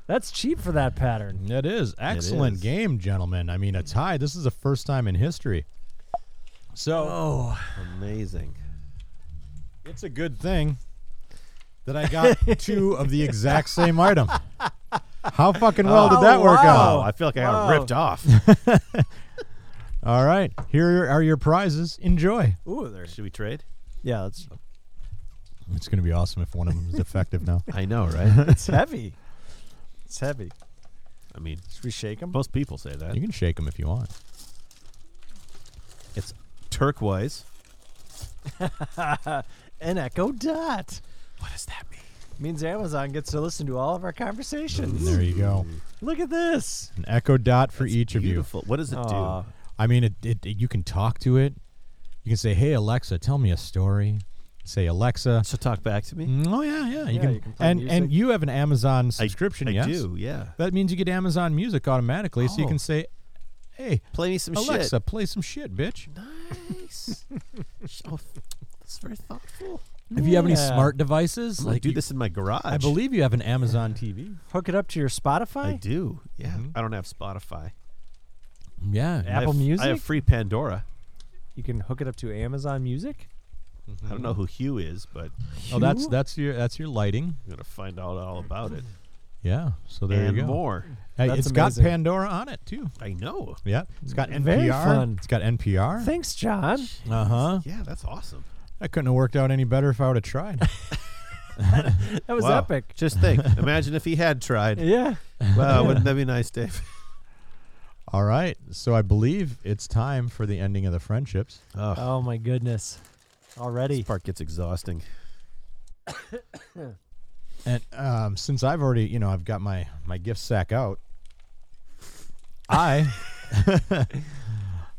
[SPEAKER 4] That's cheap for that pattern.
[SPEAKER 3] That is excellent
[SPEAKER 4] is.
[SPEAKER 3] game, gentlemen. I mean, a tie. This is the first time in history. So
[SPEAKER 2] amazing.
[SPEAKER 3] it's a good thing that I got two of the exact same item. How fucking well did that work out?
[SPEAKER 2] Wow, I feel like I got ripped off.
[SPEAKER 3] All right, here are your prizes. Enjoy.
[SPEAKER 4] Ooh, there.
[SPEAKER 2] Should we trade?
[SPEAKER 4] Yeah, that's
[SPEAKER 3] It's going to be awesome if one of them is defective now.
[SPEAKER 2] I know, right?
[SPEAKER 4] it's heavy. It's heavy.
[SPEAKER 2] I mean,
[SPEAKER 4] Should we shake them?
[SPEAKER 2] most people say that.
[SPEAKER 3] You can shake them if you want.
[SPEAKER 2] It's turquoise.
[SPEAKER 4] An Echo Dot. What does that mean? Means Amazon gets to listen to all of our conversations.
[SPEAKER 3] There you go.
[SPEAKER 4] Look at this.
[SPEAKER 3] An echo dot for each
[SPEAKER 2] Beautiful. What does it
[SPEAKER 4] Aw.
[SPEAKER 2] do?
[SPEAKER 3] I mean, it, it, you can talk to it. You can say, "Hey Alexa, tell me a story." Say, "Alexa."
[SPEAKER 2] So talk back to me.
[SPEAKER 3] Mm, Oh yeah, yeah. You
[SPEAKER 4] Yeah,
[SPEAKER 3] can,
[SPEAKER 4] you can play
[SPEAKER 3] and and
[SPEAKER 4] music.
[SPEAKER 3] you have an Amazon subscription.
[SPEAKER 2] I
[SPEAKER 3] yes,
[SPEAKER 2] do. Yeah.
[SPEAKER 3] That means you get Amazon Music automatically, so you
[SPEAKER 2] Oh.
[SPEAKER 3] can say, "Hey,
[SPEAKER 2] Play me some
[SPEAKER 10] Oh,
[SPEAKER 3] Alexa,
[SPEAKER 2] shit.
[SPEAKER 3] play some shit, bitch."
[SPEAKER 2] Nice. oh, that's very thoughtful.
[SPEAKER 3] If you have any
[SPEAKER 4] Yeah.
[SPEAKER 3] smart devices,
[SPEAKER 2] I'm gonna
[SPEAKER 3] like
[SPEAKER 2] do
[SPEAKER 3] you-
[SPEAKER 2] this in my garage.
[SPEAKER 3] I believe you have an Amazon TV.
[SPEAKER 4] Hook it up to your Spotify.
[SPEAKER 2] I do. Yeah. I don't have Spotify.
[SPEAKER 3] Yeah,
[SPEAKER 2] I have-
[SPEAKER 4] Apple Music.
[SPEAKER 2] I have free Pandora.
[SPEAKER 4] you can hook it up to Amazon Music.
[SPEAKER 2] I don't know who Hugh is, but
[SPEAKER 3] Oh, that's
[SPEAKER 4] Hue?
[SPEAKER 3] that's your that's your lighting.
[SPEAKER 2] I'm gonna find out all about it.
[SPEAKER 3] Yeah. So there
[SPEAKER 10] And
[SPEAKER 3] you go.
[SPEAKER 10] more.
[SPEAKER 3] Hey,
[SPEAKER 10] That's
[SPEAKER 3] it's got
[SPEAKER 10] amazing.
[SPEAKER 3] Pandora on it too.
[SPEAKER 2] I know.
[SPEAKER 3] Yeah. It's got NPR.
[SPEAKER 10] Very fun.
[SPEAKER 3] It's got NPR.
[SPEAKER 10] Thanks, John. Jeez.
[SPEAKER 3] Uh huh.
[SPEAKER 2] Yeah, that's awesome.
[SPEAKER 3] That couldn't have worked out any better if I would have tried.
[SPEAKER 10] That was epic. Just think. Imagine if he had tried.
[SPEAKER 3] Yeah.
[SPEAKER 10] Wow, wouldn't that be nice, Dave?
[SPEAKER 3] All right. So I believe it's time for the ending of the friendships.
[SPEAKER 11] Oh my goodness. Already.
[SPEAKER 2] This part gets exhausting.
[SPEAKER 3] And um, since I've already, you know, I've got my my gift sack out. I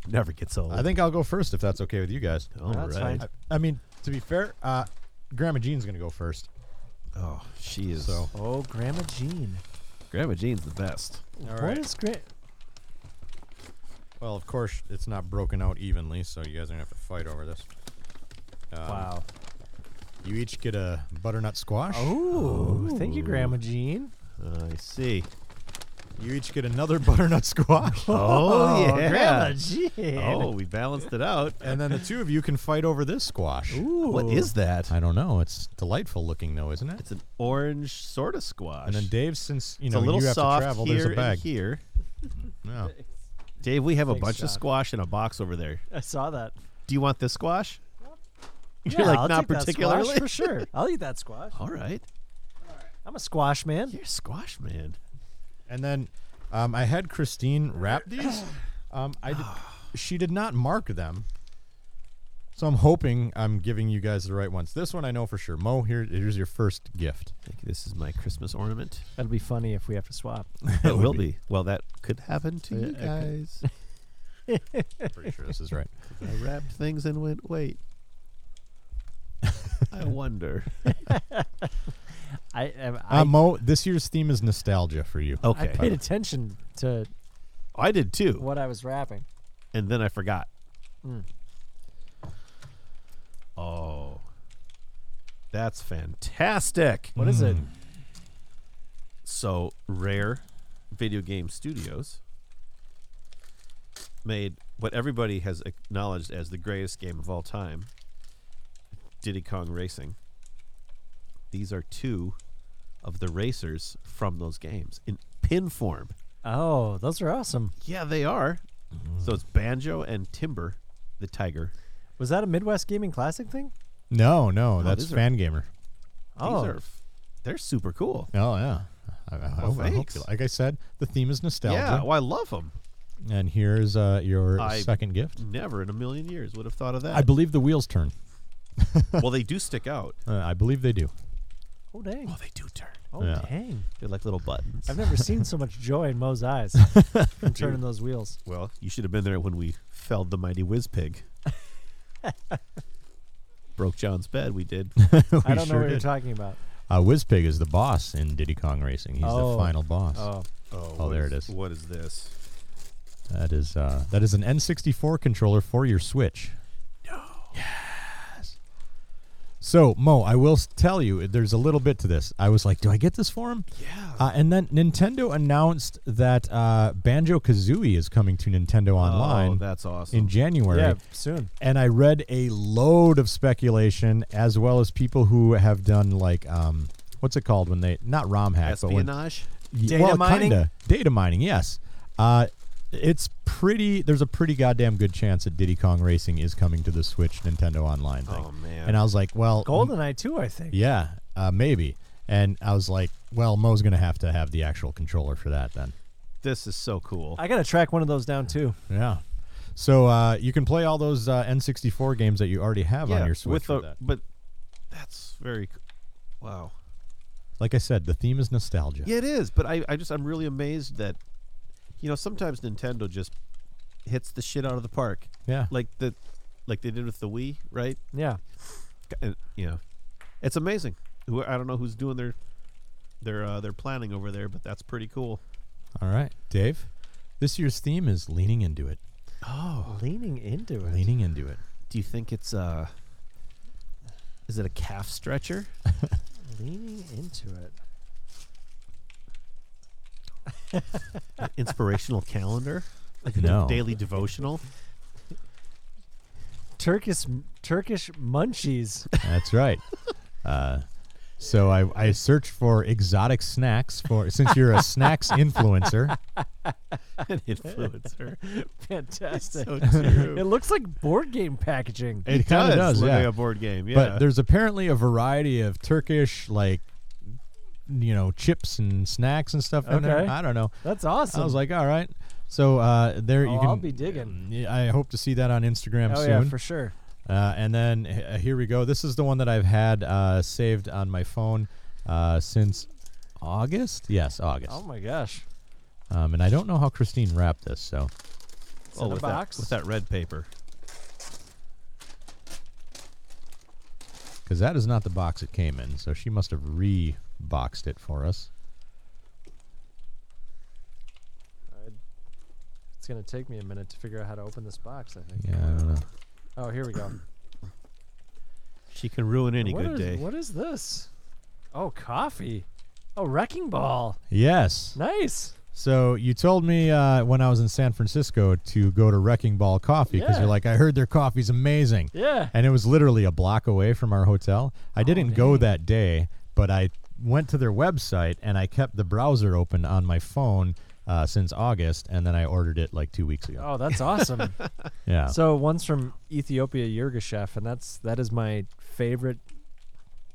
[SPEAKER 2] never gets old.
[SPEAKER 3] I think I'll go first if that's okay with you guys.
[SPEAKER 2] All That's right. fine.
[SPEAKER 3] I, I mean, to be fair, uh, Grandma Jean's gonna go first.
[SPEAKER 2] Oh, she is.
[SPEAKER 3] So
[SPEAKER 11] Oh, Grandma Jean.
[SPEAKER 2] Grandma Jean's the best.
[SPEAKER 3] All
[SPEAKER 11] What
[SPEAKER 3] right.
[SPEAKER 11] is great?
[SPEAKER 3] Well, of course, it's not broken out evenly, so you guys are gonna have to fight over this. Um,
[SPEAKER 11] Wow.
[SPEAKER 3] You each get a butternut squash.
[SPEAKER 11] Oh, thank you, Grandma Jean.
[SPEAKER 2] Uh, I see.
[SPEAKER 3] You each get another butternut squash.
[SPEAKER 2] Oh, yeah.
[SPEAKER 11] Grandma Jean.
[SPEAKER 2] Oh, we balanced it out.
[SPEAKER 3] And then the two of you can fight over this squash.
[SPEAKER 11] Ooh.
[SPEAKER 3] Oh.
[SPEAKER 2] What is that?
[SPEAKER 3] I don't know. It's delightful looking though, isn't it?
[SPEAKER 2] It's an orange sort of squash.
[SPEAKER 3] And then Dave, since you
[SPEAKER 2] It's
[SPEAKER 3] know
[SPEAKER 2] a little
[SPEAKER 3] you have
[SPEAKER 2] soft
[SPEAKER 3] to travel,
[SPEAKER 2] here
[SPEAKER 3] there's a
[SPEAKER 2] and
[SPEAKER 3] bag.
[SPEAKER 2] here.
[SPEAKER 3] Yeah.
[SPEAKER 2] Dave, we have a
[SPEAKER 11] Thanks,
[SPEAKER 2] bunch
[SPEAKER 11] John.
[SPEAKER 2] of squash in a box over there.
[SPEAKER 11] I saw that.
[SPEAKER 2] Do you want this squash?
[SPEAKER 11] Yeah,
[SPEAKER 2] You're like
[SPEAKER 11] I'll
[SPEAKER 2] not
[SPEAKER 11] take that squash
[SPEAKER 2] particularly.
[SPEAKER 11] for sure. I'll eat that squash.
[SPEAKER 3] Oh.
[SPEAKER 2] All right.
[SPEAKER 11] I'm a squash man.
[SPEAKER 2] You're a squash man.
[SPEAKER 3] And then um, I had Christine wrap these. Um, I did,
[SPEAKER 2] Ah.
[SPEAKER 3] she did not mark them, so I'm hoping I'm giving you guys the right ones. This one I know for sure. Mo, here here's your first gift.
[SPEAKER 2] Thank you. This is my Christmas ornament.
[SPEAKER 11] That'll be funny if we have to swap.
[SPEAKER 2] it will be. Well, that could happen to you guys.
[SPEAKER 3] Pretty sure this is right.
[SPEAKER 2] I wrapped things and went, wait. I wonder.
[SPEAKER 11] I I, I,
[SPEAKER 3] Uh, Mo, this year's theme is nostalgia for you.
[SPEAKER 11] I
[SPEAKER 2] Okay.
[SPEAKER 11] paid attention to
[SPEAKER 2] I did too.
[SPEAKER 11] what I was rapping.
[SPEAKER 2] And then I forgot.
[SPEAKER 11] Mm.
[SPEAKER 2] Oh. That's fantastic.
[SPEAKER 11] What is it?
[SPEAKER 2] So, Rare Video Game Studios made what everybody has acknowledged as the greatest game of all time Diddy Kong Racing. These are two of the racers from those games in pin form.
[SPEAKER 11] Oh, those are awesome.
[SPEAKER 2] Yeah, they are. So, it's Banjo and Timber, the tiger.
[SPEAKER 11] Was that a Midwest Gaming Classic thing?
[SPEAKER 3] No, no,
[SPEAKER 2] No,
[SPEAKER 3] that's
[SPEAKER 2] these are-
[SPEAKER 3] fan gamer.
[SPEAKER 11] Oh.
[SPEAKER 2] These are, f- they're super cool.
[SPEAKER 3] Oh yeah. I, I hope, I hope
[SPEAKER 2] thanks.
[SPEAKER 3] you- like I said, the theme is
[SPEAKER 2] Yeah,
[SPEAKER 3] nostalgia.
[SPEAKER 2] well, I love them.
[SPEAKER 3] and here's uh, your
[SPEAKER 2] I-
[SPEAKER 3] second gift.
[SPEAKER 2] Never in a million years would have thought of that.
[SPEAKER 3] I believe the wheels turn.
[SPEAKER 2] well, they do stick out.
[SPEAKER 3] Uh, I believe they do.
[SPEAKER 11] Oh dang.
[SPEAKER 2] Well, they do turn.
[SPEAKER 11] Oh
[SPEAKER 3] yeah.
[SPEAKER 11] dang.
[SPEAKER 2] They're like little buttons.
[SPEAKER 11] I've never seen so much joy in Mo's eyes from turning those wheels.
[SPEAKER 2] Well, you should have been there when we felled the mighty whiz pig. Broke John's bed. We did.
[SPEAKER 3] We
[SPEAKER 11] I don't know
[SPEAKER 3] sure
[SPEAKER 11] what you're
[SPEAKER 3] did.
[SPEAKER 11] talking about.
[SPEAKER 3] Uh, Whizpig is the boss in Diddy Kong Racing. He's
[SPEAKER 11] Oh.
[SPEAKER 3] the final boss.
[SPEAKER 11] Oh.
[SPEAKER 3] Oh, there it is.
[SPEAKER 2] What is this?
[SPEAKER 3] That is uh, that is an N64 controller for your Switch. No. Yes. So Mo, I will s- tell you, uh, there's a little bit to this. I was like, do I get this for him? Yeah. Uh, and then Nintendo announced that uh, Banjo Kazooie is coming to Nintendo Online
[SPEAKER 2] Oh, that's awesome.
[SPEAKER 3] in January.
[SPEAKER 11] Yeah, soon.
[SPEAKER 3] and I read a load of speculation as well as people who have done like um what's it called when they not ROM hacks but when
[SPEAKER 2] Espionage.
[SPEAKER 3] Y-
[SPEAKER 11] Data
[SPEAKER 3] well,
[SPEAKER 11] mining?
[SPEAKER 3] Kinda. Data mining, yes. Uh, it's pretty. There's a pretty goddamn good chance that Diddy Kong Racing is coming to the Switch Nintendo Online thing.
[SPEAKER 2] Oh man.
[SPEAKER 3] And I was like, well, m-
[SPEAKER 11] Goldeneye too, I think.
[SPEAKER 3] yeah, uh, maybe. And I was like, well, Mo's gonna have to have the actual controller for that then.
[SPEAKER 2] this is so cool.
[SPEAKER 11] I gotta track one of those down too.
[SPEAKER 3] Yeah. So uh, you can play all those uh, N64 games that you already have
[SPEAKER 2] yeah,
[SPEAKER 3] on your Switch.
[SPEAKER 2] with
[SPEAKER 3] with
[SPEAKER 2] the,
[SPEAKER 3] that.
[SPEAKER 2] but that's very. c- Wow.
[SPEAKER 3] Like I said, the theme is nostalgia.
[SPEAKER 2] Yeah, it is. But I, I just, I'm really amazed that, you know, sometimes Nintendo just hits the shit out of the park,
[SPEAKER 3] Yeah.
[SPEAKER 2] like the, like they did with the Wii, right?
[SPEAKER 11] Yeah.
[SPEAKER 2] And, you know, it's amazing. Who I don't know who's doing their, their, uh, their planning over there, but that's pretty cool.
[SPEAKER 3] All right, Dave. This year's theme is leaning into it.
[SPEAKER 2] Oh,
[SPEAKER 11] Leaning into it.
[SPEAKER 3] Leaning into it.
[SPEAKER 2] do you think it's uh, is it a calf stretcher?
[SPEAKER 11] Leaning into it.
[SPEAKER 2] An inspirational calendar? Like a
[SPEAKER 3] No.
[SPEAKER 2] daily devotional?
[SPEAKER 11] Turkish Turkish munchies.
[SPEAKER 3] That's right. uh, So I, I searched for exotic snacks for since you're a snacks influencer.
[SPEAKER 2] An influencer.
[SPEAKER 4] Fantastic.
[SPEAKER 2] So true.
[SPEAKER 4] It looks like board game packaging.
[SPEAKER 3] It, kind of does,
[SPEAKER 2] look
[SPEAKER 3] yeah.
[SPEAKER 2] like a board game, yeah.
[SPEAKER 3] But there's apparently a variety of Turkish like you know chips and snacks and stuff in there.
[SPEAKER 4] Okay.
[SPEAKER 3] I don't know.
[SPEAKER 4] That's
[SPEAKER 3] I
[SPEAKER 4] awesome.
[SPEAKER 3] was like, all right. So uh, there
[SPEAKER 4] Oh,
[SPEAKER 3] you can.
[SPEAKER 4] I'll be digging.
[SPEAKER 3] Yeah, I hope to see that on Instagram
[SPEAKER 4] Oh,
[SPEAKER 3] soon.
[SPEAKER 4] yeah, for sure.
[SPEAKER 3] Uh, and then h- uh, here we go. This is the one that I've had uh, saved on my phone uh, since August. Yes, August.
[SPEAKER 4] Oh my gosh.
[SPEAKER 3] Um, and I don't know how Christine wrapped this, so
[SPEAKER 4] It's in a
[SPEAKER 2] Oh, with
[SPEAKER 4] box.
[SPEAKER 2] That, with that red paper.
[SPEAKER 3] because that is not the box it came in, so she must have re-boxed it for us.
[SPEAKER 4] It's gonna take me a minute to figure out how to open this box. I think.
[SPEAKER 3] Yeah, I don't know.
[SPEAKER 4] Oh, here we go.
[SPEAKER 2] She can ruin any
[SPEAKER 4] What
[SPEAKER 2] good
[SPEAKER 4] is-
[SPEAKER 2] day.
[SPEAKER 4] What is this? Oh, coffee. Oh, wrecking ball.
[SPEAKER 3] Yes.
[SPEAKER 4] Nice.
[SPEAKER 3] So you told me uh, when I was in San Francisco to go to Wrecking Ball Coffee because
[SPEAKER 4] Yeah.
[SPEAKER 3] you're like, I heard their coffee's amazing.
[SPEAKER 4] Yeah.
[SPEAKER 3] And it was literally a block away from our hotel.
[SPEAKER 4] Oh,
[SPEAKER 3] I didn't go that day, but I went to their website and I kept the browser open on my phone uh, since August, and then I ordered it like two weeks ago.
[SPEAKER 4] Oh, that's awesome.
[SPEAKER 3] Yeah.
[SPEAKER 4] Oh, So one's from Ethiopia, Yirgacheffe, and that's that is my favorite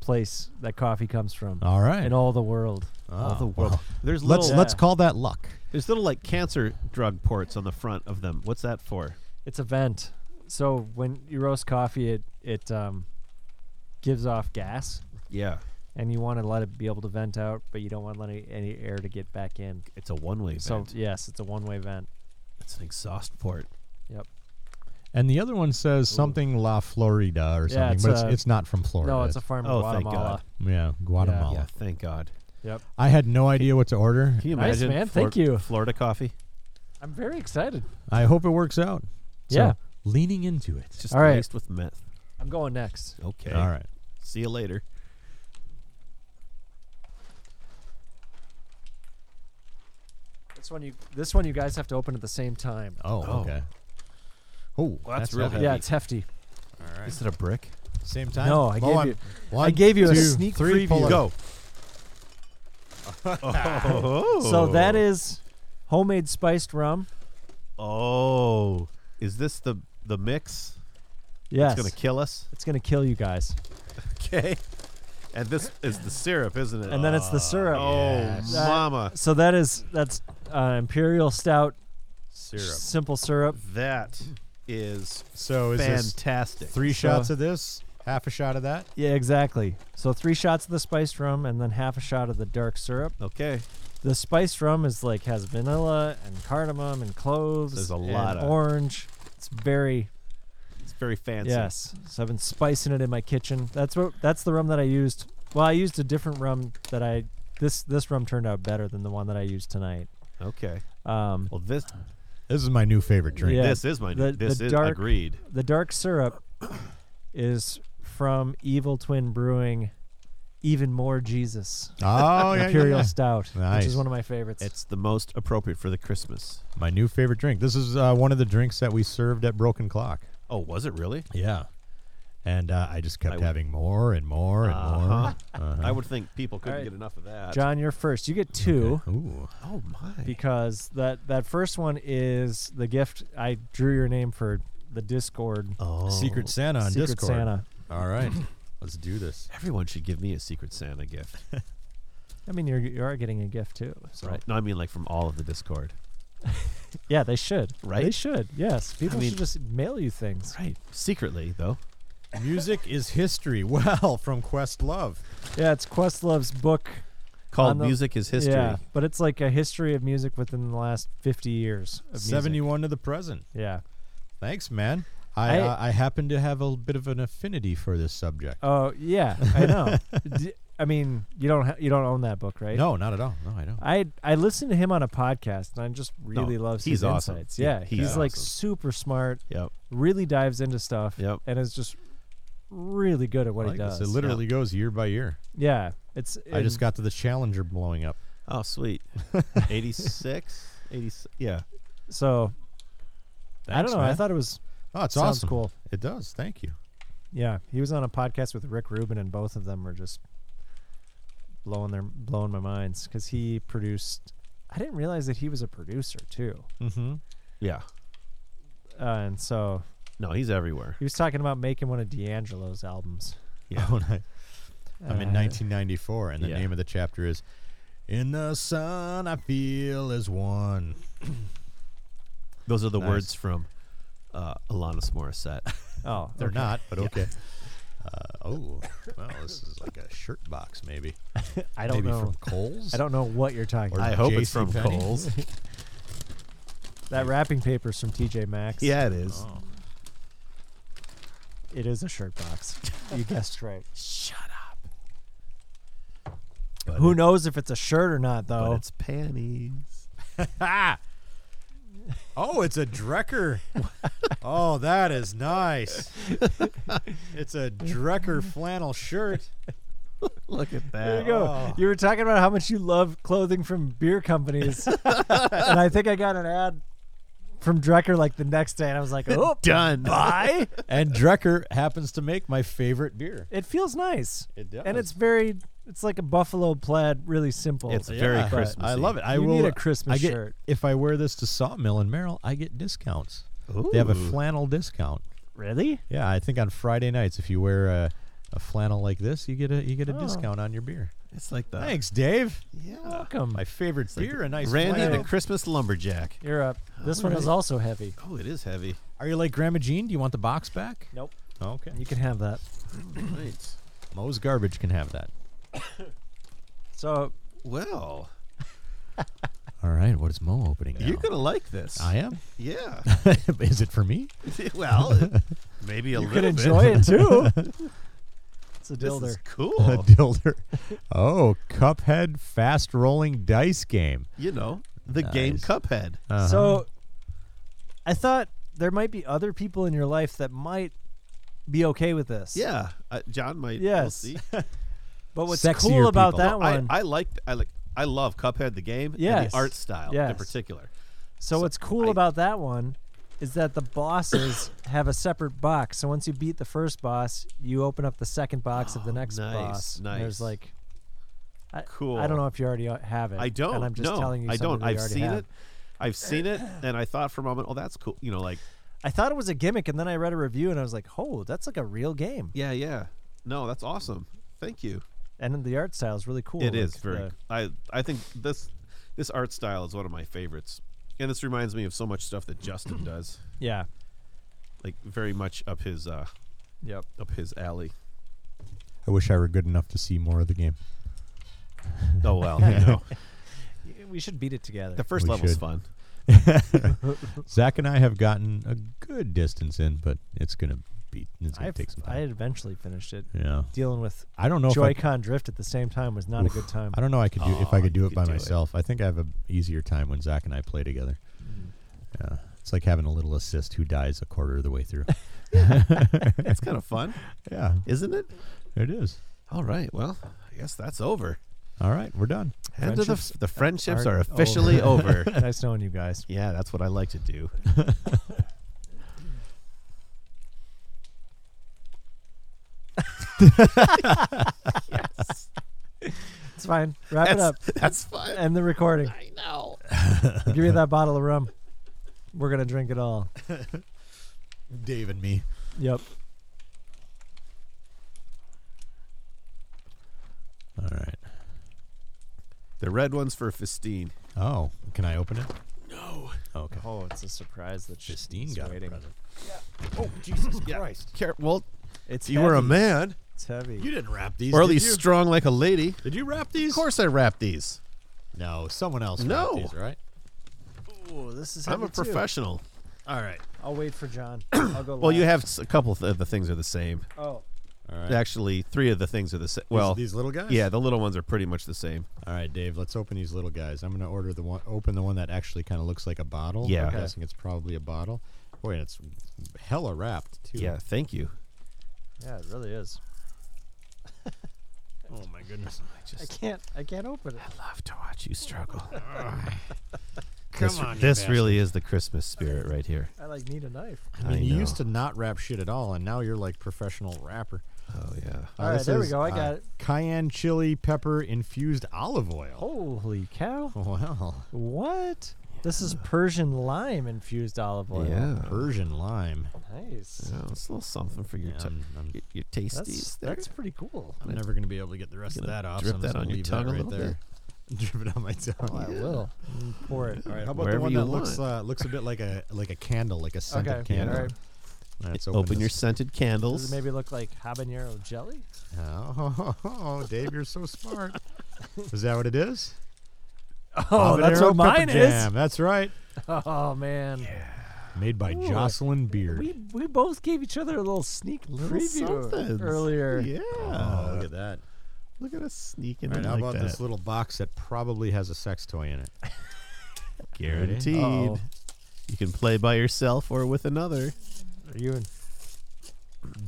[SPEAKER 4] place that coffee comes from.
[SPEAKER 3] All right.
[SPEAKER 4] In all the world.
[SPEAKER 2] All the world. There's
[SPEAKER 3] let's
[SPEAKER 2] little-
[SPEAKER 3] let's
[SPEAKER 2] Yeah.
[SPEAKER 3] call that luck.
[SPEAKER 2] There's little like cancer drug ports on the front of them. What's that for?
[SPEAKER 4] It's a vent. So when you roast coffee, it it um, gives off gas.
[SPEAKER 2] Yeah.
[SPEAKER 4] And you want to let it be able to vent out, but you don't want any, any air to get back in.
[SPEAKER 2] It's a one-way
[SPEAKER 4] so,
[SPEAKER 2] vent.
[SPEAKER 4] yes, it's a one-way vent.
[SPEAKER 2] It's an exhaust port.
[SPEAKER 4] Yep.
[SPEAKER 3] And the other one says something La Florida or
[SPEAKER 4] Yeah,
[SPEAKER 3] something,
[SPEAKER 4] it's
[SPEAKER 3] but it's,
[SPEAKER 4] a-
[SPEAKER 3] it's not from Florida.
[SPEAKER 4] no, it's a farm in
[SPEAKER 2] Oh, thank
[SPEAKER 4] Guatemala.
[SPEAKER 3] Yeah, Guatemala.
[SPEAKER 2] Yeah, thank God.
[SPEAKER 4] Yep.
[SPEAKER 3] I had no idea what to order.
[SPEAKER 2] Can you
[SPEAKER 4] Nice,
[SPEAKER 2] imagine?
[SPEAKER 4] man. Thank you.
[SPEAKER 2] Florida coffee.
[SPEAKER 4] I'm very excited.
[SPEAKER 3] I hope it works out. So,
[SPEAKER 4] Yeah.
[SPEAKER 3] leaning into it.
[SPEAKER 2] Just
[SPEAKER 4] All right.
[SPEAKER 2] laced with meth.
[SPEAKER 4] I'm going next.
[SPEAKER 2] Okay.
[SPEAKER 3] All right.
[SPEAKER 2] See you later.
[SPEAKER 4] This one you this one you guys have to open at the same time.
[SPEAKER 3] Oh, okay. Oh,
[SPEAKER 2] Well, that's real
[SPEAKER 4] Yeah,
[SPEAKER 2] heavy.
[SPEAKER 4] it's hefty.
[SPEAKER 3] All right.
[SPEAKER 2] Is it a brick?
[SPEAKER 3] Same time.
[SPEAKER 4] No, I
[SPEAKER 3] Mo,
[SPEAKER 4] gave
[SPEAKER 3] I'm-
[SPEAKER 4] you- I
[SPEAKER 3] one,
[SPEAKER 4] gave you a
[SPEAKER 3] two,
[SPEAKER 4] sneak
[SPEAKER 3] three,
[SPEAKER 4] preview.
[SPEAKER 3] pull it.
[SPEAKER 2] Go.
[SPEAKER 4] So that is homemade spiced rum.
[SPEAKER 2] Oh, is this the the mix?
[SPEAKER 4] Yes.
[SPEAKER 2] It's gonna kill us.
[SPEAKER 4] It's gonna kill you guys.
[SPEAKER 2] Okay. And this is the syrup, isn't it?
[SPEAKER 4] And then it's the syrup.
[SPEAKER 2] Oh,
[SPEAKER 4] That-
[SPEAKER 2] mama.
[SPEAKER 4] So that is that's uh, imperial stout
[SPEAKER 2] Syrup.
[SPEAKER 4] simple syrup.
[SPEAKER 2] That is
[SPEAKER 3] So is this
[SPEAKER 2] fantastic.
[SPEAKER 3] three
[SPEAKER 4] So-
[SPEAKER 3] shots of this, half a shot of that.
[SPEAKER 4] Yeah, exactly. So three shots of the spiced rum and then half a shot of the dark syrup.
[SPEAKER 2] Okay.
[SPEAKER 4] The spiced rum is like has vanilla and cardamom and cloves.
[SPEAKER 2] There's a
[SPEAKER 4] and
[SPEAKER 2] lot of-
[SPEAKER 4] orange. It's very
[SPEAKER 2] It's very fancy.
[SPEAKER 4] Yes. So I've been spicing it in my kitchen. That's what that's the rum that I used. Well, I used a different rum that I this this rum turned out better than the one that I used tonight.
[SPEAKER 2] Okay.
[SPEAKER 4] Um
[SPEAKER 2] Well, this
[SPEAKER 3] This is my new favorite drink.
[SPEAKER 4] yeah,
[SPEAKER 2] this is my
[SPEAKER 4] the-
[SPEAKER 2] this
[SPEAKER 4] the
[SPEAKER 2] is
[SPEAKER 4] dark-
[SPEAKER 2] agreed.
[SPEAKER 4] The dark syrup is from Evil Twin Brewing Even More Jesus.
[SPEAKER 3] Oh, yeah,
[SPEAKER 4] Imperial
[SPEAKER 3] yeah, yeah.
[SPEAKER 4] Stout, which
[SPEAKER 3] Nice.
[SPEAKER 4] is one of my favorites.
[SPEAKER 2] It's the most appropriate for the Christmas.
[SPEAKER 3] My new favorite drink. This is uh, one of the drinks that we served at Broken Clock.
[SPEAKER 2] Oh, was it really?
[SPEAKER 3] Yeah. And uh, I just kept
[SPEAKER 2] I would-
[SPEAKER 3] having more and more and more. Uh-huh.
[SPEAKER 2] I would think people couldn't
[SPEAKER 4] right.
[SPEAKER 2] get enough of that.
[SPEAKER 4] John, you're first. You get two.
[SPEAKER 3] Ooh.
[SPEAKER 2] Oh my.
[SPEAKER 4] because that that first one is the gift I drew your name for the Discord
[SPEAKER 2] oh.
[SPEAKER 3] Secret Santa on
[SPEAKER 4] Secret
[SPEAKER 3] Discord.
[SPEAKER 4] Santa.
[SPEAKER 3] All right. Let's do this.
[SPEAKER 2] Everyone should give me a Secret Santa gift.
[SPEAKER 4] I mean, you're you are getting a gift too. So.
[SPEAKER 2] right. No, I mean like from all of the Discord.
[SPEAKER 4] Yeah, they should. They
[SPEAKER 2] Right?
[SPEAKER 4] should. Yes, people
[SPEAKER 2] mean-
[SPEAKER 4] should just mail you things.
[SPEAKER 2] Right. Secretly though.
[SPEAKER 3] Music is history. Well, from Quest Love.
[SPEAKER 4] Yeah, it's Questlove's book
[SPEAKER 2] Called
[SPEAKER 4] on the-
[SPEAKER 2] Music is History.
[SPEAKER 4] Yeah, but it's like a history of music within the last fifty years of music.
[SPEAKER 3] 71 to the present.
[SPEAKER 4] Yeah.
[SPEAKER 3] Thanks, man. I I,
[SPEAKER 4] I-
[SPEAKER 3] uh, I happen to have a l- bit of an affinity for this subject.
[SPEAKER 4] Oh yeah, I know. D- I mean, you don't ha- you don't own that book, right?
[SPEAKER 3] No, not at all. No, I don't.
[SPEAKER 4] I I listen to him on a podcast, and I just really
[SPEAKER 2] No,
[SPEAKER 4] loves
[SPEAKER 2] he's
[SPEAKER 4] his
[SPEAKER 2] awesome.
[SPEAKER 4] insights.
[SPEAKER 2] He-
[SPEAKER 4] Yeah,
[SPEAKER 2] he's
[SPEAKER 4] he's like
[SPEAKER 2] awesome.
[SPEAKER 4] super smart.
[SPEAKER 2] Yep.
[SPEAKER 4] Really dives into stuff.
[SPEAKER 2] Yep.
[SPEAKER 4] And is just really good at what
[SPEAKER 3] Like
[SPEAKER 4] he
[SPEAKER 3] this.
[SPEAKER 4] does.
[SPEAKER 3] It literally goes year by year.
[SPEAKER 4] Yeah. It's.
[SPEAKER 3] I just
[SPEAKER 4] and-
[SPEAKER 3] got to the Challenger blowing up.
[SPEAKER 2] Oh sweet. 86? 80 Yeah.
[SPEAKER 4] so. I
[SPEAKER 3] Thanks,
[SPEAKER 4] don't know. I
[SPEAKER 3] man.
[SPEAKER 4] thought it was
[SPEAKER 3] Oh, it's
[SPEAKER 4] sounds
[SPEAKER 3] awesome.
[SPEAKER 4] cool.
[SPEAKER 3] It does. Thank you.
[SPEAKER 4] Yeah, he was on a podcast with Rick Rubin, and both of them were just blowing their blowing my minds because he produced. I didn't realize that he was a producer too.
[SPEAKER 2] Mm-hmm. Yeah.
[SPEAKER 4] Uh, and so.
[SPEAKER 2] No, he's everywhere.
[SPEAKER 4] He was talking about making one of D'Angelo's albums.
[SPEAKER 3] Yeah. Oh, nice. I'm in
[SPEAKER 4] Uh,
[SPEAKER 3] 1994, and the
[SPEAKER 4] yeah.
[SPEAKER 3] name of the chapter is "In the Sun I Feel as One."
[SPEAKER 2] Those are the
[SPEAKER 3] Nice.
[SPEAKER 2] words from uh, Alanis Morissette.
[SPEAKER 4] Oh,
[SPEAKER 3] They're
[SPEAKER 2] okay.
[SPEAKER 3] not, but
[SPEAKER 2] Yeah.
[SPEAKER 3] okay. Uh, oh, well, this is like a shirt box, maybe.
[SPEAKER 4] I don't
[SPEAKER 3] maybe
[SPEAKER 4] know.
[SPEAKER 3] from Kohl's.
[SPEAKER 4] I don't know what you're talking.
[SPEAKER 3] Or
[SPEAKER 4] about.
[SPEAKER 2] I hope it's from
[SPEAKER 3] JCPenney?
[SPEAKER 2] Kohl's.
[SPEAKER 4] That wrapping paper's from TJ Maxx.
[SPEAKER 2] Yeah, it is.
[SPEAKER 3] Oh.
[SPEAKER 4] It is a shirt box. you guessed right.
[SPEAKER 2] Shut up. But
[SPEAKER 4] Who
[SPEAKER 2] it-
[SPEAKER 4] knows if it's a shirt or not, though?
[SPEAKER 2] But it's panties.
[SPEAKER 3] Oh, it's a Drecker. oh, that is nice. it's a Drecker flannel shirt.
[SPEAKER 2] Look at that.
[SPEAKER 4] There you go.
[SPEAKER 3] Oh.
[SPEAKER 4] You were talking about how much you love clothing from beer companies, and I think I got an ad from Drecker like the next day, and I was like, "Oh,
[SPEAKER 2] Done.
[SPEAKER 4] Bye.
[SPEAKER 3] And Drecker happens to make my favorite beer.
[SPEAKER 4] it feels nice,
[SPEAKER 3] It does.
[SPEAKER 4] and it's very. It's like a buffalo plaid, really simple.
[SPEAKER 2] It's
[SPEAKER 4] but
[SPEAKER 2] very
[SPEAKER 3] Yeah,
[SPEAKER 2] Christmassy.
[SPEAKER 3] I love it. I
[SPEAKER 4] you
[SPEAKER 3] will
[SPEAKER 4] need a Christmas
[SPEAKER 3] I get-
[SPEAKER 4] shirt.
[SPEAKER 3] If I wear this to Sawmill and Merrill, I get discounts. They have a
[SPEAKER 2] Ooh.
[SPEAKER 3] flannel discount.
[SPEAKER 4] Really?
[SPEAKER 3] Yeah, I think on Friday nights, if you wear a, a flannel like this, you get a you get a
[SPEAKER 4] Oh.
[SPEAKER 3] discount on your beer.
[SPEAKER 2] It's like the
[SPEAKER 3] Thanks, Dave.
[SPEAKER 2] yeah.
[SPEAKER 4] Welcome.
[SPEAKER 3] My favorite
[SPEAKER 2] It's like
[SPEAKER 3] beer, a nice
[SPEAKER 2] Randy
[SPEAKER 3] flannel.
[SPEAKER 2] the Christmas lumberjack.
[SPEAKER 4] You're up. This one is
[SPEAKER 2] Alright.
[SPEAKER 4] also heavy.
[SPEAKER 2] Oh, it is heavy.
[SPEAKER 3] Are you like Grandma Jean? Do you want the box back?
[SPEAKER 4] Nope.
[SPEAKER 3] Okay.
[SPEAKER 4] You can have that.
[SPEAKER 2] right.
[SPEAKER 3] Moe's garbage can have that.
[SPEAKER 4] So
[SPEAKER 2] Well,
[SPEAKER 3] All right. What is Moe opening now?
[SPEAKER 2] you're gonna like this.
[SPEAKER 3] I am.
[SPEAKER 2] Yeah.
[SPEAKER 3] is it for me?
[SPEAKER 2] well, it- maybe a
[SPEAKER 4] you
[SPEAKER 2] little
[SPEAKER 4] can
[SPEAKER 2] bit.
[SPEAKER 4] enjoy it too. It's a
[SPEAKER 2] This
[SPEAKER 4] dilder.
[SPEAKER 2] is
[SPEAKER 3] A
[SPEAKER 2] cool.
[SPEAKER 3] dilder. Oh, Cuphead fast rolling dice game.
[SPEAKER 2] you know, the game
[SPEAKER 3] Nice.
[SPEAKER 2] Cuphead.
[SPEAKER 3] Uh-huh.
[SPEAKER 4] So I thought there might be other people in your life that might be okay with this.
[SPEAKER 2] Yeah, uh, John might. We'll
[SPEAKER 4] Yes.
[SPEAKER 2] see.
[SPEAKER 4] But what's
[SPEAKER 3] Sexier
[SPEAKER 4] cool about
[SPEAKER 3] people.
[SPEAKER 4] that
[SPEAKER 2] No,
[SPEAKER 4] one?
[SPEAKER 2] I, I like. I like. I love Cuphead the game and
[SPEAKER 4] Yes.
[SPEAKER 2] the art style in
[SPEAKER 4] Yes.
[SPEAKER 2] particular.
[SPEAKER 4] so what's cool
[SPEAKER 2] I-
[SPEAKER 4] about that one is that the bosses have a separate box. So once you beat the first boss, you open up the second box of the
[SPEAKER 2] Oh,
[SPEAKER 4] next
[SPEAKER 2] nice,
[SPEAKER 4] boss. and
[SPEAKER 2] nice.
[SPEAKER 4] There's like I,
[SPEAKER 2] Cool.
[SPEAKER 4] I don't know if you already uh, have it.
[SPEAKER 2] I don't.
[SPEAKER 4] And I'm just
[SPEAKER 2] no,
[SPEAKER 4] telling you.
[SPEAKER 2] I
[SPEAKER 4] something
[SPEAKER 2] don't.
[SPEAKER 4] that you
[SPEAKER 2] I've
[SPEAKER 4] already
[SPEAKER 2] seen
[SPEAKER 4] have.
[SPEAKER 2] it. I've seen it, and I thought for a moment, oh, that's cool. You know, like
[SPEAKER 4] I thought it was a gimmick, and then I read a review, and I was like, "Oh, that's like a real game."
[SPEAKER 2] yeah, yeah. No, that's awesome. Thank you.
[SPEAKER 4] And then the art style is really cool.
[SPEAKER 2] It is
[SPEAKER 4] like
[SPEAKER 2] very.
[SPEAKER 4] the-
[SPEAKER 2] I I think this this art style is one of my favorites, and this reminds me of so much stuff that Justin does,
[SPEAKER 4] yeah.
[SPEAKER 2] like very much up his uh
[SPEAKER 4] Yep.
[SPEAKER 2] up his alley.
[SPEAKER 3] I wish I were good enough to see more of the game.
[SPEAKER 2] Oh well, you know,
[SPEAKER 4] We should beat it together.
[SPEAKER 2] the first
[SPEAKER 3] We
[SPEAKER 2] level's
[SPEAKER 3] should.
[SPEAKER 2] fun.
[SPEAKER 3] Zach and I have gotten a good distance in, but it's gonna be it's gonna
[SPEAKER 4] I've-
[SPEAKER 3] take some
[SPEAKER 4] I
[SPEAKER 3] time.
[SPEAKER 4] had eventually finished it.
[SPEAKER 3] yeah.
[SPEAKER 4] Dealing with
[SPEAKER 3] I don't know if I,
[SPEAKER 4] Joy-Con drift at the same time was not
[SPEAKER 3] Oof.
[SPEAKER 4] a good time.
[SPEAKER 3] I don't know I could do if
[SPEAKER 2] Oh,
[SPEAKER 3] I could
[SPEAKER 2] you
[SPEAKER 3] do it
[SPEAKER 2] could
[SPEAKER 3] by
[SPEAKER 2] do it.
[SPEAKER 3] myself. I think I have a easier time when Zach and I play together. Yeah. It's like having a little assist who dies a quarter of the way through.
[SPEAKER 2] It's kind of fun,
[SPEAKER 3] yeah.
[SPEAKER 2] isn't it?
[SPEAKER 3] It is.
[SPEAKER 2] All right. Well, I guess that's over.
[SPEAKER 3] All right, we're done.
[SPEAKER 2] End of the, f-
[SPEAKER 4] Friendships
[SPEAKER 2] the friendships are
[SPEAKER 4] aren't
[SPEAKER 2] officially over.
[SPEAKER 4] nice knowing you guys.
[SPEAKER 2] yeah, that's what I like to do.
[SPEAKER 4] It's fine. Wrap it
[SPEAKER 2] That's,
[SPEAKER 4] up.
[SPEAKER 2] that's fun.
[SPEAKER 4] End the recording.
[SPEAKER 2] I know.
[SPEAKER 4] Give me that bottle of rum. We're gonna drink it all.
[SPEAKER 3] Dave and me.
[SPEAKER 4] Yep.
[SPEAKER 3] All right.
[SPEAKER 2] The red one's for Fistine.
[SPEAKER 3] Oh, can I open it? No. Okay.
[SPEAKER 4] Oh, it's a surprise that she's
[SPEAKER 3] Justine got a present.
[SPEAKER 2] Oh, Jesus Christ. well,
[SPEAKER 4] It's
[SPEAKER 2] you were a
[SPEAKER 4] heavy.
[SPEAKER 2] man,
[SPEAKER 4] It's heavy.
[SPEAKER 3] You didn't wrap these.
[SPEAKER 2] or at
[SPEAKER 3] did
[SPEAKER 2] least
[SPEAKER 3] you?
[SPEAKER 2] strong like a lady.
[SPEAKER 3] did you wrap these?
[SPEAKER 2] Of course I wrap these.
[SPEAKER 3] No, someone else
[SPEAKER 2] No.
[SPEAKER 3] wrapped these, right?
[SPEAKER 4] Ooh, this is.
[SPEAKER 2] I'm
[SPEAKER 4] heavy
[SPEAKER 2] a
[SPEAKER 4] too.
[SPEAKER 2] professional.
[SPEAKER 3] All right.
[SPEAKER 4] I'll wait for John. I'll go.
[SPEAKER 2] Well, you
[SPEAKER 4] last.
[SPEAKER 2] have s- a couple th- of the things are the same.
[SPEAKER 4] Oh,
[SPEAKER 3] All right.
[SPEAKER 2] Actually, three of the things are the same. Well,
[SPEAKER 3] these little guys?
[SPEAKER 2] Yeah, the little ones are pretty much the same.
[SPEAKER 3] All right, Dave. Let's open these little guys. I'm gonna order the one. Open the one that actually kind of looks like a bottle.
[SPEAKER 2] Yeah.
[SPEAKER 3] I'm
[SPEAKER 2] Okay.
[SPEAKER 3] guessing it's probably a bottle. Boy, and it's hella wrapped too.
[SPEAKER 2] Yeah, thank you.
[SPEAKER 4] yeah, it really is.
[SPEAKER 3] Oh my goodness.
[SPEAKER 2] I
[SPEAKER 4] I
[SPEAKER 2] just
[SPEAKER 4] can't. I can't open it.
[SPEAKER 2] love to watch you struggle.
[SPEAKER 12] Come
[SPEAKER 2] this,
[SPEAKER 12] on, you
[SPEAKER 2] this really
[SPEAKER 12] bastard.
[SPEAKER 2] is the Christmas spirit right here.
[SPEAKER 4] I like need a knife.
[SPEAKER 3] I mean,
[SPEAKER 2] I
[SPEAKER 3] you
[SPEAKER 2] know.
[SPEAKER 3] used to not rap shit at all, and now you're like professional rapper.
[SPEAKER 2] Oh yeah.
[SPEAKER 4] All right, there we go, I got it.
[SPEAKER 3] uh, Cayenne chili pepper infused olive oil.
[SPEAKER 4] Holy cow!
[SPEAKER 3] Wow.
[SPEAKER 4] What? This is Persian lime infused olive oil.
[SPEAKER 2] Yeah.
[SPEAKER 3] Persian lime.
[SPEAKER 4] Nice.
[SPEAKER 2] Yeah, it's a little something for your
[SPEAKER 3] Yeah,
[SPEAKER 2] ta-
[SPEAKER 3] I'm- I'm-
[SPEAKER 2] your, your tasties.
[SPEAKER 4] That's,
[SPEAKER 2] there.
[SPEAKER 4] that's pretty cool.
[SPEAKER 3] I'm never gonna be able to get the rest of
[SPEAKER 2] Gonna
[SPEAKER 3] that off.
[SPEAKER 2] drip
[SPEAKER 3] so I'm
[SPEAKER 2] that
[SPEAKER 3] just gonna
[SPEAKER 2] on your
[SPEAKER 3] leave
[SPEAKER 2] tongue a
[SPEAKER 3] that right
[SPEAKER 2] little
[SPEAKER 3] there. Drip it on my tongue.
[SPEAKER 4] I will Mm, pour it.
[SPEAKER 3] All right, how about
[SPEAKER 2] Wherever
[SPEAKER 3] the one
[SPEAKER 2] you
[SPEAKER 3] that looks
[SPEAKER 2] want.
[SPEAKER 3] uh, looks a bit like a like a candle, like a scented
[SPEAKER 4] Okay,
[SPEAKER 3] candle?
[SPEAKER 4] all right.
[SPEAKER 3] All right, let's
[SPEAKER 2] open, your
[SPEAKER 3] this.
[SPEAKER 2] scented
[SPEAKER 4] Does
[SPEAKER 2] candles.
[SPEAKER 4] it maybe look like habanero jelly?
[SPEAKER 3] Oh, Dave, you're so smart. is that what it is?
[SPEAKER 4] Oh, that's
[SPEAKER 3] Habanero
[SPEAKER 4] what mine
[SPEAKER 3] Pepper
[SPEAKER 4] is.
[SPEAKER 3] Jam, That's right.
[SPEAKER 4] Oh man,
[SPEAKER 3] Made by
[SPEAKER 4] Ooh,
[SPEAKER 3] Jocelyn Beard.
[SPEAKER 4] we we both gave each other a little sneak preview
[SPEAKER 2] somethings.
[SPEAKER 4] earlier.
[SPEAKER 2] Yeah.
[SPEAKER 3] oh, look at that.
[SPEAKER 2] Look at us sneaking
[SPEAKER 3] All
[SPEAKER 2] in
[SPEAKER 3] right, how
[SPEAKER 2] like
[SPEAKER 3] about
[SPEAKER 2] that.
[SPEAKER 3] this little box that probably has a sex toy in it?
[SPEAKER 2] Guaranteed.
[SPEAKER 4] Uh-oh.
[SPEAKER 2] You can play by yourself or with another.
[SPEAKER 4] Are you in?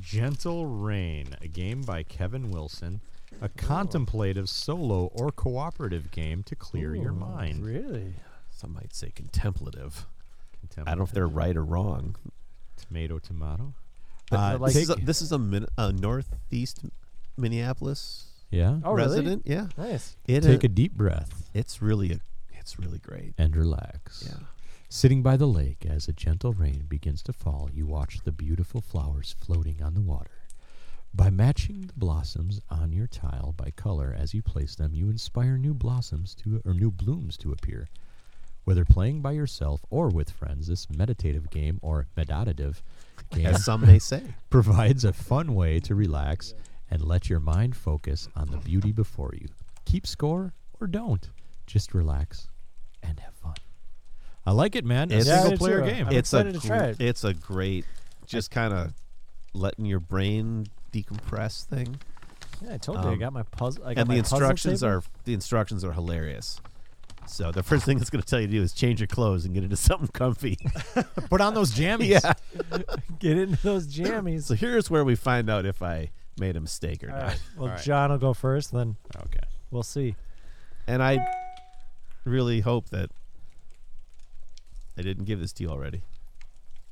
[SPEAKER 3] Gentle Rain, a game by Kevin Wilson, a contemplative solo or cooperative game to clear your
[SPEAKER 4] Ooh,
[SPEAKER 3] mind.
[SPEAKER 4] Really?
[SPEAKER 2] Some might say contemplative. I don't know if they're right or wrong.
[SPEAKER 3] tomato tomato.
[SPEAKER 2] But
[SPEAKER 3] Uh,
[SPEAKER 4] like-
[SPEAKER 2] this, is a,
[SPEAKER 3] take-
[SPEAKER 2] this is a, min, a northeast Minneapolis
[SPEAKER 13] Yeah.
[SPEAKER 4] Oh, really?
[SPEAKER 2] resident. Yeah.
[SPEAKER 4] Nice.
[SPEAKER 2] It,
[SPEAKER 13] Take
[SPEAKER 2] uh,
[SPEAKER 13] a deep breath
[SPEAKER 2] it's really a, it's really great.
[SPEAKER 13] and relax.
[SPEAKER 2] Yeah.
[SPEAKER 13] Sitting by the lake as a gentle rain begins to fall, you watch the beautiful flowers floating on the water. By matching the blossoms on your tile by color as you place them, you inspire new blossoms to or new blooms to appear. Whether playing by yourself or with friends, this meditative game or meditative game
[SPEAKER 2] As some may say.
[SPEAKER 13] provides a fun way to relax and let your mind focus on the beauty before you. Keep score or don't. Just relax and have fun. I like it, man. A
[SPEAKER 2] It's- Yeah, I
[SPEAKER 13] single
[SPEAKER 4] did
[SPEAKER 13] player
[SPEAKER 4] too.
[SPEAKER 13] game.
[SPEAKER 4] I'm
[SPEAKER 2] it's a
[SPEAKER 4] excited to
[SPEAKER 2] gr-
[SPEAKER 4] try it.
[SPEAKER 2] it's a great just kind of letting your brain decompress thing.
[SPEAKER 4] Yeah, I told you I
[SPEAKER 2] Um,
[SPEAKER 4] got my puzzle. I got
[SPEAKER 2] and
[SPEAKER 4] my
[SPEAKER 2] the
[SPEAKER 4] puzzle
[SPEAKER 2] instructions
[SPEAKER 4] table.
[SPEAKER 2] are the instructions are hilarious. So the first thing it's going to tell you to do is change your clothes and get into something comfy.
[SPEAKER 3] Put on those jammies.
[SPEAKER 4] get into those jammies.
[SPEAKER 2] so here's where we find out if I made a mistake or
[SPEAKER 4] All
[SPEAKER 2] not.
[SPEAKER 4] right. Well,
[SPEAKER 3] All right.
[SPEAKER 4] John will go first, then
[SPEAKER 3] Okay.
[SPEAKER 4] we'll see.
[SPEAKER 2] And I really hope that I didn't give this to you already.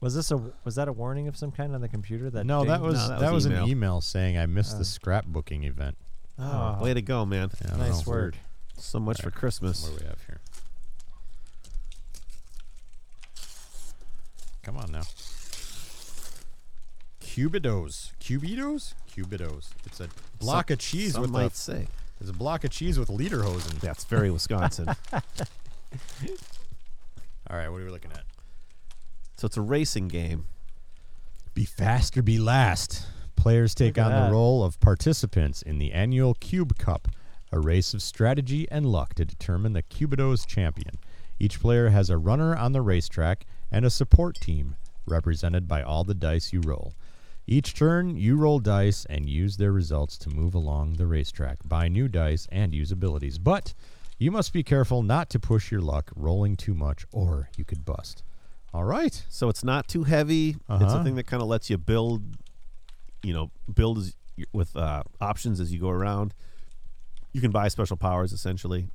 [SPEAKER 4] Was this a was that a warning of some kind on the computer? That
[SPEAKER 3] no, that
[SPEAKER 4] dinged?
[SPEAKER 3] was
[SPEAKER 2] that
[SPEAKER 3] that,
[SPEAKER 2] was
[SPEAKER 3] was,
[SPEAKER 2] email. Uh.
[SPEAKER 3] an email saying I missed
[SPEAKER 4] Oh.
[SPEAKER 3] the scrapbooking event.
[SPEAKER 4] Oh,
[SPEAKER 2] Way to go, man!
[SPEAKER 3] I don't
[SPEAKER 4] nice
[SPEAKER 3] know.
[SPEAKER 4] word.
[SPEAKER 2] So much for Christmas.
[SPEAKER 3] What do we have here? Come on now. Cubidos. Cubitos? Cubitos. It's a block of cheese
[SPEAKER 2] Some
[SPEAKER 3] with
[SPEAKER 2] might
[SPEAKER 3] a,
[SPEAKER 2] say
[SPEAKER 3] it's a block of cheese with lederhosen.
[SPEAKER 2] that's very Wisconsin.
[SPEAKER 3] All right, what are we looking at?
[SPEAKER 2] so it's a racing game.
[SPEAKER 3] Be fast or be last. Players take
[SPEAKER 4] Look
[SPEAKER 3] on
[SPEAKER 4] at
[SPEAKER 3] the
[SPEAKER 4] that.
[SPEAKER 3] role of participants in the annual Cube Cup, a race of strategy and luck to determine the Cubidos champion. Each player has a runner on the racetrack and a support team, represented by all the dice you roll. Each turn, you roll dice and use their results to move along the racetrack, buy new dice, and use abilities. But you must be careful not to push your luck rolling too much, or you could bust. All right.
[SPEAKER 2] So it's not too heavy. It's a
[SPEAKER 3] Uh-huh.
[SPEAKER 2] thing that kind of lets you build, you know, build as, with uh, options as you go around. You can buy special powers essentially,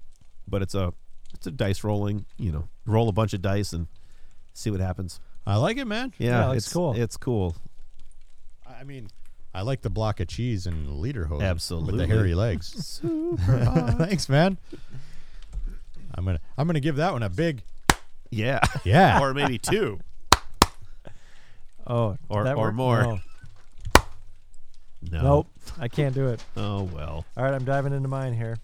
[SPEAKER 2] but it's a it's a dice rolling. You know, roll a bunch of dice and see what happens.
[SPEAKER 3] I like it, man.
[SPEAKER 2] Yeah,
[SPEAKER 4] it looks
[SPEAKER 2] it's
[SPEAKER 4] cool.
[SPEAKER 2] It's cool.
[SPEAKER 3] I I mean, I like the block of cheese and leader hose. With
[SPEAKER 2] Absolutely.
[SPEAKER 3] the hairy legs. Thanks, man. I'm gonna I'm gonna give that one a big
[SPEAKER 2] Yeah,
[SPEAKER 3] yeah.
[SPEAKER 2] or maybe two.
[SPEAKER 4] Oh,
[SPEAKER 2] Or-
[SPEAKER 4] that
[SPEAKER 2] or
[SPEAKER 4] worked?
[SPEAKER 2] more.
[SPEAKER 4] No.
[SPEAKER 2] No.
[SPEAKER 4] Nope, I can't do it.
[SPEAKER 2] Oh well.
[SPEAKER 4] All right, I'm diving into mine here.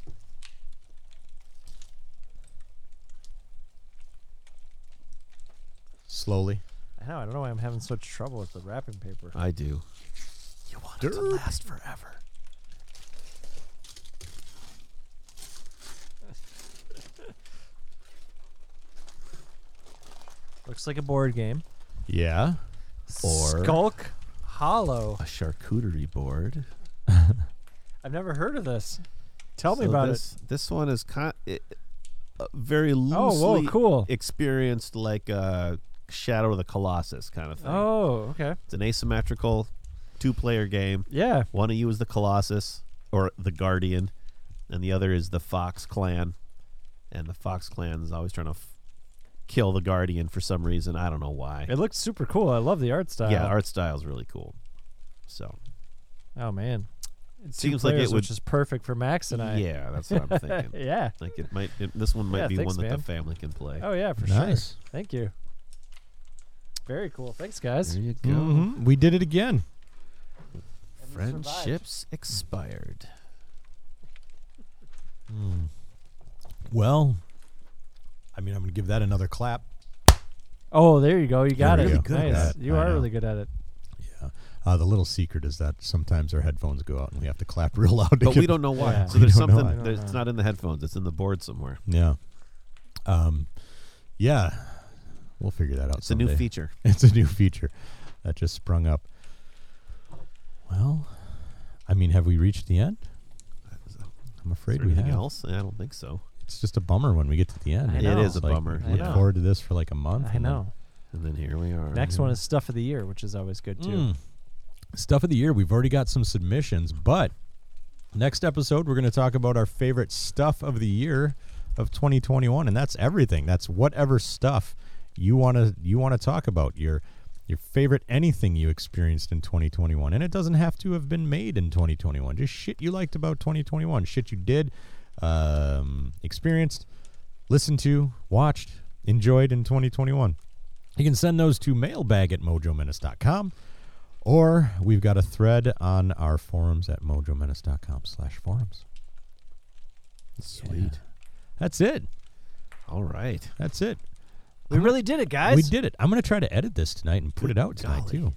[SPEAKER 3] Slowly.
[SPEAKER 4] I know I don't know why I'm having such trouble with the wrapping paper.
[SPEAKER 2] I do. You want it to
[SPEAKER 3] Derp.
[SPEAKER 2] last forever.
[SPEAKER 4] Looks like a board game.
[SPEAKER 3] Yeah.
[SPEAKER 2] Or-
[SPEAKER 4] Skulk Hollow.
[SPEAKER 2] A charcuterie board.
[SPEAKER 4] I've never heard of this. Tell me
[SPEAKER 2] So
[SPEAKER 4] about
[SPEAKER 2] this, This one is kind it, uh, very
[SPEAKER 4] it.
[SPEAKER 2] loosely
[SPEAKER 4] Oh, whoa, cool.
[SPEAKER 2] experienced like a Shadow of the Colossus kind of thing.
[SPEAKER 4] Oh, okay.
[SPEAKER 2] It's an asymmetrical two-player game.
[SPEAKER 4] Yeah.
[SPEAKER 2] One of you is the Colossus or the Guardian, and the other is the Fox Clan. And the Fox Clan is always trying to f- kill the guardian for some reason. I don't know why.
[SPEAKER 4] It looks super cool. I love the art style.
[SPEAKER 2] Yeah, art style is really cool. So
[SPEAKER 4] Oh man,
[SPEAKER 2] it
[SPEAKER 4] Two
[SPEAKER 2] seems like
[SPEAKER 4] players,
[SPEAKER 2] it would
[SPEAKER 4] which is perfect for Max and I.
[SPEAKER 2] Yeah, that's what I'm thinking.
[SPEAKER 4] yeah,
[SPEAKER 2] like it might. It, this one might
[SPEAKER 4] Yeah,
[SPEAKER 2] be one
[SPEAKER 4] thanks,
[SPEAKER 2] that
[SPEAKER 4] man.
[SPEAKER 2] the family can play.
[SPEAKER 4] Oh yeah, for
[SPEAKER 3] Nice.
[SPEAKER 4] sure. Thank you. Very cool. Thanks, guys.
[SPEAKER 2] There you go.
[SPEAKER 3] Mhm. We did it again.
[SPEAKER 2] Friendships expired.
[SPEAKER 3] Well, I mean, I'm going to give that another clap.
[SPEAKER 4] Oh, there you go. You
[SPEAKER 3] You're
[SPEAKER 4] got it.
[SPEAKER 3] really good at
[SPEAKER 4] nice.
[SPEAKER 3] that.
[SPEAKER 4] You
[SPEAKER 3] I
[SPEAKER 4] are
[SPEAKER 3] know.
[SPEAKER 4] really good at it.
[SPEAKER 3] Uh, the little secret is that sometimes our headphones go out and we have to clap real loud. to
[SPEAKER 2] But we
[SPEAKER 3] get-
[SPEAKER 2] don't know why. So
[SPEAKER 3] We
[SPEAKER 2] there's
[SPEAKER 3] don't know
[SPEAKER 2] something.
[SPEAKER 3] why.
[SPEAKER 2] there's- It's not in the headphones. It's in the board somewhere.
[SPEAKER 3] Yeah. Um, yeah. We'll figure that out.
[SPEAKER 2] It's a new
[SPEAKER 3] someday.
[SPEAKER 2] feature.
[SPEAKER 3] It's a new feature that just sprung up. Well, I mean, have we reached the end?
[SPEAKER 2] Is
[SPEAKER 3] I'm afraid
[SPEAKER 2] there
[SPEAKER 3] we
[SPEAKER 2] anything
[SPEAKER 3] have.
[SPEAKER 2] else? I don't think so.
[SPEAKER 3] It's just a bummer when we get to the end.
[SPEAKER 4] I
[SPEAKER 3] It's
[SPEAKER 4] know. It is
[SPEAKER 2] a
[SPEAKER 3] like,
[SPEAKER 2] bummer.
[SPEAKER 4] I
[SPEAKER 3] Look
[SPEAKER 4] know.
[SPEAKER 3] forward to this for like a month.
[SPEAKER 4] I
[SPEAKER 3] and then
[SPEAKER 4] know.
[SPEAKER 2] And then here we are.
[SPEAKER 4] Next one is stuff of the year, which is always good too.
[SPEAKER 2] Hmm.
[SPEAKER 3] Mm. Stuff of the year. We've already got some submissions, but next episode we're going to talk about our favorite stuff of the year of 2021, and that's everything. That's whatever stuff you want to you want to talk about your your favorite anything you experienced in 2021, and it doesn't have to have been made in 2021. Just shit you liked about 2021, shit you did, um, experienced, listened to, watched, enjoyed in 2021. You can send those to mailbag at mojomenace.com or we've got a thread on our forums at mojomenace.com slash forums. Sweet. That's it.
[SPEAKER 2] All right.
[SPEAKER 3] That's it.
[SPEAKER 4] We really did it, guys.
[SPEAKER 3] We did it. I'm going to try to edit this tonight and put it out tonight,
[SPEAKER 4] golly.
[SPEAKER 3] too,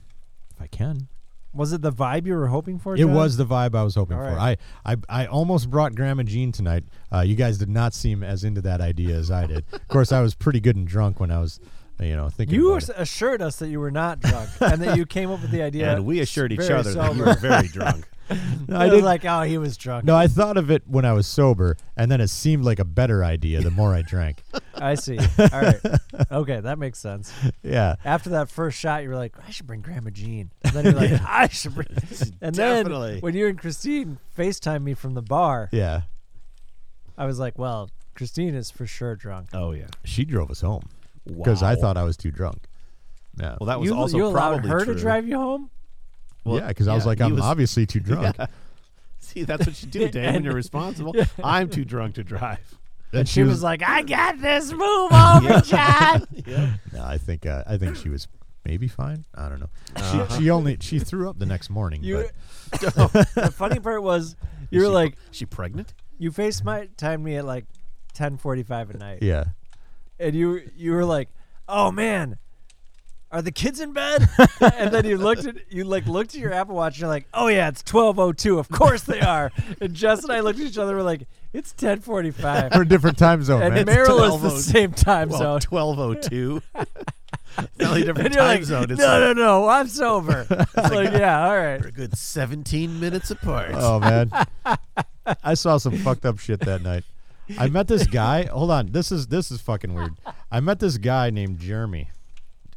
[SPEAKER 3] if I can.
[SPEAKER 4] Was it the vibe you were hoping for?
[SPEAKER 3] It
[SPEAKER 4] John?
[SPEAKER 3] was the vibe I was hoping
[SPEAKER 4] All
[SPEAKER 3] for.
[SPEAKER 4] right.
[SPEAKER 3] I, I I almost brought Grandma Jean tonight. Uh, you guys did not seem as into that idea as I did. of course, I was pretty good and drunk when I was, you know, thinking.
[SPEAKER 4] You
[SPEAKER 3] about it.
[SPEAKER 4] ass- assured us that you were not drunk and that you came up with the idea.
[SPEAKER 2] And we assured each
[SPEAKER 4] very
[SPEAKER 2] other that you
[SPEAKER 4] sober.
[SPEAKER 2] were very drunk.
[SPEAKER 3] No,
[SPEAKER 4] I
[SPEAKER 3] I
[SPEAKER 4] was
[SPEAKER 3] didn't-
[SPEAKER 4] like, oh, he was drunk.
[SPEAKER 3] No, I thought of it when I was sober, and then it seemed like a better idea the more I drank.
[SPEAKER 4] I see. All right. Okay, that makes sense.
[SPEAKER 3] Yeah.
[SPEAKER 4] After that first shot, you were like, I should bring Grandma Jean. And then you're like, I should bring. And
[SPEAKER 2] Definitely.
[SPEAKER 4] then when you and Christine FaceTime me from the bar,
[SPEAKER 3] Yeah.
[SPEAKER 4] I was like, well, Christine is for sure drunk.
[SPEAKER 2] Oh yeah.
[SPEAKER 3] She drove us home because I
[SPEAKER 4] Wow.
[SPEAKER 3] thought I was too drunk. Yeah.
[SPEAKER 2] Well, that was
[SPEAKER 4] you,
[SPEAKER 2] also
[SPEAKER 4] you allowed
[SPEAKER 2] probably
[SPEAKER 4] her
[SPEAKER 2] true.
[SPEAKER 4] to drive you home?
[SPEAKER 2] Well,
[SPEAKER 3] yeah, because I was
[SPEAKER 2] yeah,
[SPEAKER 3] like,
[SPEAKER 2] he
[SPEAKER 3] I'm
[SPEAKER 2] was-
[SPEAKER 3] obviously too drunk.
[SPEAKER 2] Yeah. See, that's what you do, Dan. when
[SPEAKER 4] And-
[SPEAKER 2] you're responsible, I'm too drunk to drive.
[SPEAKER 3] And
[SPEAKER 4] She was like, I got this. Move over, John.
[SPEAKER 3] No, I think uh, I think she was maybe fine. I don't know. She, she only she threw up the next morning.
[SPEAKER 4] You,
[SPEAKER 3] but
[SPEAKER 4] the funny part was, you were
[SPEAKER 2] she-
[SPEAKER 4] like,
[SPEAKER 2] She pregnant?
[SPEAKER 4] you face my timed me at like 10:45 at night.
[SPEAKER 3] yeah,
[SPEAKER 4] and you you were like, "Oh man, are the kids in bed?" and then you looked at you like looked at your Apple Watch and you're like, "Oh yeah, it's 12:02. Of course they are." and Jess and I looked at each other. We're like, "It's 10:45."
[SPEAKER 3] we're a different time zone,
[SPEAKER 4] and
[SPEAKER 3] man.
[SPEAKER 4] Merrill is the
[SPEAKER 2] 12:02.
[SPEAKER 4] same time
[SPEAKER 2] well,
[SPEAKER 4] zone.
[SPEAKER 2] 1202. it's not only different
[SPEAKER 4] and you're
[SPEAKER 2] time
[SPEAKER 4] like,
[SPEAKER 2] zone. It's
[SPEAKER 4] no,
[SPEAKER 2] like,
[SPEAKER 4] no, no, I'm sober. It's like, yeah, all
[SPEAKER 2] We're a
[SPEAKER 4] right.
[SPEAKER 2] good 17 minutes apart.
[SPEAKER 3] Oh man, I saw some fucked up shit that night. I met this guy. Hold on, this is this is fucking weird. I met this guy named Jeremy.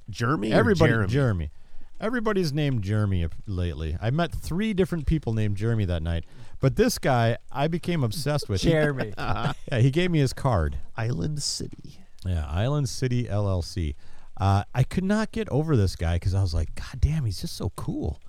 [SPEAKER 2] Jeremy
[SPEAKER 3] Everybody,
[SPEAKER 2] or Jeremy?
[SPEAKER 3] Everybody's named Jeremy ap- lately. I met three different people named Jeremy that night, but this guy I became obsessed with. He-
[SPEAKER 4] Jeremy.
[SPEAKER 3] yeah, he gave me his card.
[SPEAKER 2] Island City.
[SPEAKER 3] Yeah, Island City LLC. Uh, I could not get over this guy because I was like, God damn, he's just so cool.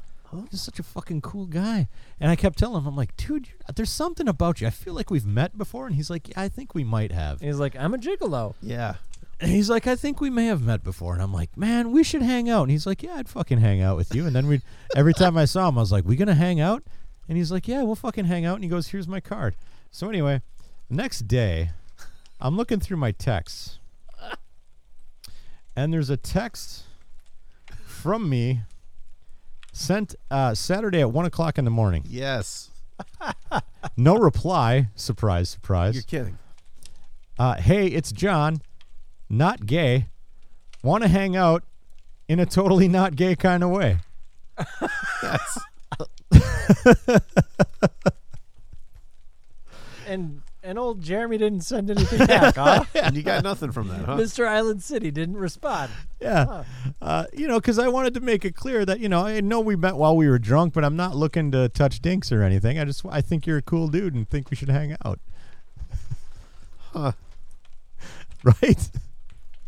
[SPEAKER 3] He's such a fucking cool guy. And I kept telling him, I'm like, dude, you're- there's something about you. I feel like we've met before. And he's like, yeah, I think we might have.
[SPEAKER 4] And he's like, "I'm a gigolo."
[SPEAKER 2] Yeah.
[SPEAKER 3] And he's like, I think we may have met before. And I'm like, man, we should hang out. And he's like, yeah, I'd fucking hang out with you. And then we, every time I saw him, I was like, we gonna hang out? And he's like, yeah, we'll fucking hang out. And he goes, here's my card. So anyway, the next day, I'm looking through my texts, and there's a text from me sent uh, Saturday at one o'clock in the morning.
[SPEAKER 2] Yes.
[SPEAKER 3] No reply. Surprise, surprise.
[SPEAKER 2] You're kidding.
[SPEAKER 3] Uh, hey, it's John, not gay. Want to hang out in a totally not gay kind of way.
[SPEAKER 2] That's
[SPEAKER 4] And and old Jeremy didn't send anything back, huh?
[SPEAKER 2] and you got nothing from that, huh?
[SPEAKER 4] Mr. Island City didn't respond.
[SPEAKER 3] Yeah. Uh, you know, because I wanted to make it clear that, you know, I know we met while we were drunk, but I'm not looking to touch dinks or anything. I just, I think you're a cool dude and think we should hang out. Huh. Right?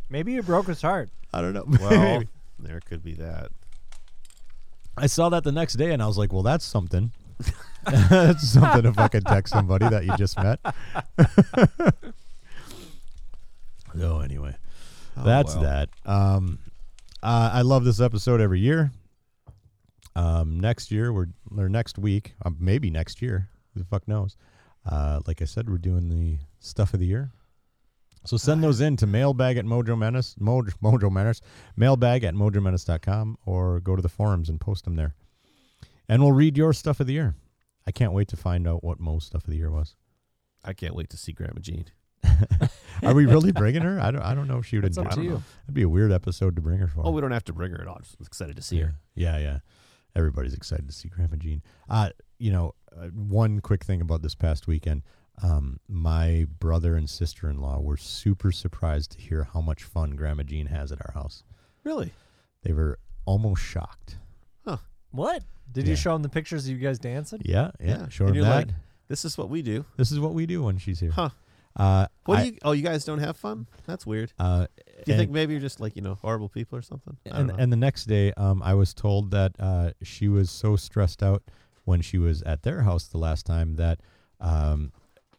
[SPEAKER 4] Maybe you broke his heart.
[SPEAKER 3] I don't know.
[SPEAKER 2] Well,
[SPEAKER 3] Maybe.
[SPEAKER 2] there could be that.
[SPEAKER 3] I saw that the next day and I was like, well, that's something. that's something to fucking text somebody that you just met. so, anyway,
[SPEAKER 11] Oh,
[SPEAKER 3] that's
[SPEAKER 11] well.
[SPEAKER 3] that. Um, uh, I love this episode every year. Um, next year, we're, or next week, um, maybe next year. Who the fuck knows? Uh, like I said, we're doing the stuff of the year. So send those in to mailbag at Mojo Menace, Mojo, Mojo Menace, mailbag at mojomenace.com or go to the forums and post them there. And we'll read your stuff of the year. I can't wait to find out what Mo's stuff of the year was.
[SPEAKER 2] I can't wait to see Grandma Jean.
[SPEAKER 3] Are we really bringing her? I don't, I don't know if she would
[SPEAKER 2] That's up
[SPEAKER 3] enjoy-
[SPEAKER 2] to
[SPEAKER 3] I don't know.
[SPEAKER 2] you.
[SPEAKER 3] That'd be a weird episode to bring her for.
[SPEAKER 2] Oh, we don't have to bring her at all. I'm just excited to see her.
[SPEAKER 3] Yeah, yeah. Everybody's excited to see Grandma Jean. Uh, you know, uh, one quick thing about this past weekend. Um, my brother and sister in law were super surprised to hear how much fun Grandma Jean has at our house.
[SPEAKER 2] Really?
[SPEAKER 3] They were almost shocked.
[SPEAKER 4] What? Did
[SPEAKER 3] Yeah.
[SPEAKER 4] you show him the pictures of you guys dancing?
[SPEAKER 3] Yeah, yeah.
[SPEAKER 2] And
[SPEAKER 3] Showed them
[SPEAKER 2] you're like,
[SPEAKER 3] that.
[SPEAKER 2] this is what we do.
[SPEAKER 3] this is what we do when she's here.
[SPEAKER 2] Huh.
[SPEAKER 3] Uh,
[SPEAKER 2] What
[SPEAKER 3] I-
[SPEAKER 2] do you? Oh, you guys don't have fun? That's weird.
[SPEAKER 3] Uh,
[SPEAKER 2] do you
[SPEAKER 3] and-
[SPEAKER 2] think maybe you're just like you know horrible people or something? I don't
[SPEAKER 3] and,
[SPEAKER 2] know.
[SPEAKER 3] and the next day, um, I was told that uh, she was so stressed out when she was at their house the last time that um,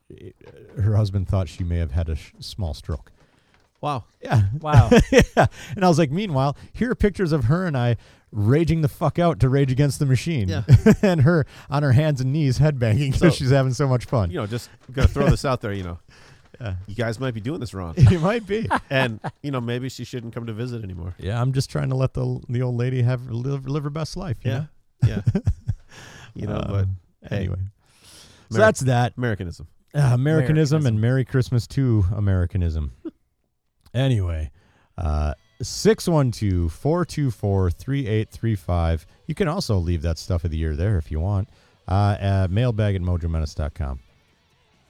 [SPEAKER 3] it- her husband thought she may have had a sh- small stroke.
[SPEAKER 2] Wow.
[SPEAKER 3] Yeah.
[SPEAKER 2] Wow.
[SPEAKER 3] yeah. And I was like, meanwhile, here are pictures of her and I raging the fuck out to Rage Against the Machine.
[SPEAKER 2] Yeah.
[SPEAKER 3] and her on her hands and knees headbanging because
[SPEAKER 2] So-
[SPEAKER 3] she's having so much fun.
[SPEAKER 2] You know, just gonna throw this out there. You know, you guys might be doing this wrong.
[SPEAKER 3] You might be.
[SPEAKER 2] and you know, maybe she shouldn't come to visit anymore.
[SPEAKER 3] Yeah, I'm just trying to let the the old lady have live, live her best life. you
[SPEAKER 2] Yeah.
[SPEAKER 3] know?
[SPEAKER 2] Yeah. You know, but,
[SPEAKER 3] Um,
[SPEAKER 2] hey.
[SPEAKER 3] anyway, so
[SPEAKER 2] Ameri-
[SPEAKER 3] that's that
[SPEAKER 2] Americanism.
[SPEAKER 3] Uh, Americanism, and Merry Christmas to Americanism. anyway, uh, 612-424-3835. You can also leave that stuff of the year there if you want. Uh, at mailbag at mojomenace.com.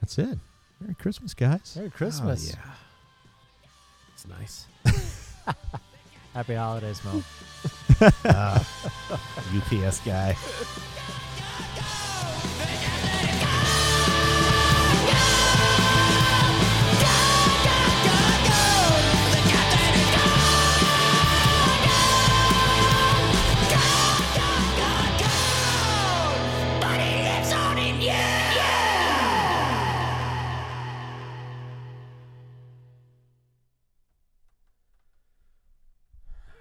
[SPEAKER 3] That's it. Merry Christmas, guys.
[SPEAKER 4] Merry Christmas.
[SPEAKER 2] oh, yeah. It's nice.
[SPEAKER 4] Happy holidays, Mo.
[SPEAKER 2] Ah, UPS guy.
[SPEAKER 6] But he lives on in you!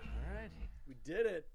[SPEAKER 4] All right. We did it.